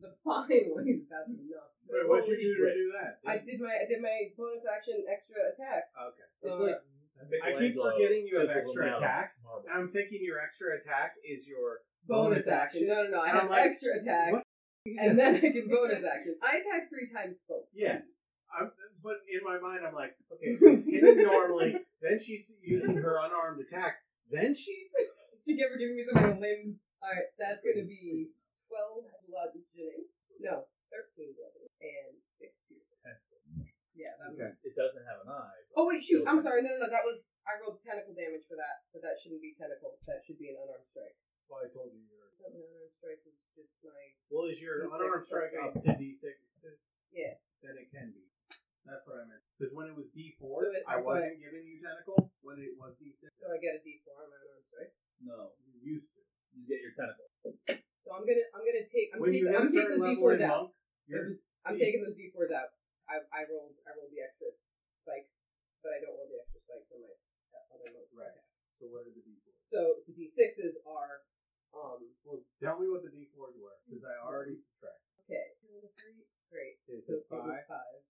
Speaker 2: The fine one is bad enough.
Speaker 8: Wait, what'd you do to
Speaker 7: Right.
Speaker 8: do that?
Speaker 2: I did my I did my bonus action extra attack.
Speaker 8: okay.
Speaker 2: Uh,
Speaker 8: It's like I keep
Speaker 7: Michelangelo
Speaker 8: forgetting you have
Speaker 7: did the
Speaker 8: extra Um,
Speaker 7: Lamella
Speaker 8: attack.
Speaker 7: marble.
Speaker 8: And I'm thinking your extra attack is your
Speaker 2: bonus action. No, no, no. I
Speaker 8: And
Speaker 2: have
Speaker 8: I'm like,
Speaker 2: extra attack,
Speaker 8: what?
Speaker 2: and then I can bonus action. I attack three times both.
Speaker 8: Yeah. I'm, but in my mind, I'm like, okay, she's hitting normally, then she's using her unarmed attack, then she's.
Speaker 2: you ever giving me some of my limbs. Alright, that's gonna be 12 bludgeoning. No, 13 bludgeoning. And 6 piercing. Yeah, that was.
Speaker 7: It doesn't have an eye. but
Speaker 2: Oh, wait, shoot, I'm
Speaker 7: still-
Speaker 2: sorry. No, no, no, that was. I rolled tentacle damage for that, but that shouldn't be tentacle. That should be an unarmed strike.
Speaker 8: Well, I told you your.
Speaker 2: An unarmed strike is just my.
Speaker 8: Well, is your
Speaker 2: D6
Speaker 8: unarmed strike
Speaker 2: strike
Speaker 8: up to d6?
Speaker 2: Yeah.
Speaker 8: Then it can be. That's what I meant. Because when it was d4,
Speaker 2: So it-
Speaker 8: I
Speaker 2: that's
Speaker 8: wasn't giving you tentacle. When it was d6,
Speaker 2: So I get a d4 on my unarmed strike.
Speaker 7: No.
Speaker 8: you used it.
Speaker 7: You get your tentacle.
Speaker 2: So I'm gonna, I'm gonna take. I'm,
Speaker 8: when
Speaker 2: taking
Speaker 8: you hit
Speaker 2: I'm
Speaker 8: a
Speaker 2: taking
Speaker 8: certain
Speaker 2: the
Speaker 8: level
Speaker 2: d4s
Speaker 8: in
Speaker 2: out.
Speaker 8: monk, you're,
Speaker 2: It was- I'm
Speaker 8: see.
Speaker 2: taking those d4s out. I, I rolled, I rolled the extra spikes, but I don't roll the extra spikes on my uh, other mode.
Speaker 8: Right. so what are the d4s?
Speaker 2: So the d6s are, um,
Speaker 8: Well, tell me what the d4s were, because I already subtracted.
Speaker 2: okay. Two and a three. Great. So
Speaker 8: Is it
Speaker 2: it was
Speaker 8: five? Eh,
Speaker 2: five.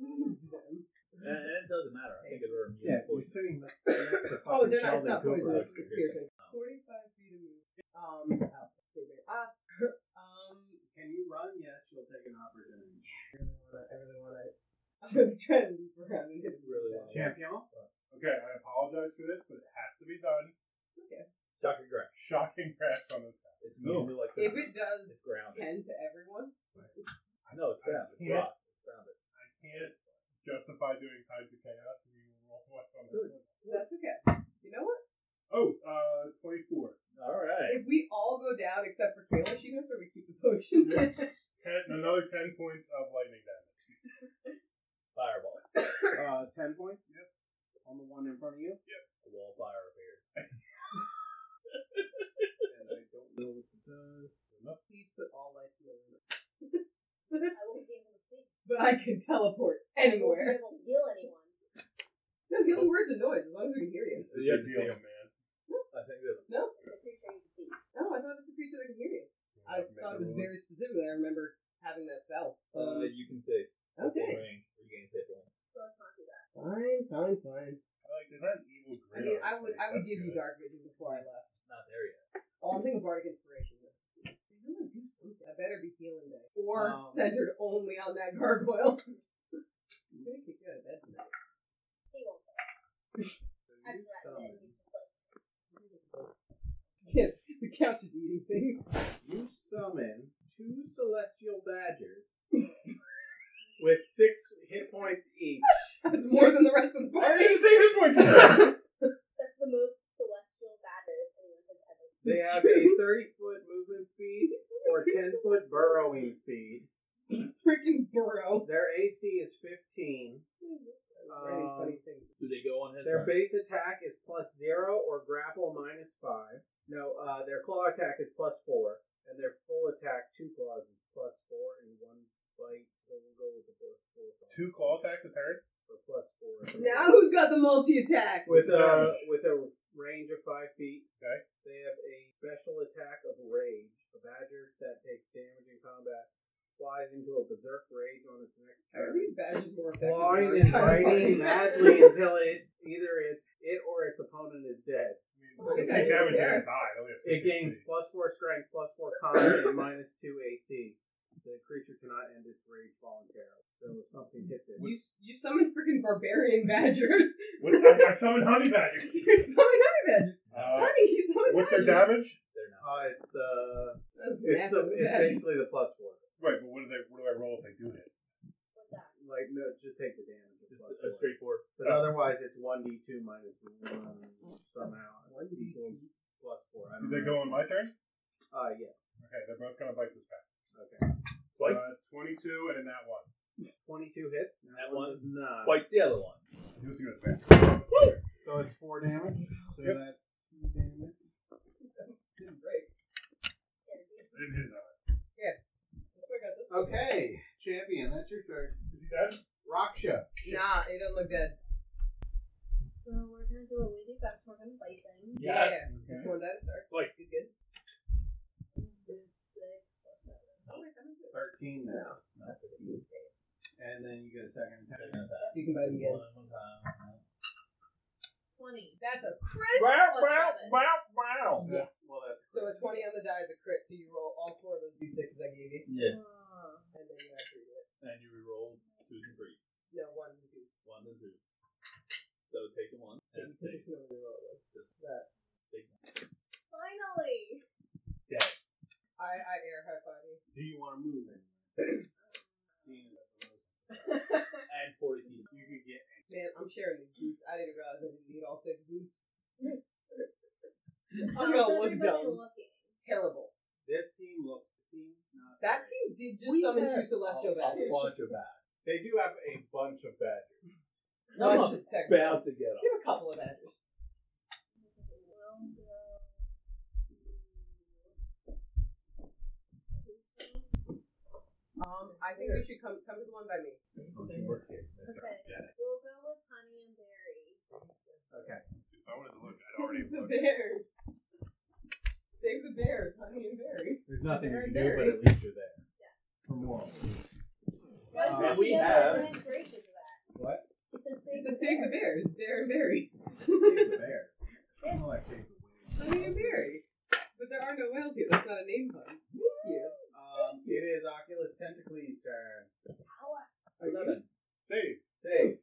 Speaker 7: And, and it doesn't matter. I think it's are immune
Speaker 8: Yeah,
Speaker 7: to
Speaker 8: you're
Speaker 7: poison.
Speaker 8: sitting next to
Speaker 2: oh,
Speaker 8: fucking
Speaker 2: they're not, it's
Speaker 8: Sheldon
Speaker 2: not
Speaker 8: Cooper.
Speaker 2: poison.
Speaker 7: Cooper.
Speaker 2: It's piercing. 45 feet of move. Um, oh, excuse me. Ah, um,
Speaker 8: Can you run? Yes, you'll take an opportunity.
Speaker 2: I really want to, I'm going to try to leap around and hit
Speaker 7: Really well.
Speaker 8: Champion?
Speaker 3: Okay, I apologize for this, but it has to be done.
Speaker 7: Shock and grasp.
Speaker 3: Shocking crash on this. guy.
Speaker 7: It's immune to like
Speaker 2: If it does
Speaker 7: it's grounded.
Speaker 2: 10 to everyone,
Speaker 7: No, it's grounded. It's
Speaker 3: Yeah.
Speaker 7: rock. It's grounded.
Speaker 3: I can't justify doing times of chaos. and You roll what's on this.
Speaker 2: that's okay. You know what?
Speaker 3: Oh, uh, 24.
Speaker 7: All right.
Speaker 2: If we all go down except for Kayla, she knows where we keep the potion.
Speaker 3: Ten, another 10 points of lightning damage.
Speaker 7: Fireball.
Speaker 8: Uh, 10 points? Yep. On the one in front of you?
Speaker 7: The wall fire appears.
Speaker 8: And I don't know what it does.
Speaker 2: Please put all life in the room.
Speaker 4: I won't be able to see.
Speaker 2: But I can teleport
Speaker 4: I won't be
Speaker 2: anywhere.
Speaker 4: able to heal anyone.
Speaker 2: No, the only word's a noise, as long as we can hear you.
Speaker 7: You
Speaker 3: Good
Speaker 7: have to see
Speaker 3: deal,
Speaker 7: him.
Speaker 3: man.
Speaker 7: I think that
Speaker 2: No?
Speaker 4: I'm pretty sure you can see.
Speaker 2: No, I thought it was a creature that can hear you. I thought it was very specifically. I remember having that spell. Um,
Speaker 7: uh, you can see.
Speaker 2: okay.
Speaker 7: Range. You gain hit one.
Speaker 4: So let's not do that.
Speaker 2: Fine, fine, fine.
Speaker 3: Like, there's not an evil
Speaker 2: I
Speaker 3: grin
Speaker 2: mean,
Speaker 3: on
Speaker 2: I
Speaker 3: his
Speaker 2: would,
Speaker 3: face.
Speaker 2: I would
Speaker 3: That's
Speaker 2: give you
Speaker 3: good.
Speaker 2: dark vision before I left.
Speaker 7: Not there yet.
Speaker 2: Oh, I'm thinking bardic inspiration. They really do something. I better be healing day, or
Speaker 8: Um,
Speaker 2: centered only on that gargoyle. I'm gonna kick you out of bed tonight.
Speaker 4: He won't. go. I'm not gonna
Speaker 8: Summon,
Speaker 4: use the foot.
Speaker 2: Yeah, the couch is eating things.
Speaker 8: you summon two celestial badgers with six hit points each.
Speaker 2: That's more than the rest of the
Speaker 3: I
Speaker 2: party.
Speaker 3: didn't say hit points!
Speaker 4: That's the most celestial batter in
Speaker 8: They have a 30 foot movement speed or 10 foot burrowing speed.
Speaker 2: Freaking burrow.
Speaker 8: Their AC is 15.
Speaker 2: Any
Speaker 8: Um,
Speaker 2: funny thing.
Speaker 7: Do they go on his
Speaker 8: Their
Speaker 7: turn?
Speaker 8: base attack is plus zero or grapple minus five. No, uh, their claw attack is plus four, and their full attack two claws is plus four and one bite. So we'll go with the plus four.
Speaker 3: Two claw attacks a turn?
Speaker 8: or plus four.
Speaker 2: Now who's got the multi attack?
Speaker 8: with a with a range of five feet.
Speaker 3: Okay.
Speaker 8: They have a special attack of rage. A badger that takes damage in combat flies into a berserk rage on its next
Speaker 2: I
Speaker 8: turn
Speaker 2: read badges more effective
Speaker 8: clawing
Speaker 2: than
Speaker 8: and
Speaker 2: our entire
Speaker 8: biting
Speaker 2: body.
Speaker 8: madly until it either it's it or its opponent is dead.
Speaker 3: I mean,
Speaker 2: Well,
Speaker 3: it
Speaker 2: yeah,
Speaker 3: takes damage
Speaker 2: yeah.
Speaker 3: and it dies. Only a
Speaker 8: It gains
Speaker 3: 16.
Speaker 8: plus four strength, plus four con, and minus two AC. The creature cannot end its rage voluntarily. So if something hits it.
Speaker 2: You, you summon freaking barbarian badgers.
Speaker 3: What's I, I summon honey badgers.
Speaker 2: you summon honey badgers.
Speaker 3: Uh,
Speaker 2: honey, you summon
Speaker 3: what's their
Speaker 2: honey.
Speaker 3: damage?
Speaker 7: They're not.
Speaker 8: Uh, it's uh,
Speaker 2: That's
Speaker 8: it's, the,
Speaker 2: massive
Speaker 8: it's
Speaker 2: badgers.
Speaker 8: basically the plus four.
Speaker 3: Right, but what do they? What do I roll if they do hit?
Speaker 4: What's that?
Speaker 8: Like no, just take the damage. It's
Speaker 7: Just a
Speaker 8: plus four.
Speaker 7: straightforward.
Speaker 8: But otherwise, it's one d two minus one somehow. One d two plus four. I
Speaker 3: Do
Speaker 8: don't
Speaker 3: they
Speaker 8: know.
Speaker 3: go on my turn?
Speaker 8: Uh, yeah.
Speaker 3: Okay, they're both gonna bite this guy.
Speaker 8: Okay.
Speaker 7: Twice.
Speaker 3: Uh, Twenty-two and a nat one.
Speaker 8: Twenty-two hits.
Speaker 7: That one?
Speaker 8: does Not.
Speaker 7: Bites the other one.
Speaker 3: Do it to his back.
Speaker 8: So it's four damage. So
Speaker 3: Yep.
Speaker 8: that's two damage.
Speaker 2: Right.
Speaker 3: I didn't hit that.
Speaker 2: Oh That's where I got this
Speaker 8: Oh,
Speaker 2: one.
Speaker 8: Okay, champion, that's your turn.
Speaker 3: Is he dead?
Speaker 8: Raksha.
Speaker 2: Nah, it doesn't look good.
Speaker 4: So we're gonna do what we do best. We're gonna play things.
Speaker 7: Yes.
Speaker 2: Yeah. Just one dice star.
Speaker 7: Like-
Speaker 2: Good, good.
Speaker 4: Six plus seven.
Speaker 2: Oh, wait, that was good.
Speaker 8: Thirteen now. And then you get a second attack.
Speaker 2: You can bite him again.
Speaker 7: One, one time.
Speaker 4: Twenty.
Speaker 2: That's a crit!
Speaker 7: Wow,
Speaker 4: plus
Speaker 7: wow,
Speaker 4: seven.
Speaker 7: wow, wow.
Speaker 8: That's, well, that's
Speaker 2: So a 20 on the die is a crit, so you roll all four of those d6s I gave you,
Speaker 7: Yeah.
Speaker 4: Oh.
Speaker 2: and then you have to read it.
Speaker 7: And you reroll twos and threes.
Speaker 2: No, one and two.
Speaker 7: One and two. So take the one and
Speaker 2: You
Speaker 7: take
Speaker 2: can only roll it once. That.
Speaker 4: Finally.
Speaker 2: I, I air high five you.
Speaker 8: Do you want to move in?
Speaker 7: and forty feet. You could get
Speaker 2: Man, I'm sharing these boots. I didn't realize I didn't need all six boots.
Speaker 4: How's
Speaker 2: I'm gonna look
Speaker 4: everybody
Speaker 2: dumb.
Speaker 4: looking?
Speaker 2: Terrible.
Speaker 8: This team looks team not
Speaker 2: That
Speaker 8: great.
Speaker 2: team did just
Speaker 8: We
Speaker 2: summon
Speaker 8: had
Speaker 2: two celestial badgers.
Speaker 7: Oh, bunch of bad.
Speaker 8: They do have a bunch of badgers.
Speaker 2: Bunch
Speaker 7: I'm
Speaker 2: is technical.
Speaker 7: About to get
Speaker 2: Give a couple of badgers.
Speaker 4: We'll go
Speaker 2: Um, I think we should come come to the one by me.
Speaker 7: off.
Speaker 4: Okay. We'll go with honey and berry.
Speaker 8: Okay.
Speaker 3: If I wanted to look, I'd already
Speaker 2: Save the
Speaker 3: looked.
Speaker 2: bears. Save the bears, honey and berry.
Speaker 8: There's nothing you
Speaker 2: They're
Speaker 8: can do, but
Speaker 2: dirty.
Speaker 8: at least you're there.
Speaker 4: Yes.
Speaker 8: For moral.
Speaker 4: What
Speaker 8: Uh,
Speaker 4: if she
Speaker 7: Uh, we
Speaker 4: doesn't
Speaker 7: have-
Speaker 4: have graces of that?
Speaker 8: What?
Speaker 4: It's a
Speaker 2: Save
Speaker 4: save
Speaker 2: the,
Speaker 4: the
Speaker 2: save the
Speaker 4: bear.
Speaker 2: bears, bear and berry.
Speaker 8: Save the bear. I know I saved the whale.
Speaker 2: Honey and berry. But there are no whales here. That's not a name pun. Thank you.
Speaker 8: Um, it is Oculus Tentacles turn.
Speaker 4: Power.
Speaker 8: Eleven.
Speaker 3: Dave,
Speaker 8: Save.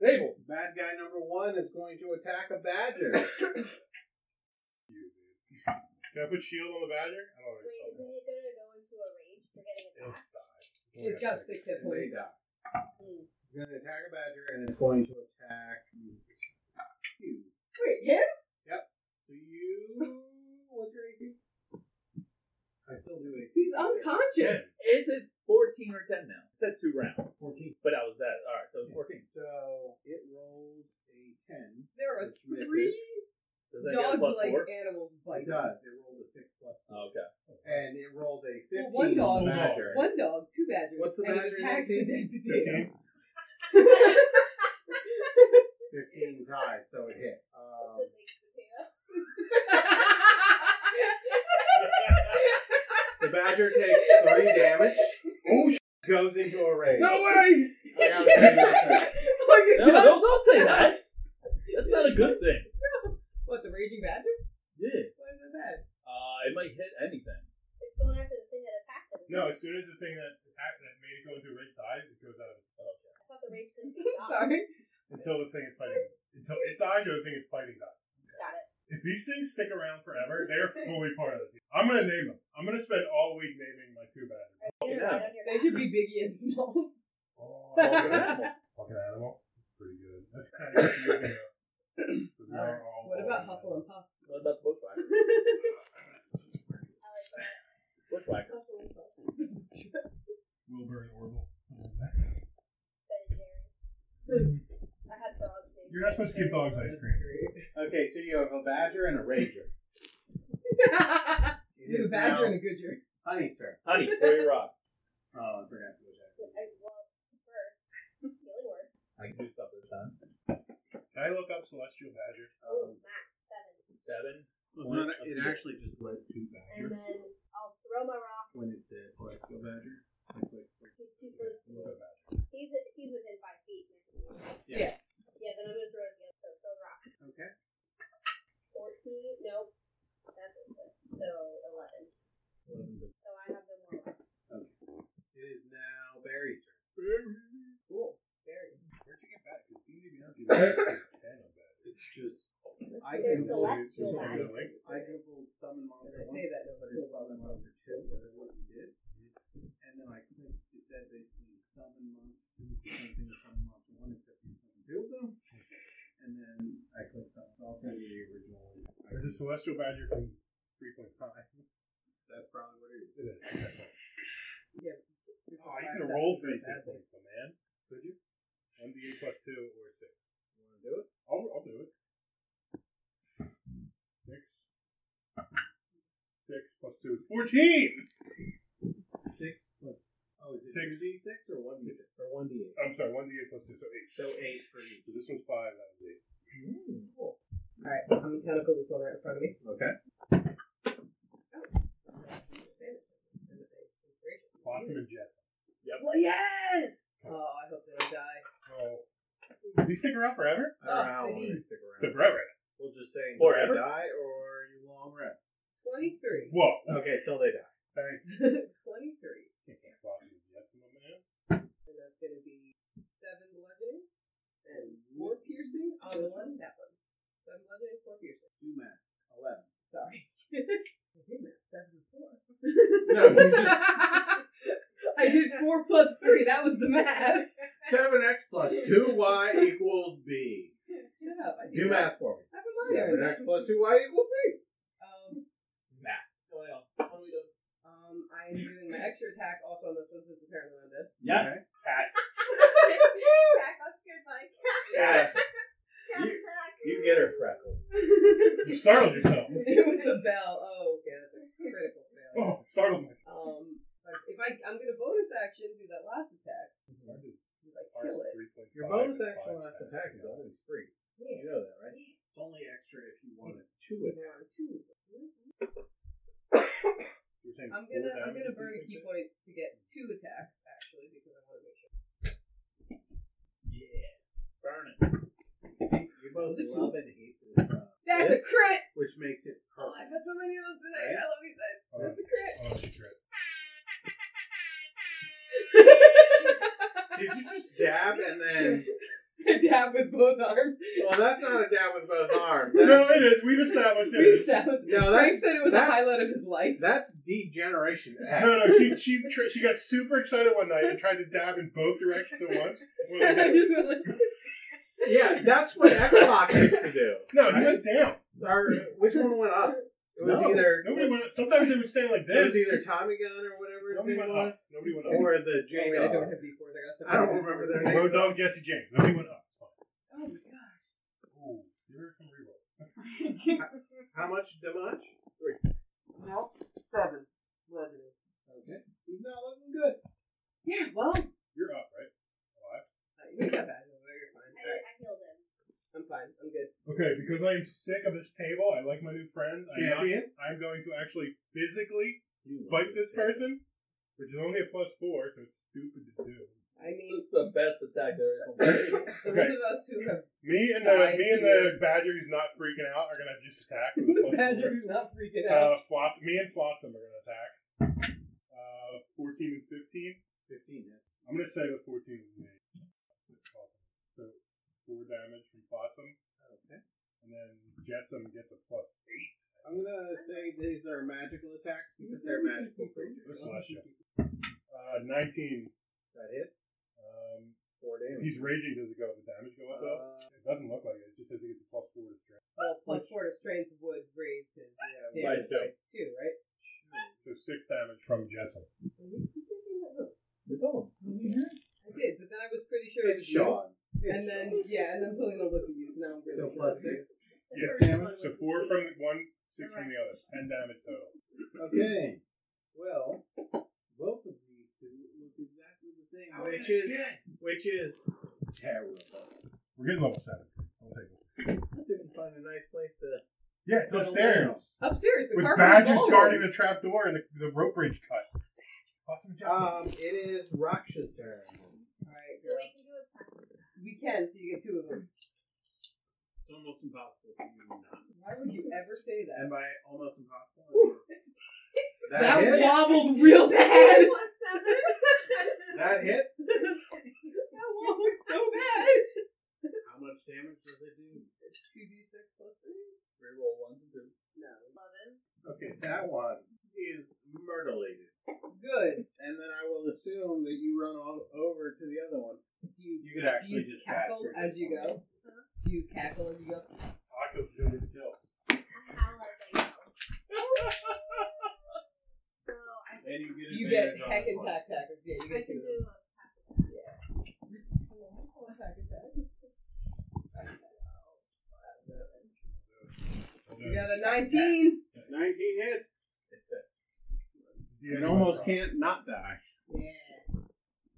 Speaker 8: Sable. Bad guy number one is going to attack a badger.
Speaker 3: can I put shield on the badger? I don't
Speaker 4: Wait, is
Speaker 3: know.
Speaker 4: it gonna go into a rage for getting attacked?
Speaker 2: It's got six hit
Speaker 8: and they
Speaker 2: points.
Speaker 8: die. It's going to attack a badger and it's going to attack you.
Speaker 2: Wait, him?
Speaker 8: So you. What's your AC? I still do AC.
Speaker 2: He's unconscious.
Speaker 7: It's at fourteen or ten now. It's at two rounds.
Speaker 8: 14.
Speaker 7: But I was that. Alright, so it's fourteen.
Speaker 8: So it rolls a 10.
Speaker 2: There are
Speaker 8: Which makes
Speaker 2: three
Speaker 7: Does that get a plus
Speaker 2: dog-like
Speaker 7: four?
Speaker 2: animals
Speaker 8: It
Speaker 2: biting.
Speaker 8: does. It rolled a 6 plus.
Speaker 7: Oh, okay.
Speaker 8: And it rolled a 15
Speaker 2: Well, one
Speaker 8: on the
Speaker 2: dog-
Speaker 8: badger.
Speaker 2: One dog, two badgers,
Speaker 8: What's the
Speaker 2: and
Speaker 8: badger's
Speaker 2: it attacks the
Speaker 8: AC?
Speaker 2: dead potato.
Speaker 8: 15 tied, so it hit. Um,
Speaker 4: It's a big potato.
Speaker 8: the badger takes 3 damage.
Speaker 3: Oh, sh-
Speaker 8: goes into a rage.
Speaker 3: no way!
Speaker 8: I gotta do that.
Speaker 2: oh, you
Speaker 7: No,
Speaker 2: done?
Speaker 7: don't, don't say that. That's not a good thing.
Speaker 2: What, the raging badger?
Speaker 7: Yeah.
Speaker 2: Why is it bad?
Speaker 7: Uh, it might hit anything.
Speaker 4: It's going after the thing that attacked them.
Speaker 3: No, as soon as the thing that attacked that made it go into a red dies, it goes out of itself.
Speaker 4: I thought the rage couldn't be stopped.
Speaker 2: Sorry.
Speaker 3: Until the thing is fighting. Until it dies or the thing is fighting dies.
Speaker 4: Got it.
Speaker 3: If these things stick around forever, they're fully part of the team. I'm gonna name them. I'm gonna spend all week naming my two badgers.
Speaker 4: You're
Speaker 7: yeah.
Speaker 4: right on your
Speaker 2: They
Speaker 4: back.
Speaker 2: should be biggie and small.
Speaker 3: Oh,
Speaker 7: Vulcan animal.
Speaker 3: Fucking animal. Pretty good. That's kind of confusing. though. 'Cause they're all
Speaker 2: What about
Speaker 3: vulcan
Speaker 2: Huffle and Puff?
Speaker 7: What about the bushfire?
Speaker 3: Kid Bog's ice cream.
Speaker 6: Okay, so you have a badger and a ranger. It
Speaker 2: You're
Speaker 6: is
Speaker 2: a badger
Speaker 6: now
Speaker 2: and a good jerk.
Speaker 6: Honey's turn.
Speaker 7: Honey, throw your rock.
Speaker 6: Oh, I forgot to do that.
Speaker 7: I can do stuff this time.
Speaker 3: Can I look up Celestial Badger?
Speaker 6: Um,
Speaker 7: Seven.
Speaker 3: Well, no, that-
Speaker 6: it actually just went to
Speaker 4: And
Speaker 6: badger
Speaker 4: then I'll throw my rock.
Speaker 6: when it said celestial badger. I clicked
Speaker 4: He's too close to me.
Speaker 6: celestial badger.
Speaker 4: He's, he's within five feet.
Speaker 6: Yeah.
Speaker 4: Yeah, then I'm going to throw it again. So throw the rock.
Speaker 6: Okay.
Speaker 4: 14. Nope. That's it. So 11. So I have no more left.
Speaker 6: It is now Barry's turn.
Speaker 2: Cool. Very.
Speaker 3: Where'd you get that? Because BDB out there.
Speaker 6: It's just I
Speaker 4: There's
Speaker 6: googled- I
Speaker 4: celestial badger.
Speaker 6: googled- I googled summon monster.
Speaker 2: Did
Speaker 6: once,
Speaker 2: I say that? No,
Speaker 6: but
Speaker 2: but
Speaker 6: it's
Speaker 2: it's
Speaker 6: summon monster two. That is what you did. And then I clicked. It said basically summon monster two is the same thing as summon monster one, except you summon two of them. And then I clicked on. So I'll send you the original one.
Speaker 3: There's a Celestial Badger from 3.5.
Speaker 6: That's probably what it is.
Speaker 3: It is.
Speaker 2: Yeah.
Speaker 3: Oh, you could have rolled three hit points, my man. Could you? 1d8 plus 2 or 6.
Speaker 6: You want to do it?
Speaker 3: I'll, I'll do it. 6. 6 plus 2 is 14!
Speaker 6: Six plus. Oh, is it
Speaker 3: Six.
Speaker 6: two d six or one d six or one d eight?
Speaker 3: I'm sorry, 1d8 plus 2, so
Speaker 6: So
Speaker 3: 8.
Speaker 6: eight for each.
Speaker 3: So this one's 5, that was 8.
Speaker 2: Alright, I'm gonna tentacle this one right in front of me.
Speaker 6: Okay.
Speaker 3: Blossom and Jet.
Speaker 2: Well, yes! Oh, I hope they don't die.
Speaker 3: So, did he stick around forever?
Speaker 6: I don't know
Speaker 2: Oh,
Speaker 6: how
Speaker 2: so
Speaker 6: long
Speaker 2: he-
Speaker 6: they stick
Speaker 3: So
Speaker 6: around.
Speaker 3: forever.
Speaker 6: We'll just say until
Speaker 7: Forever?
Speaker 6: they die or you long rest.
Speaker 2: 23.
Speaker 3: Whoa.
Speaker 6: Okay, till they die.
Speaker 3: Thank
Speaker 2: 23.
Speaker 3: you. Blossom and Jet, my man.
Speaker 2: And that's gonna be 7 bludgeoning and 4 piercing on the one, that one. 7 bludgeoning, 4 piercing.
Speaker 6: Two math. Eleven.
Speaker 2: Sorry. I did that. 7 and 4.
Speaker 6: No, you just
Speaker 2: I did 4 plus 3, that was the math.
Speaker 6: seven x plus two y equals b.
Speaker 2: Shut up. I
Speaker 6: Do
Speaker 2: did
Speaker 6: math for me.
Speaker 2: I have a minor in
Speaker 6: Seven
Speaker 2: that.
Speaker 6: x plus two y equals b.
Speaker 2: Um,
Speaker 7: What are we doing?
Speaker 2: um, I am doing my extra attack also on this one since apparently I'm dead.
Speaker 6: Okay.
Speaker 7: Yes. Cat.
Speaker 4: Back up scared by
Speaker 6: Yeah,
Speaker 4: cat
Speaker 6: You-
Speaker 4: attack.
Speaker 6: you get her freckle.
Speaker 3: You startled yourself.
Speaker 2: it was a bell. Oh, okay, that's a critical fail.
Speaker 3: Oh, startled myself.
Speaker 2: Um, if I, I'm gonna bonus action do that last attack. If I kill it,
Speaker 6: Your bonus action last attack is always free.
Speaker 2: yeah.
Speaker 6: You know that, right? It's only extra if you want it to it.
Speaker 2: Now I'm two.
Speaker 3: You're
Speaker 2: I'm gonna, I'm gonna burn a key point to get two attacks actually because I want to make sure.
Speaker 7: Yeah. Burn it.
Speaker 6: You both love and hate this, uh,
Speaker 2: That's a
Speaker 6: this,
Speaker 2: crit.
Speaker 6: which makes it
Speaker 2: Oh,
Speaker 6: perfect.
Speaker 2: I've had so many of those today. I love these guys.
Speaker 3: Oh,
Speaker 2: That's a crit.
Speaker 3: oh, you tripped.
Speaker 6: Did you just dab and then?
Speaker 2: Dab with both arms.
Speaker 6: Well, that's not a dab with both arms.
Speaker 3: No,
Speaker 6: That's,
Speaker 3: it is. We've established
Speaker 2: We've
Speaker 3: it.
Speaker 2: established-
Speaker 6: no,
Speaker 2: Frank
Speaker 6: that's
Speaker 2: said it was the
Speaker 6: that's-
Speaker 2: highlight of his life.
Speaker 6: that's degeneration. X.
Speaker 3: No, no, she she tri- she got super excited one night and tried to dab in both directions at once. Well,
Speaker 2: I just went like, "Oh,
Speaker 6: Yeah, that's what Xbox used to do.
Speaker 3: no, he went down.
Speaker 6: Or which one went up? It was
Speaker 3: No,
Speaker 6: either
Speaker 3: nobody went. Up. Sometimes they would stay
Speaker 6: it
Speaker 3: like this.
Speaker 6: was either Tommy Gun or whatever his
Speaker 3: Nobody
Speaker 6: name
Speaker 3: went
Speaker 6: was,
Speaker 3: up. Nobody went up.
Speaker 6: or the J
Speaker 2: Oh, wait, I
Speaker 6: Dog.
Speaker 2: don't have B4s. I got some.
Speaker 6: I don't remember their name.
Speaker 3: Road dog Jesse James. Nobody went up.
Speaker 2: Oh my gosh.
Speaker 3: Ooh, you heard some reroll.
Speaker 6: How much damage?
Speaker 2: Well, seven. Legendary.
Speaker 6: Okay, he's not looking good.
Speaker 2: Yeah, well.
Speaker 3: You're up, right? Alive.
Speaker 2: You got that. You're fine.
Speaker 4: I,
Speaker 2: All right.
Speaker 4: I killed him.
Speaker 2: I'm fine. I'm good.
Speaker 3: Okay, because I am sick of this table. I like my new friends. I'm not-
Speaker 6: Champion.
Speaker 3: I'm going to actually physically fight this person, which is only a plus four, so it's stupid to do.
Speaker 2: I mean,
Speaker 7: It's the best attack there is.
Speaker 2: those
Speaker 3: Okay.
Speaker 2: of us who have
Speaker 3: Me and the
Speaker 2: Nice.
Speaker 3: me and the badger who's not freaking out are gonna just attack. with a
Speaker 2: the
Speaker 3: plus
Speaker 2: badger who's not freaking
Speaker 3: four.
Speaker 2: out.
Speaker 3: Uh, Flops, me and Flotsam are gonna attack. Uh, fourteen and fifteen.
Speaker 6: Fifteen. yeah.
Speaker 3: I'm gonna say the fourteen is me. So four damage from Flotsam,
Speaker 6: Okay.
Speaker 3: and then Jetsam gets a plus eight.
Speaker 6: I'm gonna say these are magical attacks because they're
Speaker 3: Mm-hmm.
Speaker 6: magical creatures.
Speaker 3: They're celestial. Uh, nineteen.
Speaker 6: That hits
Speaker 3: Um,
Speaker 6: four damage.
Speaker 3: he's raging. Does it go? Does the damage go up? though?
Speaker 6: Uh,
Speaker 3: It doesn't look like it. It just says he gets a plus four to strength.
Speaker 2: Well, plus four to strength would raise his
Speaker 6: yeah,
Speaker 2: damage
Speaker 7: so-
Speaker 2: by two, right?
Speaker 3: So six damage from Jetsam.
Speaker 6: it's all.
Speaker 2: I did, but then I was pretty sure it
Speaker 6: It's
Speaker 2: was you.
Speaker 6: Sean.
Speaker 2: And then yeah, and then Selena looked at you, so now I'm really
Speaker 3: ten damage total.
Speaker 8: Okay. Well, both of these two look exactly the same,
Speaker 3: Oh,
Speaker 8: which is which is terrible.
Speaker 3: We're getting level seven. I'll take it.
Speaker 8: I couldn't find a nice place to.
Speaker 3: Yes,
Speaker 8: Settle
Speaker 3: upstairs.
Speaker 2: Upstairs, the
Speaker 3: With
Speaker 2: carpet
Speaker 3: Badger
Speaker 2: ballroom.
Speaker 3: starting the trap door and the, the rope bridge cut. Awesome job.
Speaker 8: Um, it is Raksha's turn.
Speaker 2: Alright,
Speaker 4: So
Speaker 2: girl.
Speaker 4: we
Speaker 2: We can,
Speaker 4: can do a practice.
Speaker 2: so you get two of them.
Speaker 8: It's almost impossible for you not.
Speaker 2: Why would you ever say that?
Speaker 8: And by almost impossible, that,
Speaker 2: That
Speaker 8: hits.
Speaker 2: wobbled real bad.
Speaker 8: That hits.
Speaker 2: That wobbled so bad.
Speaker 8: How much damage does it do?
Speaker 2: Two d six plus three.
Speaker 7: Reroll ones and twos.
Speaker 4: Eleven.
Speaker 8: Okay, that one is myrtleated.
Speaker 2: Good.
Speaker 8: And then I will assume that you run all over to the other one.
Speaker 2: You,
Speaker 8: You could actually
Speaker 2: do you
Speaker 8: just
Speaker 2: cackle as
Speaker 8: pass
Speaker 2: you go. Do you cackle as you go?
Speaker 3: Oculus is gonna get the kill.
Speaker 4: I howl as I go. So I can,
Speaker 8: And you get
Speaker 2: You get
Speaker 8: advantage on
Speaker 2: heck
Speaker 8: this
Speaker 2: and
Speaker 8: one.
Speaker 2: tack tackers. Yeah, you
Speaker 4: I
Speaker 2: get
Speaker 4: can
Speaker 2: two.
Speaker 4: do a
Speaker 2: of them. Tack attack. You got a nineteen.
Speaker 8: 19 hits.
Speaker 3: Yeah,
Speaker 8: It almost can't not die.
Speaker 2: Yeah.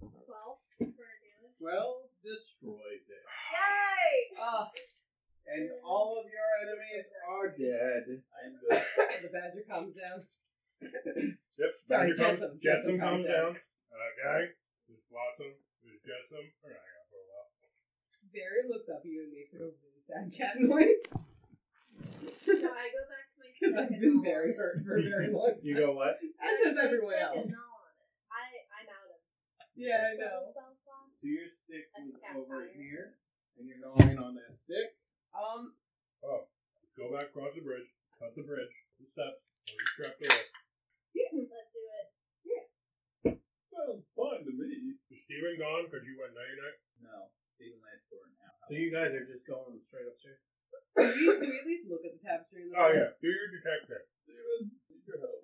Speaker 4: twelve for damage.
Speaker 8: 12 destroys it.
Speaker 4: Yay!
Speaker 2: Oh,
Speaker 8: And all of your enemies are dead.
Speaker 7: I am good.
Speaker 2: the badger comes down.
Speaker 3: Yep.
Speaker 2: Sorry,
Speaker 3: Badger comes,
Speaker 2: Jetsam. Jetsam
Speaker 3: Jetsam comes
Speaker 2: comes
Speaker 3: down. Uh, guy. There's Blossom. There's Jetsam. We're not out for a while.
Speaker 2: Barry looks up at you and makes a really sad cat noise
Speaker 4: So I go back to my
Speaker 2: because I've
Speaker 4: second
Speaker 2: been
Speaker 4: knoll.
Speaker 2: very hurt for a very long.
Speaker 8: You go what?
Speaker 2: As does
Speaker 4: My
Speaker 2: everyone else.
Speaker 4: second knoll on it. I, I'm out of
Speaker 2: Yeah, I
Speaker 4: it.
Speaker 2: know.
Speaker 4: So it's all-
Speaker 8: So your stick was
Speaker 4: That's
Speaker 8: over
Speaker 4: fire.
Speaker 8: here, and you're gnawing on that stick.
Speaker 2: Um,
Speaker 3: Oh. Go back, cross the bridge. Cut the bridge. The steps. Close the trap door.
Speaker 4: Let's do it.
Speaker 8: Sounds fun to me.
Speaker 3: Is Steven gone because you went night night?
Speaker 7: No. Steven Lance for an hour.
Speaker 8: So you guys are just going straight upstairs?
Speaker 2: can we, can we at least look at the tapestry? in the
Speaker 3: Oh,
Speaker 2: front?
Speaker 3: yeah. Do your detect check.
Speaker 7: Steven, need your help.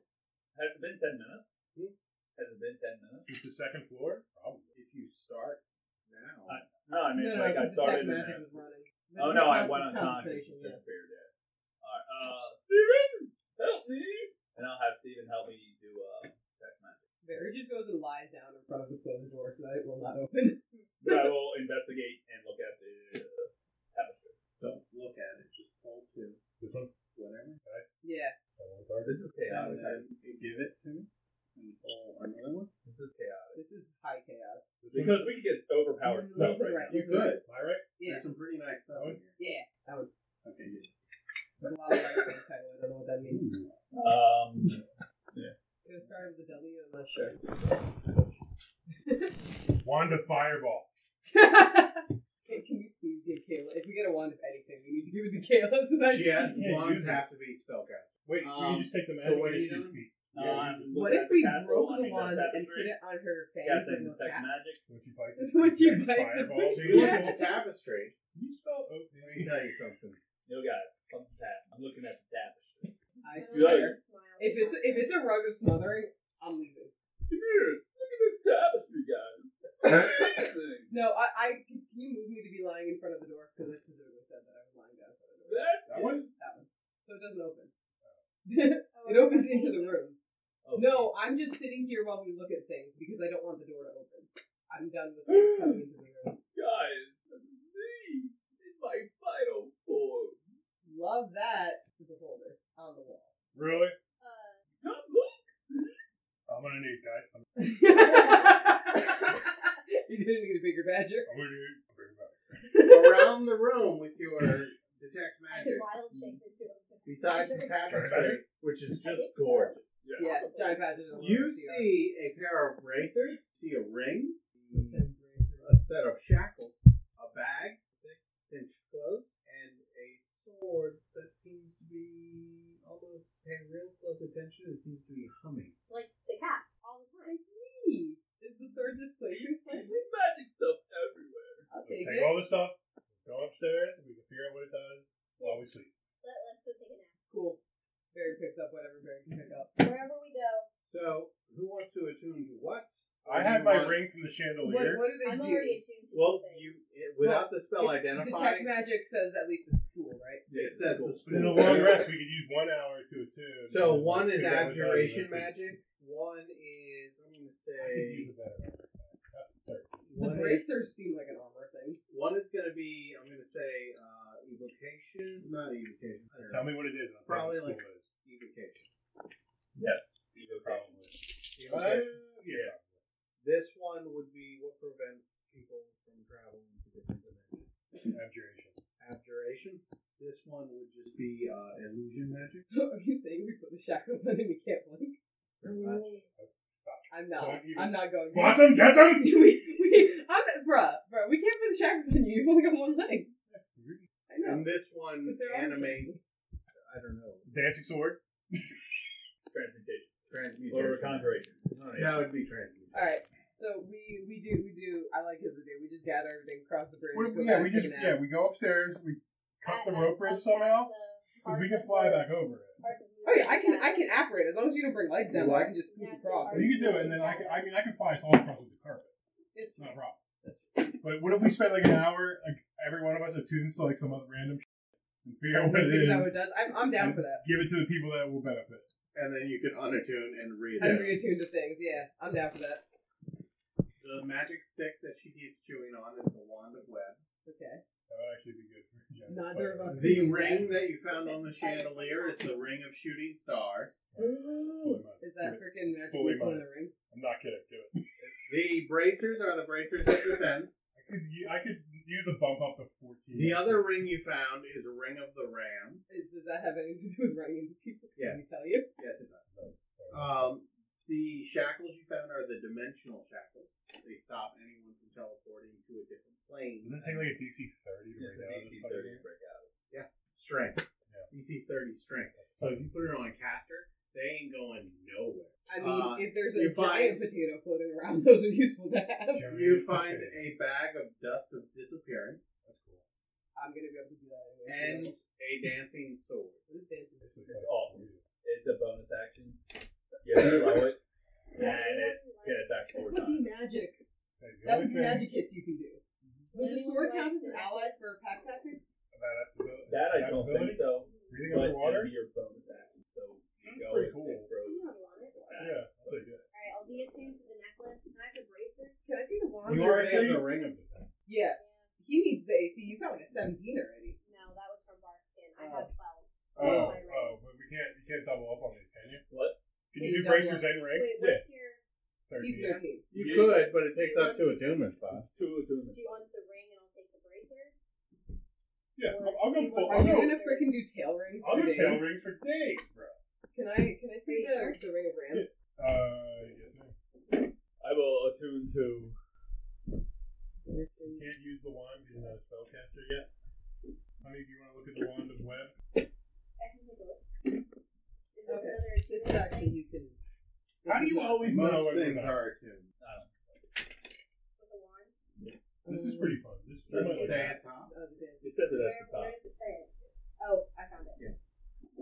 Speaker 7: Has it been 10 minutes?
Speaker 8: Hmm?
Speaker 7: Has it been 10 minutes?
Speaker 3: Is the second floor? Probably. Uh,
Speaker 8: If you start now.
Speaker 7: I- No, I mean,
Speaker 2: no,
Speaker 7: like,
Speaker 2: no,
Speaker 7: I
Speaker 2: the
Speaker 7: started
Speaker 2: detect
Speaker 7: in
Speaker 2: magic
Speaker 7: there.
Speaker 2: was running.
Speaker 7: Oh, no, I
Speaker 2: Detect
Speaker 7: went
Speaker 2: magic's
Speaker 7: unconscious.
Speaker 2: concentration,
Speaker 7: and
Speaker 2: yeah.
Speaker 7: disappeared, yeah. Alright, uh, Steven, help me! And I'll have Steven help me do, uh, text magic.
Speaker 2: Barry just goes and lies down in front of the closed door so that it will not open.
Speaker 7: But I will investigate and look at the uh, tapestry.
Speaker 8: Don't look at it. Just pull to
Speaker 3: This one?
Speaker 8: whatever.
Speaker 2: yeah.
Speaker 3: That one card?
Speaker 7: This is
Speaker 8: And
Speaker 7: chaotic.
Speaker 8: then you give it to me. And pull another one.
Speaker 7: This is chaotic.
Speaker 2: This is high chaos.
Speaker 3: This one?
Speaker 7: Because we could get overpowered
Speaker 2: Losing
Speaker 7: stuff right
Speaker 2: right.
Speaker 7: now.
Speaker 8: You could.
Speaker 3: Am I right?
Speaker 2: Yeah.
Speaker 8: There's some pretty nice stuff in here.
Speaker 2: Yeah. That was
Speaker 8: Okay, you
Speaker 2: a lot of writing on the title. I don't know what that means.
Speaker 7: Um,
Speaker 2: It was started with a W and a shirt.
Speaker 3: Wand of Fireball.
Speaker 2: Hey, can you please give Kayla? If we get a wand of anything, we need to give it to Kayla tonight.
Speaker 8: She has,
Speaker 3: Yeah,
Speaker 8: wands
Speaker 3: you-
Speaker 8: have to be spelled out.
Speaker 3: Wait, can
Speaker 8: Um,
Speaker 3: you just take the
Speaker 8: so
Speaker 3: magic
Speaker 8: what are
Speaker 3: and
Speaker 8: you
Speaker 3: just feet?
Speaker 8: doing?
Speaker 7: no, I'm
Speaker 2: What if
Speaker 7: looking at
Speaker 2: we
Speaker 7: castle,
Speaker 2: broke
Speaker 7: I
Speaker 2: the
Speaker 7: mean,
Speaker 2: wand and put
Speaker 7: tapestry.
Speaker 2: it on her face?
Speaker 7: Casting
Speaker 2: and look
Speaker 7: detect
Speaker 2: back?
Speaker 7: magic.
Speaker 3: Would you bite
Speaker 2: That's what you
Speaker 3: detect
Speaker 2: bites it.
Speaker 3: Fireball?
Speaker 8: So
Speaker 3: So
Speaker 8: you
Speaker 3: you're
Speaker 8: look
Speaker 2: Yeah.
Speaker 3: looking
Speaker 8: at the tapestry.
Speaker 3: You spelled oak.
Speaker 8: Let me tell you something.
Speaker 7: Yo, guys, come to tap. I'm looking at the tapestry.
Speaker 2: I
Speaker 4: Little
Speaker 2: swear.
Speaker 4: smile.
Speaker 2: If it's if it's a rug of smothering, I'm leaving.
Speaker 7: Come here, look at this tapestry, guys. Amazing.
Speaker 2: No, I, I can you move me to be lying in front of the door because I specifically said that I was lying down. in front of the door.
Speaker 7: That's
Speaker 3: That one?
Speaker 2: That one. So it doesn't open.
Speaker 4: Oh,
Speaker 2: it opens into the room.
Speaker 7: Oh,
Speaker 2: No, I'm just sitting here while we look at things because I don't want the door to open. I'm done with things coming into the room.
Speaker 7: guys, me in my final form.
Speaker 2: Love that. There's a holder on the wall.
Speaker 3: Really?
Speaker 4: Uh,
Speaker 7: Come look.
Speaker 3: I'm gonna need guys. I'm
Speaker 2: you didn't need a bigger badger.
Speaker 3: I'm gonna need a bigger bag.
Speaker 8: Around the room with your detect
Speaker 4: I can
Speaker 8: magic.
Speaker 4: wild shape it too.
Speaker 8: Besides the tapestry, which is just gorgeous.
Speaker 2: Yeah, giant badger.
Speaker 8: You see a pair of bracers, see a ring,
Speaker 2: It's
Speaker 8: a set of shackles, a bag, six inch clothes, and a sword that seems to be almost paying real close attention. It seems to be humming.
Speaker 4: Like the cat, all the time.
Speaker 2: me. Is the sword just placing slightly?
Speaker 7: There's magic stuff everywhere.
Speaker 2: I'll
Speaker 3: Take
Speaker 2: take it.
Speaker 3: all this stuff. Go upstairs. We can figure out what it does while we sleep.
Speaker 4: Let, let's go take a nap.
Speaker 2: Cool. Barry picks up whatever Barry can pick up.
Speaker 4: Wherever we go,
Speaker 8: So, who wants to attune to what?
Speaker 3: I
Speaker 8: Or
Speaker 3: had
Speaker 8: you
Speaker 3: my
Speaker 8: want-
Speaker 3: ring from the
Speaker 2: What,
Speaker 3: chandelier.
Speaker 2: what do they
Speaker 4: I'm
Speaker 2: do?
Speaker 4: already attuned to
Speaker 8: Well,
Speaker 4: things.
Speaker 8: you it, without the spell
Speaker 2: It's-
Speaker 8: identifying,
Speaker 2: Detect magic says at least it's school, right?
Speaker 8: it says the
Speaker 3: But in the
Speaker 8: school.
Speaker 3: long rest, we could use one hour to attune.
Speaker 8: So one is
Speaker 3: That was
Speaker 8: abjuration
Speaker 3: already-
Speaker 8: magic. One is I'm gonna
Speaker 3: I could
Speaker 8: say
Speaker 3: use a better one. That's better.
Speaker 2: The
Speaker 8: one is
Speaker 2: bracers seem like an armor thing.
Speaker 8: one is gonna be I'm gonna say uh, evocation, not evocation. I don't know.
Speaker 3: Tell me what it is. I'll tell you Uh, what
Speaker 8: Probably like-
Speaker 3: it is.
Speaker 8: evocation.
Speaker 3: Probably.
Speaker 8: Evocation.
Speaker 3: Uh, yeah.
Speaker 8: This one would be what prevents people from traveling to different dimensions.
Speaker 3: Abjuration.
Speaker 8: Abjuration. This one would just be uh, illusion magic.
Speaker 2: So are you saying we put the shackles on him? He can't blink. I'm not.
Speaker 3: Don't even-
Speaker 2: I'm not going.
Speaker 3: Quantum chasm.
Speaker 2: we, we, I'm, bruh, bruh, we can't put the shackles on you. You've only got one leg. I know.
Speaker 8: And this one
Speaker 2: But there are
Speaker 8: animates. I don't know.
Speaker 3: Dancing sword.
Speaker 7: Transmutation. Or
Speaker 8: Transmutation.
Speaker 7: conjuration. No, no,
Speaker 8: No, it'd be transmutation.
Speaker 2: All right. So we we do we do. I like his idea. We just gather everything, cross the bridge.
Speaker 3: What,
Speaker 2: go back
Speaker 3: yeah, we
Speaker 2: to the
Speaker 3: just yeah
Speaker 2: net.
Speaker 3: we go upstairs. We cut the
Speaker 4: I-
Speaker 3: rope
Speaker 4: I-
Speaker 3: bridge
Speaker 4: I
Speaker 3: somehow.
Speaker 4: have
Speaker 3: Because
Speaker 4: the
Speaker 3: we can fly
Speaker 4: parts of-
Speaker 3: back over it.
Speaker 4: parts of
Speaker 2: Oh yeah, I can I
Speaker 4: Mars.
Speaker 2: can operate as long as you don't bring lights down. I can just poof across.
Speaker 3: Well, you can do it, and then I can, I mean I can fly us all across with the carpet.
Speaker 2: It's
Speaker 3: It's not a problem. But what if we spend like an hour, like every one of us attunes to like some other random shit and figure out what it
Speaker 2: Is
Speaker 3: is,
Speaker 2: that what it does? I'm, I'm down for that.
Speaker 3: give it to the people that will benefit.
Speaker 6: And then you can unattune and read it.
Speaker 2: I'm reattuned to things. Yeah, I'm down for that.
Speaker 6: The magic stick that she keeps chewing on is the wand of web.
Speaker 2: Okay.
Speaker 3: That would actually be good for Jen.
Speaker 2: Neither of us-
Speaker 6: The ring that you found on the chandelier is the ring of shooting stars.
Speaker 3: Fully mine.
Speaker 2: Is that freaking magic
Speaker 3: Fully
Speaker 2: weapon in
Speaker 3: mine.
Speaker 2: the ring?
Speaker 3: I'm not kidding. Do it.
Speaker 8: The bracers are the bracers that defend.
Speaker 3: I could, u- I could use a bump up to 14.
Speaker 8: The other
Speaker 6: ring you found is ring of the ram.
Speaker 2: Is, does that have anything to do with running into people?
Speaker 8: Yeah.
Speaker 2: Can we tell you?
Speaker 8: Yes, it does.
Speaker 6: Um, the shackles you found are the dimensional shackles. They stop anyone from teleporting to a different plane.
Speaker 3: Does it take like a DC 30 to
Speaker 7: It's
Speaker 3: break
Speaker 7: an
Speaker 3: out? of this
Speaker 7: AC-30
Speaker 3: fucking-
Speaker 7: breakout.
Speaker 6: Strength.
Speaker 3: Yeah.
Speaker 6: DC 30 strength. So if you put it on a caster, they ain't going nowhere.
Speaker 2: I mean,
Speaker 6: Uh,
Speaker 2: if there's
Speaker 6: you
Speaker 2: a
Speaker 6: find-
Speaker 2: giant potato floating around, those are useful to have.
Speaker 3: Jeremy,
Speaker 6: You find
Speaker 3: okay.
Speaker 6: a bag of dust of disappearance
Speaker 3: That's cool.
Speaker 2: I'm gonna be able to do that.
Speaker 6: and
Speaker 2: Anyway.
Speaker 6: a dancing sword.
Speaker 2: What is dancing?
Speaker 3: This is
Speaker 7: It's
Speaker 3: like-
Speaker 7: awesome. It's a bonus action. You have to throw it,
Speaker 4: Yeah,
Speaker 7: and it can
Speaker 2: That
Speaker 7: attack four
Speaker 2: would be
Speaker 7: times.
Speaker 2: magic.
Speaker 3: Hey, the
Speaker 2: That would be
Speaker 3: only thing Mm-hmm.
Speaker 2: magic hits you can do. Would the
Speaker 4: Anyone
Speaker 2: sword
Speaker 4: like
Speaker 2: count as an
Speaker 4: to-
Speaker 2: ally for pack tactics?
Speaker 3: About activabil-
Speaker 7: That I don't think
Speaker 3: activability?
Speaker 7: so.
Speaker 3: Breathing
Speaker 7: But
Speaker 3: underwater?
Speaker 7: it'd be your bonus action. So you
Speaker 3: That's
Speaker 7: go
Speaker 3: pretty
Speaker 7: and
Speaker 3: cool.
Speaker 7: it
Speaker 4: You
Speaker 7: throws.
Speaker 4: have one.
Speaker 3: Yeah, that's pretty good.
Speaker 4: Alright, I'll be attuned to the necklace. Can I have the bracelet? Can I see the wand?
Speaker 3: You
Speaker 4: Yeah.
Speaker 3: already have
Speaker 6: saying-
Speaker 3: the ring of the thing.
Speaker 2: Yeah. He needs the AC. You got like a 17 already.
Speaker 4: No, that was from Barskin. I have 12.
Speaker 3: Oh,
Speaker 4: my ring.
Speaker 3: oh, but we can't, you can't double up on these, can you?
Speaker 7: What?
Speaker 3: Can
Speaker 2: Can
Speaker 3: you
Speaker 2: you
Speaker 3: do
Speaker 2: double
Speaker 3: bracers and ring? Yeah,
Speaker 4: Wait, what's your...
Speaker 2: He's
Speaker 3: 13.
Speaker 2: 13.
Speaker 8: You
Speaker 7: Yeah.
Speaker 8: could, but
Speaker 4: it takes up
Speaker 8: two attunement spots.
Speaker 4: Do
Speaker 7: Two attunements.
Speaker 4: you want the ring and I'll take the bracer?
Speaker 3: Yeah, I'll, I'll go full,
Speaker 2: Are
Speaker 3: I'll
Speaker 2: you
Speaker 3: go,
Speaker 2: gonna freaking do tail rings?
Speaker 3: I'll
Speaker 2: for
Speaker 3: go
Speaker 2: days?
Speaker 3: tail rings for days, bro.
Speaker 2: Can I can I see the,
Speaker 4: Sure.
Speaker 2: the ring of ram?
Speaker 3: Uh, yes, ma'am.
Speaker 7: I will attune to.
Speaker 3: You can't use the wand because you're not a spellcaster yet. Honey, do you want to look at the wand of web?
Speaker 4: I can take a look. Is there
Speaker 2: Okay.
Speaker 4: another
Speaker 2: This
Speaker 4: attunement
Speaker 2: is actually
Speaker 4: thing
Speaker 2: you can.
Speaker 3: How do you always know
Speaker 6: Most
Speaker 3: when we're
Speaker 6: things
Speaker 3: not?
Speaker 6: are attuned.
Speaker 4: with the wand?
Speaker 3: This is pretty fun. This is
Speaker 6: Does
Speaker 3: pretty
Speaker 6: it
Speaker 3: much
Speaker 6: stay
Speaker 3: like
Speaker 6: at top?
Speaker 2: Oh, the dance.
Speaker 7: It says it
Speaker 4: Where,
Speaker 7: at the
Speaker 4: where
Speaker 7: top.
Speaker 4: does it say it? Oh, I found it.
Speaker 6: Yeah.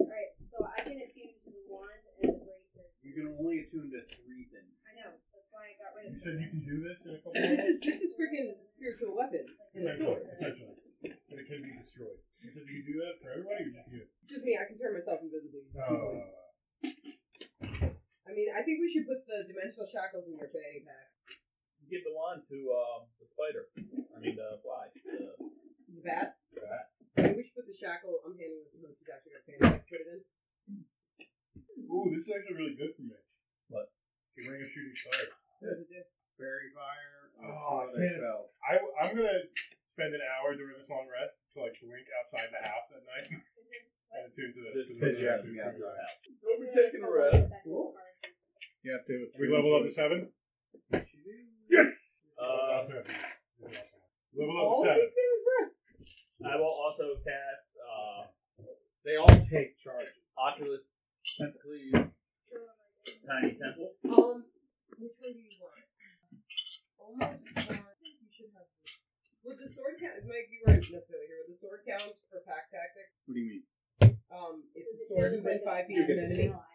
Speaker 4: Alright, so I can attune to the wand and the bracer.
Speaker 6: You can only attune to three things.
Speaker 4: I know, that's why I got rid of
Speaker 3: You
Speaker 4: it.
Speaker 3: said you can do this in a couple
Speaker 2: This
Speaker 3: of
Speaker 2: is this is freaking spiritual weapon. And a
Speaker 3: Essentially,
Speaker 2: sword.
Speaker 3: essentially. But it can be destroyed. You said you could do that for everybody or just you?
Speaker 2: Just me. I can turn myself invisibly.
Speaker 3: Uh,
Speaker 2: I mean, I think we should put the dimensional shackles in your bag. pack.
Speaker 7: You give the wand to um, the spider. I mean, the fly. The,
Speaker 2: The bat.
Speaker 7: Bat.
Speaker 2: I think we should put the shackle. I'm handing this to the doctor. Gonna put it in.
Speaker 3: ooh, this is actually really good for me.
Speaker 7: What?
Speaker 3: The ring of shooting stars.
Speaker 2: What does it do?
Speaker 6: Fairy fire. or
Speaker 3: Oh,
Speaker 6: two other
Speaker 3: man.
Speaker 6: spells.
Speaker 3: I, I'm gonna spend an hour during this long rest to like blink outside the house at night
Speaker 4: Is there,
Speaker 3: and attune to this.
Speaker 7: Just
Speaker 3: because
Speaker 6: you have to
Speaker 3: I'm
Speaker 6: be
Speaker 3: gonna do
Speaker 6: outside.
Speaker 3: that.
Speaker 4: is
Speaker 7: We're
Speaker 4: there
Speaker 7: taking a
Speaker 4: someone
Speaker 7: rest.
Speaker 4: that's
Speaker 2: Cool.
Speaker 4: part of it?
Speaker 6: You have to.
Speaker 3: We level up to seven. Yes.
Speaker 7: Uh,
Speaker 3: level
Speaker 7: Oh,
Speaker 3: up to
Speaker 2: All of
Speaker 3: seven.
Speaker 2: these things, bro.
Speaker 7: I will also cast uh,
Speaker 8: They all take charges.
Speaker 7: Oculus Tentacles Tiny Temple.
Speaker 2: Um, which one do you want? Almost one. I think you should have this. Would the sword count? Mike, you weren't necessarily here. Would the sword count for pack tactics?
Speaker 6: What do you mean?
Speaker 2: Um, if the
Speaker 4: Does it
Speaker 2: sword
Speaker 4: count
Speaker 2: is within
Speaker 4: as
Speaker 2: five
Speaker 4: an
Speaker 2: feet of an
Speaker 4: ally?
Speaker 2: enemy?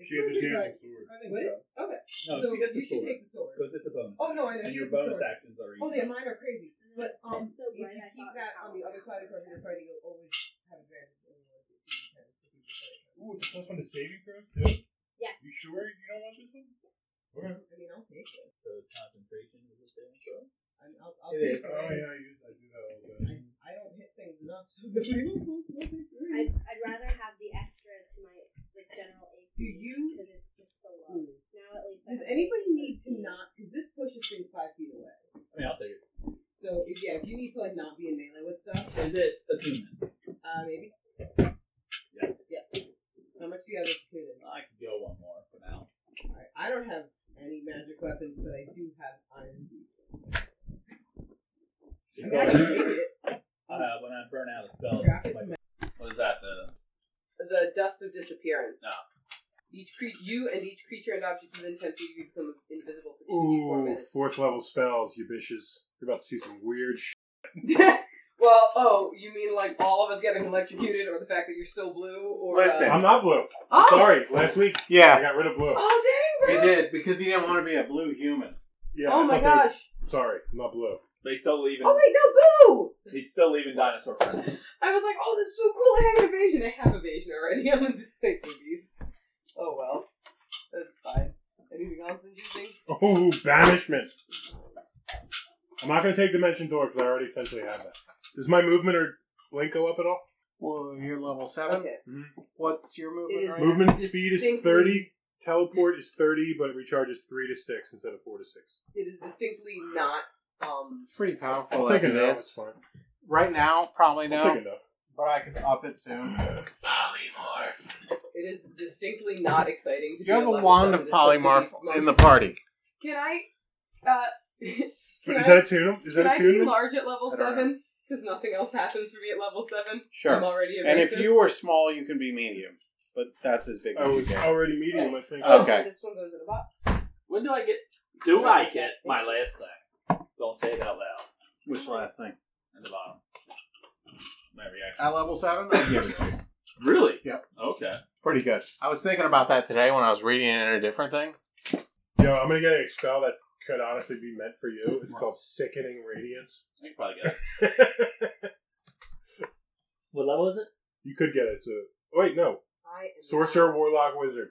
Speaker 3: She has a dancing sword.
Speaker 6: I
Speaker 2: Would it? Okay.
Speaker 7: No,
Speaker 2: so you
Speaker 7: she gets the
Speaker 2: should
Speaker 7: sword.
Speaker 2: take the sword.
Speaker 7: Because it's a bonus.
Speaker 2: Oh no, I know.
Speaker 7: And
Speaker 2: she
Speaker 7: your
Speaker 2: has the
Speaker 7: bonus
Speaker 2: sword.
Speaker 7: actions are easy.
Speaker 2: Only a mine are crazy. But um,
Speaker 4: That's so
Speaker 2: if you
Speaker 4: right, I
Speaker 2: keep
Speaker 4: thought
Speaker 2: that
Speaker 4: about
Speaker 2: on the
Speaker 4: that.
Speaker 2: other side of whoever you're fighting, you'll always have advantage. when you roll it, if you can, if you can.
Speaker 9: Ooh, it's plus one to saving throws too.
Speaker 4: Yes.
Speaker 9: You sure you don't want this one? Okay.
Speaker 2: I mean, I'll take it.
Speaker 7: So concentration is a saving throw.
Speaker 2: I mean, I'll, I'll
Speaker 10: It is.
Speaker 2: take it.
Speaker 9: Oh yeah, I use I do that a little bit.
Speaker 2: I, I don't hit things enough, so I,
Speaker 4: I'd, I'd rather have the extra to my like general AP.
Speaker 2: Do you-
Speaker 4: Because it's just so low. Now at least. I
Speaker 2: Does
Speaker 4: have
Speaker 2: anybody
Speaker 4: like
Speaker 2: need to
Speaker 4: 13.
Speaker 2: not? Because this pushes things five feet away.
Speaker 7: I mean, I'll take it.
Speaker 2: So if, yeah, if you need to like not be in melee with stuff,
Speaker 7: Is it attunement?
Speaker 2: uh, maybe.
Speaker 7: Yeah.
Speaker 2: Yeah. How much do you have included?
Speaker 7: I could go one more for now.
Speaker 2: Alright, I don't have any magic weapons, but I do have iron boots. I can read it.
Speaker 7: Uh, when I burn out a spell,
Speaker 2: Graph is
Speaker 7: my- what is that? The
Speaker 2: The dust of disappearance.
Speaker 7: No.
Speaker 2: Each cre- you and each creature and object within ten feet of you become invisible for two
Speaker 3: Ooh,
Speaker 2: four
Speaker 3: fourth level spells, you bitches. You're about to see some weird sh-
Speaker 2: minutes. well, oh, you mean like all of us getting electrocuted, or the fact that you're still blue, or
Speaker 3: I'm
Speaker 8: Listen.
Speaker 3: not blue.
Speaker 2: Uh, oh,
Speaker 3: Sorry, last week I
Speaker 8: Yeah,
Speaker 3: got rid of blue.
Speaker 2: oh, dang,
Speaker 8: he
Speaker 2: bro!
Speaker 8: did because he didn't want to be a blue human.
Speaker 3: Yeah,
Speaker 2: oh
Speaker 3: I
Speaker 2: my
Speaker 3: thought
Speaker 2: gosh!
Speaker 3: they- Sorry, I'm not blue.
Speaker 7: But he's still leaving.
Speaker 2: Oh wait, no, boo!
Speaker 7: He's still leaving dinosaur friends.
Speaker 2: I was like, oh, that's so cool. I have an evasion. I have evasion already. I'm a displacement beast. Oh well, that's fine. Anything else interesting?
Speaker 3: Oh, banishment. I'm not going to take dimension door because I already essentially have that. Does my movement or link go up at all?
Speaker 8: Well, you're level seven.
Speaker 2: Okay.
Speaker 8: What's your
Speaker 2: It is-
Speaker 8: movement right now?
Speaker 3: Movement speed is
Speaker 2: Distinctly-
Speaker 3: 30, teleport is 30, but it recharges 3 to 6 instead of 4 to 6.
Speaker 2: It is distinctly not. Um,
Speaker 8: It's pretty powerful
Speaker 3: I'll
Speaker 8: as
Speaker 3: take a
Speaker 8: it
Speaker 3: no, it's
Speaker 8: is.
Speaker 3: fine.
Speaker 8: Right now, probably
Speaker 3: I'll take
Speaker 8: no,
Speaker 3: a no.
Speaker 8: but I could up it soon.
Speaker 7: Polymorph.
Speaker 2: it is distinctly not exciting. To
Speaker 8: You
Speaker 2: be
Speaker 8: have a
Speaker 2: level
Speaker 8: wand
Speaker 2: seven
Speaker 8: of
Speaker 2: displacement
Speaker 8: polymorph
Speaker 2: beast
Speaker 8: in
Speaker 2: monk.
Speaker 8: the party.
Speaker 2: Can I? Uh, can
Speaker 3: But is
Speaker 2: I,
Speaker 3: that a tune? Is
Speaker 2: can
Speaker 3: that
Speaker 2: I
Speaker 3: a
Speaker 2: be
Speaker 3: tune?
Speaker 2: large at level
Speaker 8: I don't know.
Speaker 2: seven? Because nothing else happens for me at level seven. I'm
Speaker 8: Sure.
Speaker 2: already
Speaker 8: And if
Speaker 2: evasive.
Speaker 8: you were small, you can be medium, but that's as big
Speaker 3: I
Speaker 8: as you
Speaker 3: was
Speaker 8: get.
Speaker 3: already medium, I think.
Speaker 2: Oh,
Speaker 8: Okay.
Speaker 2: This one goes in a box.
Speaker 7: When do I get? Do I get my last thing? Don't say it out loud.
Speaker 8: Which last thing?
Speaker 7: At the bottom. My reaction.
Speaker 8: At level seven, I'll give it to you.
Speaker 7: Really?
Speaker 8: Yep.
Speaker 7: Okay.
Speaker 8: Pretty good. I was thinking about that today when I was reading it in a different thing.
Speaker 3: Yo, I'm going to get a spell that could honestly be meant for you. It's called Sickening Radiance.
Speaker 7: I can probably get it.
Speaker 10: What level is it?
Speaker 3: You could get it too. Oh, wait, no.
Speaker 2: I am
Speaker 3: Sorcerer, Warlock, Wizard.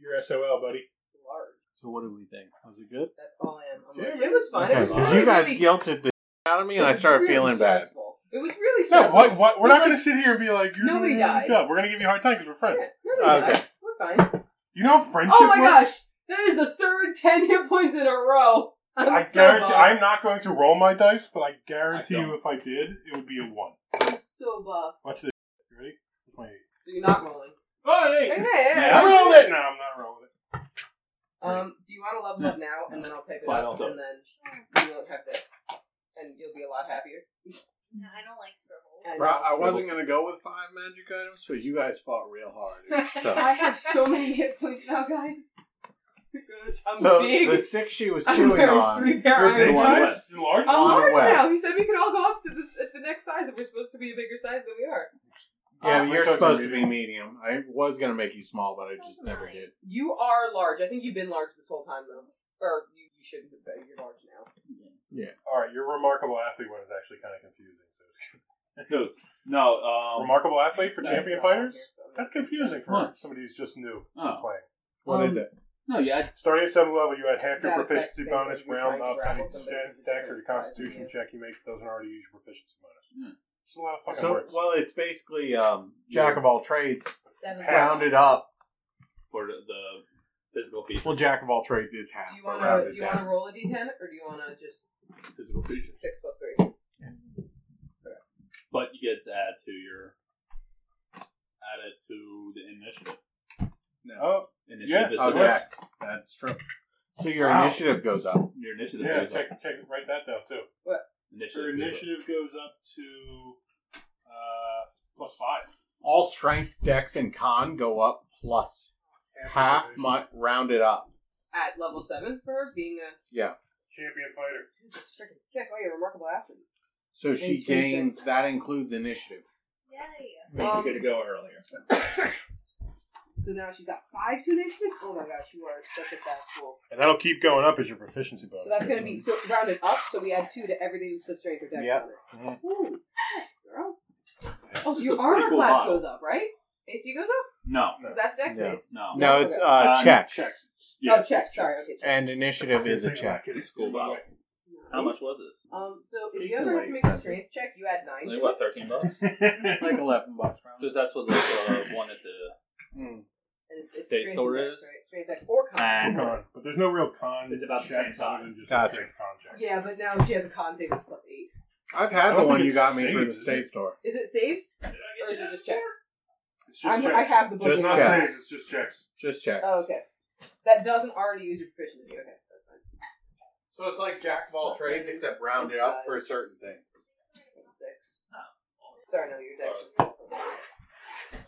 Speaker 3: You're SOL, buddy.
Speaker 2: large.
Speaker 8: So what do we think? Was it good?
Speaker 2: That's all I am. I'm like,
Speaker 3: Yeah,
Speaker 2: it was fun.
Speaker 8: Okay,
Speaker 2: it was
Speaker 8: 'cause
Speaker 2: really
Speaker 8: you guys
Speaker 2: really
Speaker 8: guilted the out of me, and I started feeling bad.
Speaker 2: bad. It was really
Speaker 3: No,
Speaker 2: stressful.
Speaker 3: what, what, we're
Speaker 2: But,
Speaker 3: not
Speaker 2: like,
Speaker 3: going to sit here and be like, you're
Speaker 2: nobody
Speaker 3: doing
Speaker 2: died.
Speaker 3: a good job. We're going to give you a hard time because we're friends.
Speaker 2: No,
Speaker 8: Okay.
Speaker 2: We're fine.
Speaker 3: You know how friendship
Speaker 2: Oh my
Speaker 3: works?
Speaker 2: gosh, that is the third ten hit points in a row. I'm
Speaker 3: I
Speaker 2: so
Speaker 3: guarantee,
Speaker 2: bummed.
Speaker 3: I'm not going to roll my dice, but I guarantee
Speaker 7: I don't.
Speaker 3: you if I did, it would be a 1.
Speaker 2: I'm so buff.
Speaker 3: Watch this. You Ready? That's my eight.
Speaker 2: So you're not rolling.
Speaker 3: Oh,
Speaker 2: Hey, hey,
Speaker 3: hey!
Speaker 2: hey, hey.
Speaker 3: I rolled it! No, I'm not rolling it.
Speaker 2: Um, do you want to level up now, and then I'll pick it
Speaker 7: Why
Speaker 2: up,
Speaker 7: not?
Speaker 2: and then you won't have this, and you'll be a lot happier.
Speaker 4: No, I don't like scribbles.
Speaker 2: And-
Speaker 8: Bro, I wasn't gonna go with five magic items, but you guys fought real hard.
Speaker 2: I have so many hit points now, guys. I'm
Speaker 8: so
Speaker 2: big.
Speaker 8: the stick she was
Speaker 2: I'm
Speaker 8: chewing
Speaker 2: wearing
Speaker 8: on.
Speaker 2: three pair of
Speaker 8: Good
Speaker 2: iron
Speaker 8: one.
Speaker 2: boots.
Speaker 3: Large?
Speaker 2: I'm
Speaker 8: On
Speaker 2: large
Speaker 8: what?
Speaker 2: now. He said we could all go up to this, at the next size if we're supposed to be a bigger size than we are.
Speaker 8: Yeah,
Speaker 3: Oh,
Speaker 8: you're
Speaker 3: I thought
Speaker 8: supposed
Speaker 3: you
Speaker 8: to
Speaker 3: were
Speaker 8: be medium. I was gonna make you small, but I
Speaker 4: That's
Speaker 8: just never
Speaker 4: fine.
Speaker 8: did.
Speaker 2: You are large. I think you've been large this whole time, though. Or you, you shouldn't have been. You're large now.
Speaker 3: Alright, your remarkable athlete one is actually kind of confusing.
Speaker 7: Who's? No.
Speaker 8: Oh.
Speaker 7: Um.
Speaker 3: remarkable athlete for
Speaker 7: Sorry.
Speaker 3: champion fighters? That's confusing for
Speaker 7: Huh.
Speaker 3: somebody who's just new
Speaker 7: Oh.
Speaker 3: playing.
Speaker 8: What is
Speaker 7: Um,
Speaker 8: it?
Speaker 7: No. Yeah. I-
Speaker 3: Starting at seventh level, you add half your
Speaker 2: That affects
Speaker 3: proficiency
Speaker 2: things
Speaker 3: bonus
Speaker 2: like you're
Speaker 3: round
Speaker 2: trying to
Speaker 3: up any
Speaker 2: grapple somebody
Speaker 3: stat-
Speaker 2: who's
Speaker 3: stack or
Speaker 2: different size than
Speaker 3: constitution
Speaker 2: you.
Speaker 3: check you make that doesn't already use your proficiency bonus.
Speaker 7: Hmm.
Speaker 3: It's a lot of fucking
Speaker 8: So
Speaker 3: words.
Speaker 8: well, it's basically um, jack of all trades
Speaker 4: Seven.
Speaker 3: Half.
Speaker 8: rounded up.
Speaker 7: For the, the physical features.
Speaker 8: Well, jack of all trades is half.
Speaker 2: Do you
Speaker 8: but
Speaker 2: want
Speaker 8: rounded
Speaker 2: to you want
Speaker 8: down.
Speaker 2: to roll a d10 or do you want to just
Speaker 7: physical features.
Speaker 2: six plus three?
Speaker 7: But you get to add to your. Add it to the initiative.
Speaker 8: No.
Speaker 3: Oh,
Speaker 7: Initiative
Speaker 3: Yeah,
Speaker 7: is
Speaker 8: Oh,
Speaker 7: the
Speaker 3: okay.
Speaker 7: best.
Speaker 8: jacks. That's true. So your
Speaker 3: Wow.
Speaker 8: initiative goes up.
Speaker 7: Your initiative
Speaker 3: yeah,
Speaker 7: goes
Speaker 3: check,
Speaker 7: up.
Speaker 3: check, write that down too.
Speaker 7: Initiative.
Speaker 3: Your
Speaker 7: goes up.
Speaker 3: initiative goes up to uh, plus five.
Speaker 8: All strength, dex, and con go up plus half
Speaker 3: proficiency.
Speaker 8: my rounded up.
Speaker 2: At level seven for her being a
Speaker 8: Yeah.
Speaker 3: champion fighter.
Speaker 2: freaking sick. Oh, you're a remarkable athlete.
Speaker 8: So she
Speaker 2: And she gets-
Speaker 8: gains. That includes initiative.
Speaker 4: Yay.
Speaker 7: Maybe
Speaker 2: Um,
Speaker 7: you could go earlier.
Speaker 2: So now she's got five to initiative. Oh my gosh, you are such a fast fool.
Speaker 3: And that'll keep going up as your proficiency bonus.
Speaker 2: So that's gonna be so rounded up. So we add two to everything with the strength or dex
Speaker 8: Yep.
Speaker 2: on
Speaker 3: Mm-hmm.
Speaker 2: it. Ooh, girl. Oh, so
Speaker 7: This is
Speaker 2: your
Speaker 7: a pretty
Speaker 2: armor
Speaker 7: cool
Speaker 2: class
Speaker 7: model.
Speaker 2: goes up, right? AC goes up.
Speaker 7: No,
Speaker 2: That's next
Speaker 11: No.
Speaker 2: phase.
Speaker 7: no.
Speaker 11: No, it's uh,
Speaker 7: Uh,
Speaker 11: checks.
Speaker 3: checks.
Speaker 2: Oh, check. Sorry. Okay. check.
Speaker 11: And initiative is a check.
Speaker 7: School bottle. How much was this?
Speaker 2: Um. So if you
Speaker 11: Decently
Speaker 2: ever make a
Speaker 11: expensive.
Speaker 2: strength check, you add nine.
Speaker 12: Like what, thirteen bucks?
Speaker 11: Like 11 bucks.
Speaker 7: Because that's what like uh, one at the
Speaker 2: And it's- it's
Speaker 7: State
Speaker 2: strength
Speaker 7: store
Speaker 2: checks,
Speaker 7: is? Ah.
Speaker 2: right? Strength checks or con.
Speaker 7: and
Speaker 3: Con, but there's no real con.
Speaker 7: It's about the same
Speaker 3: checks other
Speaker 7: size.
Speaker 3: than just a
Speaker 11: Gotcha.
Speaker 3: straight con check.
Speaker 2: Yeah, but now she has a con save that's plus eight.
Speaker 11: I've
Speaker 3: I
Speaker 11: had the
Speaker 3: don't
Speaker 11: one
Speaker 3: think
Speaker 11: you
Speaker 3: it's
Speaker 11: got me for
Speaker 3: saved,
Speaker 11: the
Speaker 3: is it?
Speaker 11: state store.
Speaker 2: Is it saves or is it just checks?
Speaker 3: It's
Speaker 2: I'm,
Speaker 3: just checks.
Speaker 2: I have the book.
Speaker 11: Just
Speaker 3: it's not
Speaker 11: checks.
Speaker 3: saves, it's just checks.
Speaker 11: Just checks.
Speaker 2: Oh, okay. That doesn't already use your proficiency. Okay, that's fine.
Speaker 11: So it's like jack of all trades except rounded up for certain things.
Speaker 2: That's six. Sorry, no, your dex is still plus eight.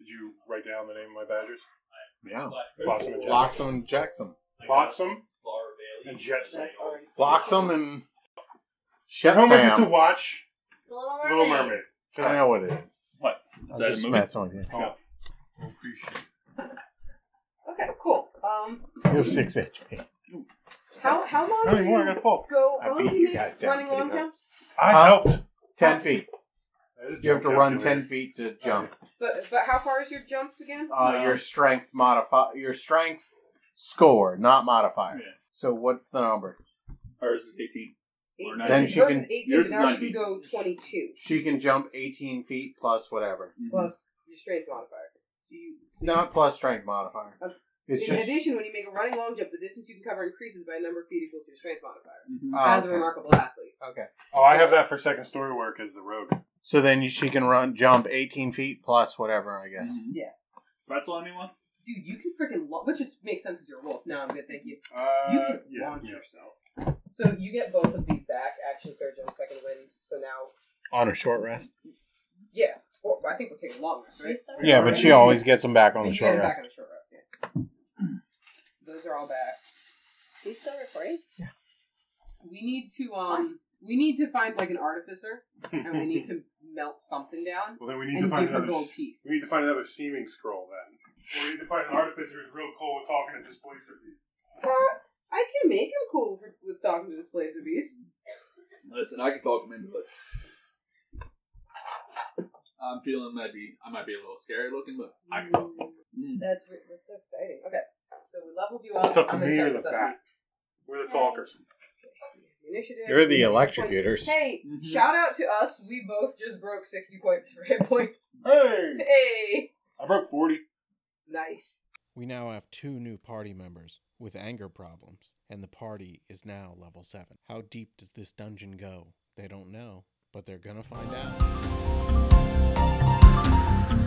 Speaker 3: Did you write down the name of my badgers?
Speaker 11: Yeah.
Speaker 3: Flotsam and Jetsam.
Speaker 11: Locks 'em and
Speaker 3: Flotsam
Speaker 11: checks 'em.
Speaker 12: Lara
Speaker 3: and Jetsam.
Speaker 2: That's already.
Speaker 11: Locks 'em and
Speaker 3: Your
Speaker 11: shut
Speaker 3: homework is to
Speaker 11: them.
Speaker 3: watch
Speaker 4: The Little Mermaid.
Speaker 3: Little Mermaid.
Speaker 11: I know what it is.
Speaker 7: What?
Speaker 11: I'm
Speaker 7: Is that a
Speaker 11: just
Speaker 7: movie?
Speaker 11: messing with you.
Speaker 3: Oh,
Speaker 2: Okay, cool. Um,
Speaker 11: You have 6 HP.
Speaker 2: how how long
Speaker 3: not
Speaker 2: do
Speaker 3: anymore,
Speaker 2: you
Speaker 3: I got full.
Speaker 2: go?
Speaker 11: I
Speaker 2: How long
Speaker 11: beat
Speaker 2: do
Speaker 11: you
Speaker 2: you
Speaker 11: guys
Speaker 2: make
Speaker 11: down
Speaker 2: running
Speaker 11: pretty
Speaker 2: long
Speaker 11: hard.
Speaker 2: jumps?
Speaker 3: I
Speaker 11: Huh?
Speaker 3: helped.
Speaker 11: 10 feet. You have to run 10 feet to jump.
Speaker 2: But but how far is your jumps again?
Speaker 11: Uh, your strength modify your strength score, not modifier.
Speaker 7: Yeah.
Speaker 11: So what's the number?
Speaker 7: Ours is eighteen. Or
Speaker 2: 18.
Speaker 7: Then
Speaker 11: she
Speaker 2: Versus
Speaker 11: can-
Speaker 2: 18,
Speaker 7: yours
Speaker 2: but
Speaker 7: is
Speaker 2: now she
Speaker 7: 19.
Speaker 2: can go 22
Speaker 11: She can jump 18 feet plus whatever.
Speaker 2: plus your strength modifier. So you,
Speaker 11: Not plus strength modifier.
Speaker 2: Okay.
Speaker 11: It's
Speaker 2: in
Speaker 11: just
Speaker 2: addition, when you make a running long jump, the distance you can cover increases by a number of feet equal to your strength modifier.
Speaker 7: Mhm.
Speaker 11: oh,
Speaker 2: As a
Speaker 11: okay.
Speaker 2: remarkable athlete.
Speaker 11: okay.
Speaker 3: Mm-hmm. Oh, I have that for second story work as the rogue.
Speaker 11: So then you- she can run jump 18 feet plus whatever, I guess.
Speaker 7: Mhm.
Speaker 2: Yeah.
Speaker 7: Pretzel, anyone?
Speaker 2: Dude, you can freaking launch, which just makes sense because you're a wolf. No, I'm good, thank you.
Speaker 3: Uh,
Speaker 2: You can
Speaker 3: yeah,
Speaker 2: launch
Speaker 3: yeah.
Speaker 2: yourself. So you get both of these back, action surge and second wind. So now,
Speaker 1: On a short rest.
Speaker 2: yeah, or, I think we're taking long rest, right?
Speaker 11: Yeah, but she always gets them back on
Speaker 2: You
Speaker 11: the
Speaker 2: get
Speaker 11: short
Speaker 2: it
Speaker 11: rest.
Speaker 2: Back on the short rest, yeah. Those are all back.
Speaker 4: We still recording?
Speaker 2: We need to um, we need to find like an artificer, and we need to melt something down
Speaker 3: Well, then we need to
Speaker 2: and
Speaker 3: find
Speaker 2: give her
Speaker 3: another.
Speaker 2: gold
Speaker 3: s-
Speaker 2: teeth.
Speaker 3: We need to find another seeming scroll then. We need to find an artificer who's real cool with talking to displacer people.
Speaker 2: Uh, I can make him cool for, with talking to displacer beasts.
Speaker 12: Listen, I can talk him into it.
Speaker 7: I'm feeling might be I might be a little scary looking, but I can talk.
Speaker 2: Mm, That's re- that's so exciting. Okay, so we leveled you up.
Speaker 3: It's up to
Speaker 2: I'm gonna
Speaker 3: me
Speaker 2: set
Speaker 3: or the
Speaker 2: this up.
Speaker 3: bat. We're the talkers.
Speaker 2: Initiative.
Speaker 11: You're the
Speaker 2: electrocute.
Speaker 11: electrocutors.
Speaker 2: Hey,
Speaker 7: Mhm.
Speaker 3: Mm-hmm.
Speaker 2: shout out to us. We both just broke 60 points for hit points.
Speaker 3: Hey!
Speaker 2: Hey!
Speaker 3: I broke 40.
Speaker 2: Nice.
Speaker 1: We now have two new party members with anger problems, and the party is now level 7. How deep does this dungeon go? They don't know, but they're gonna find out.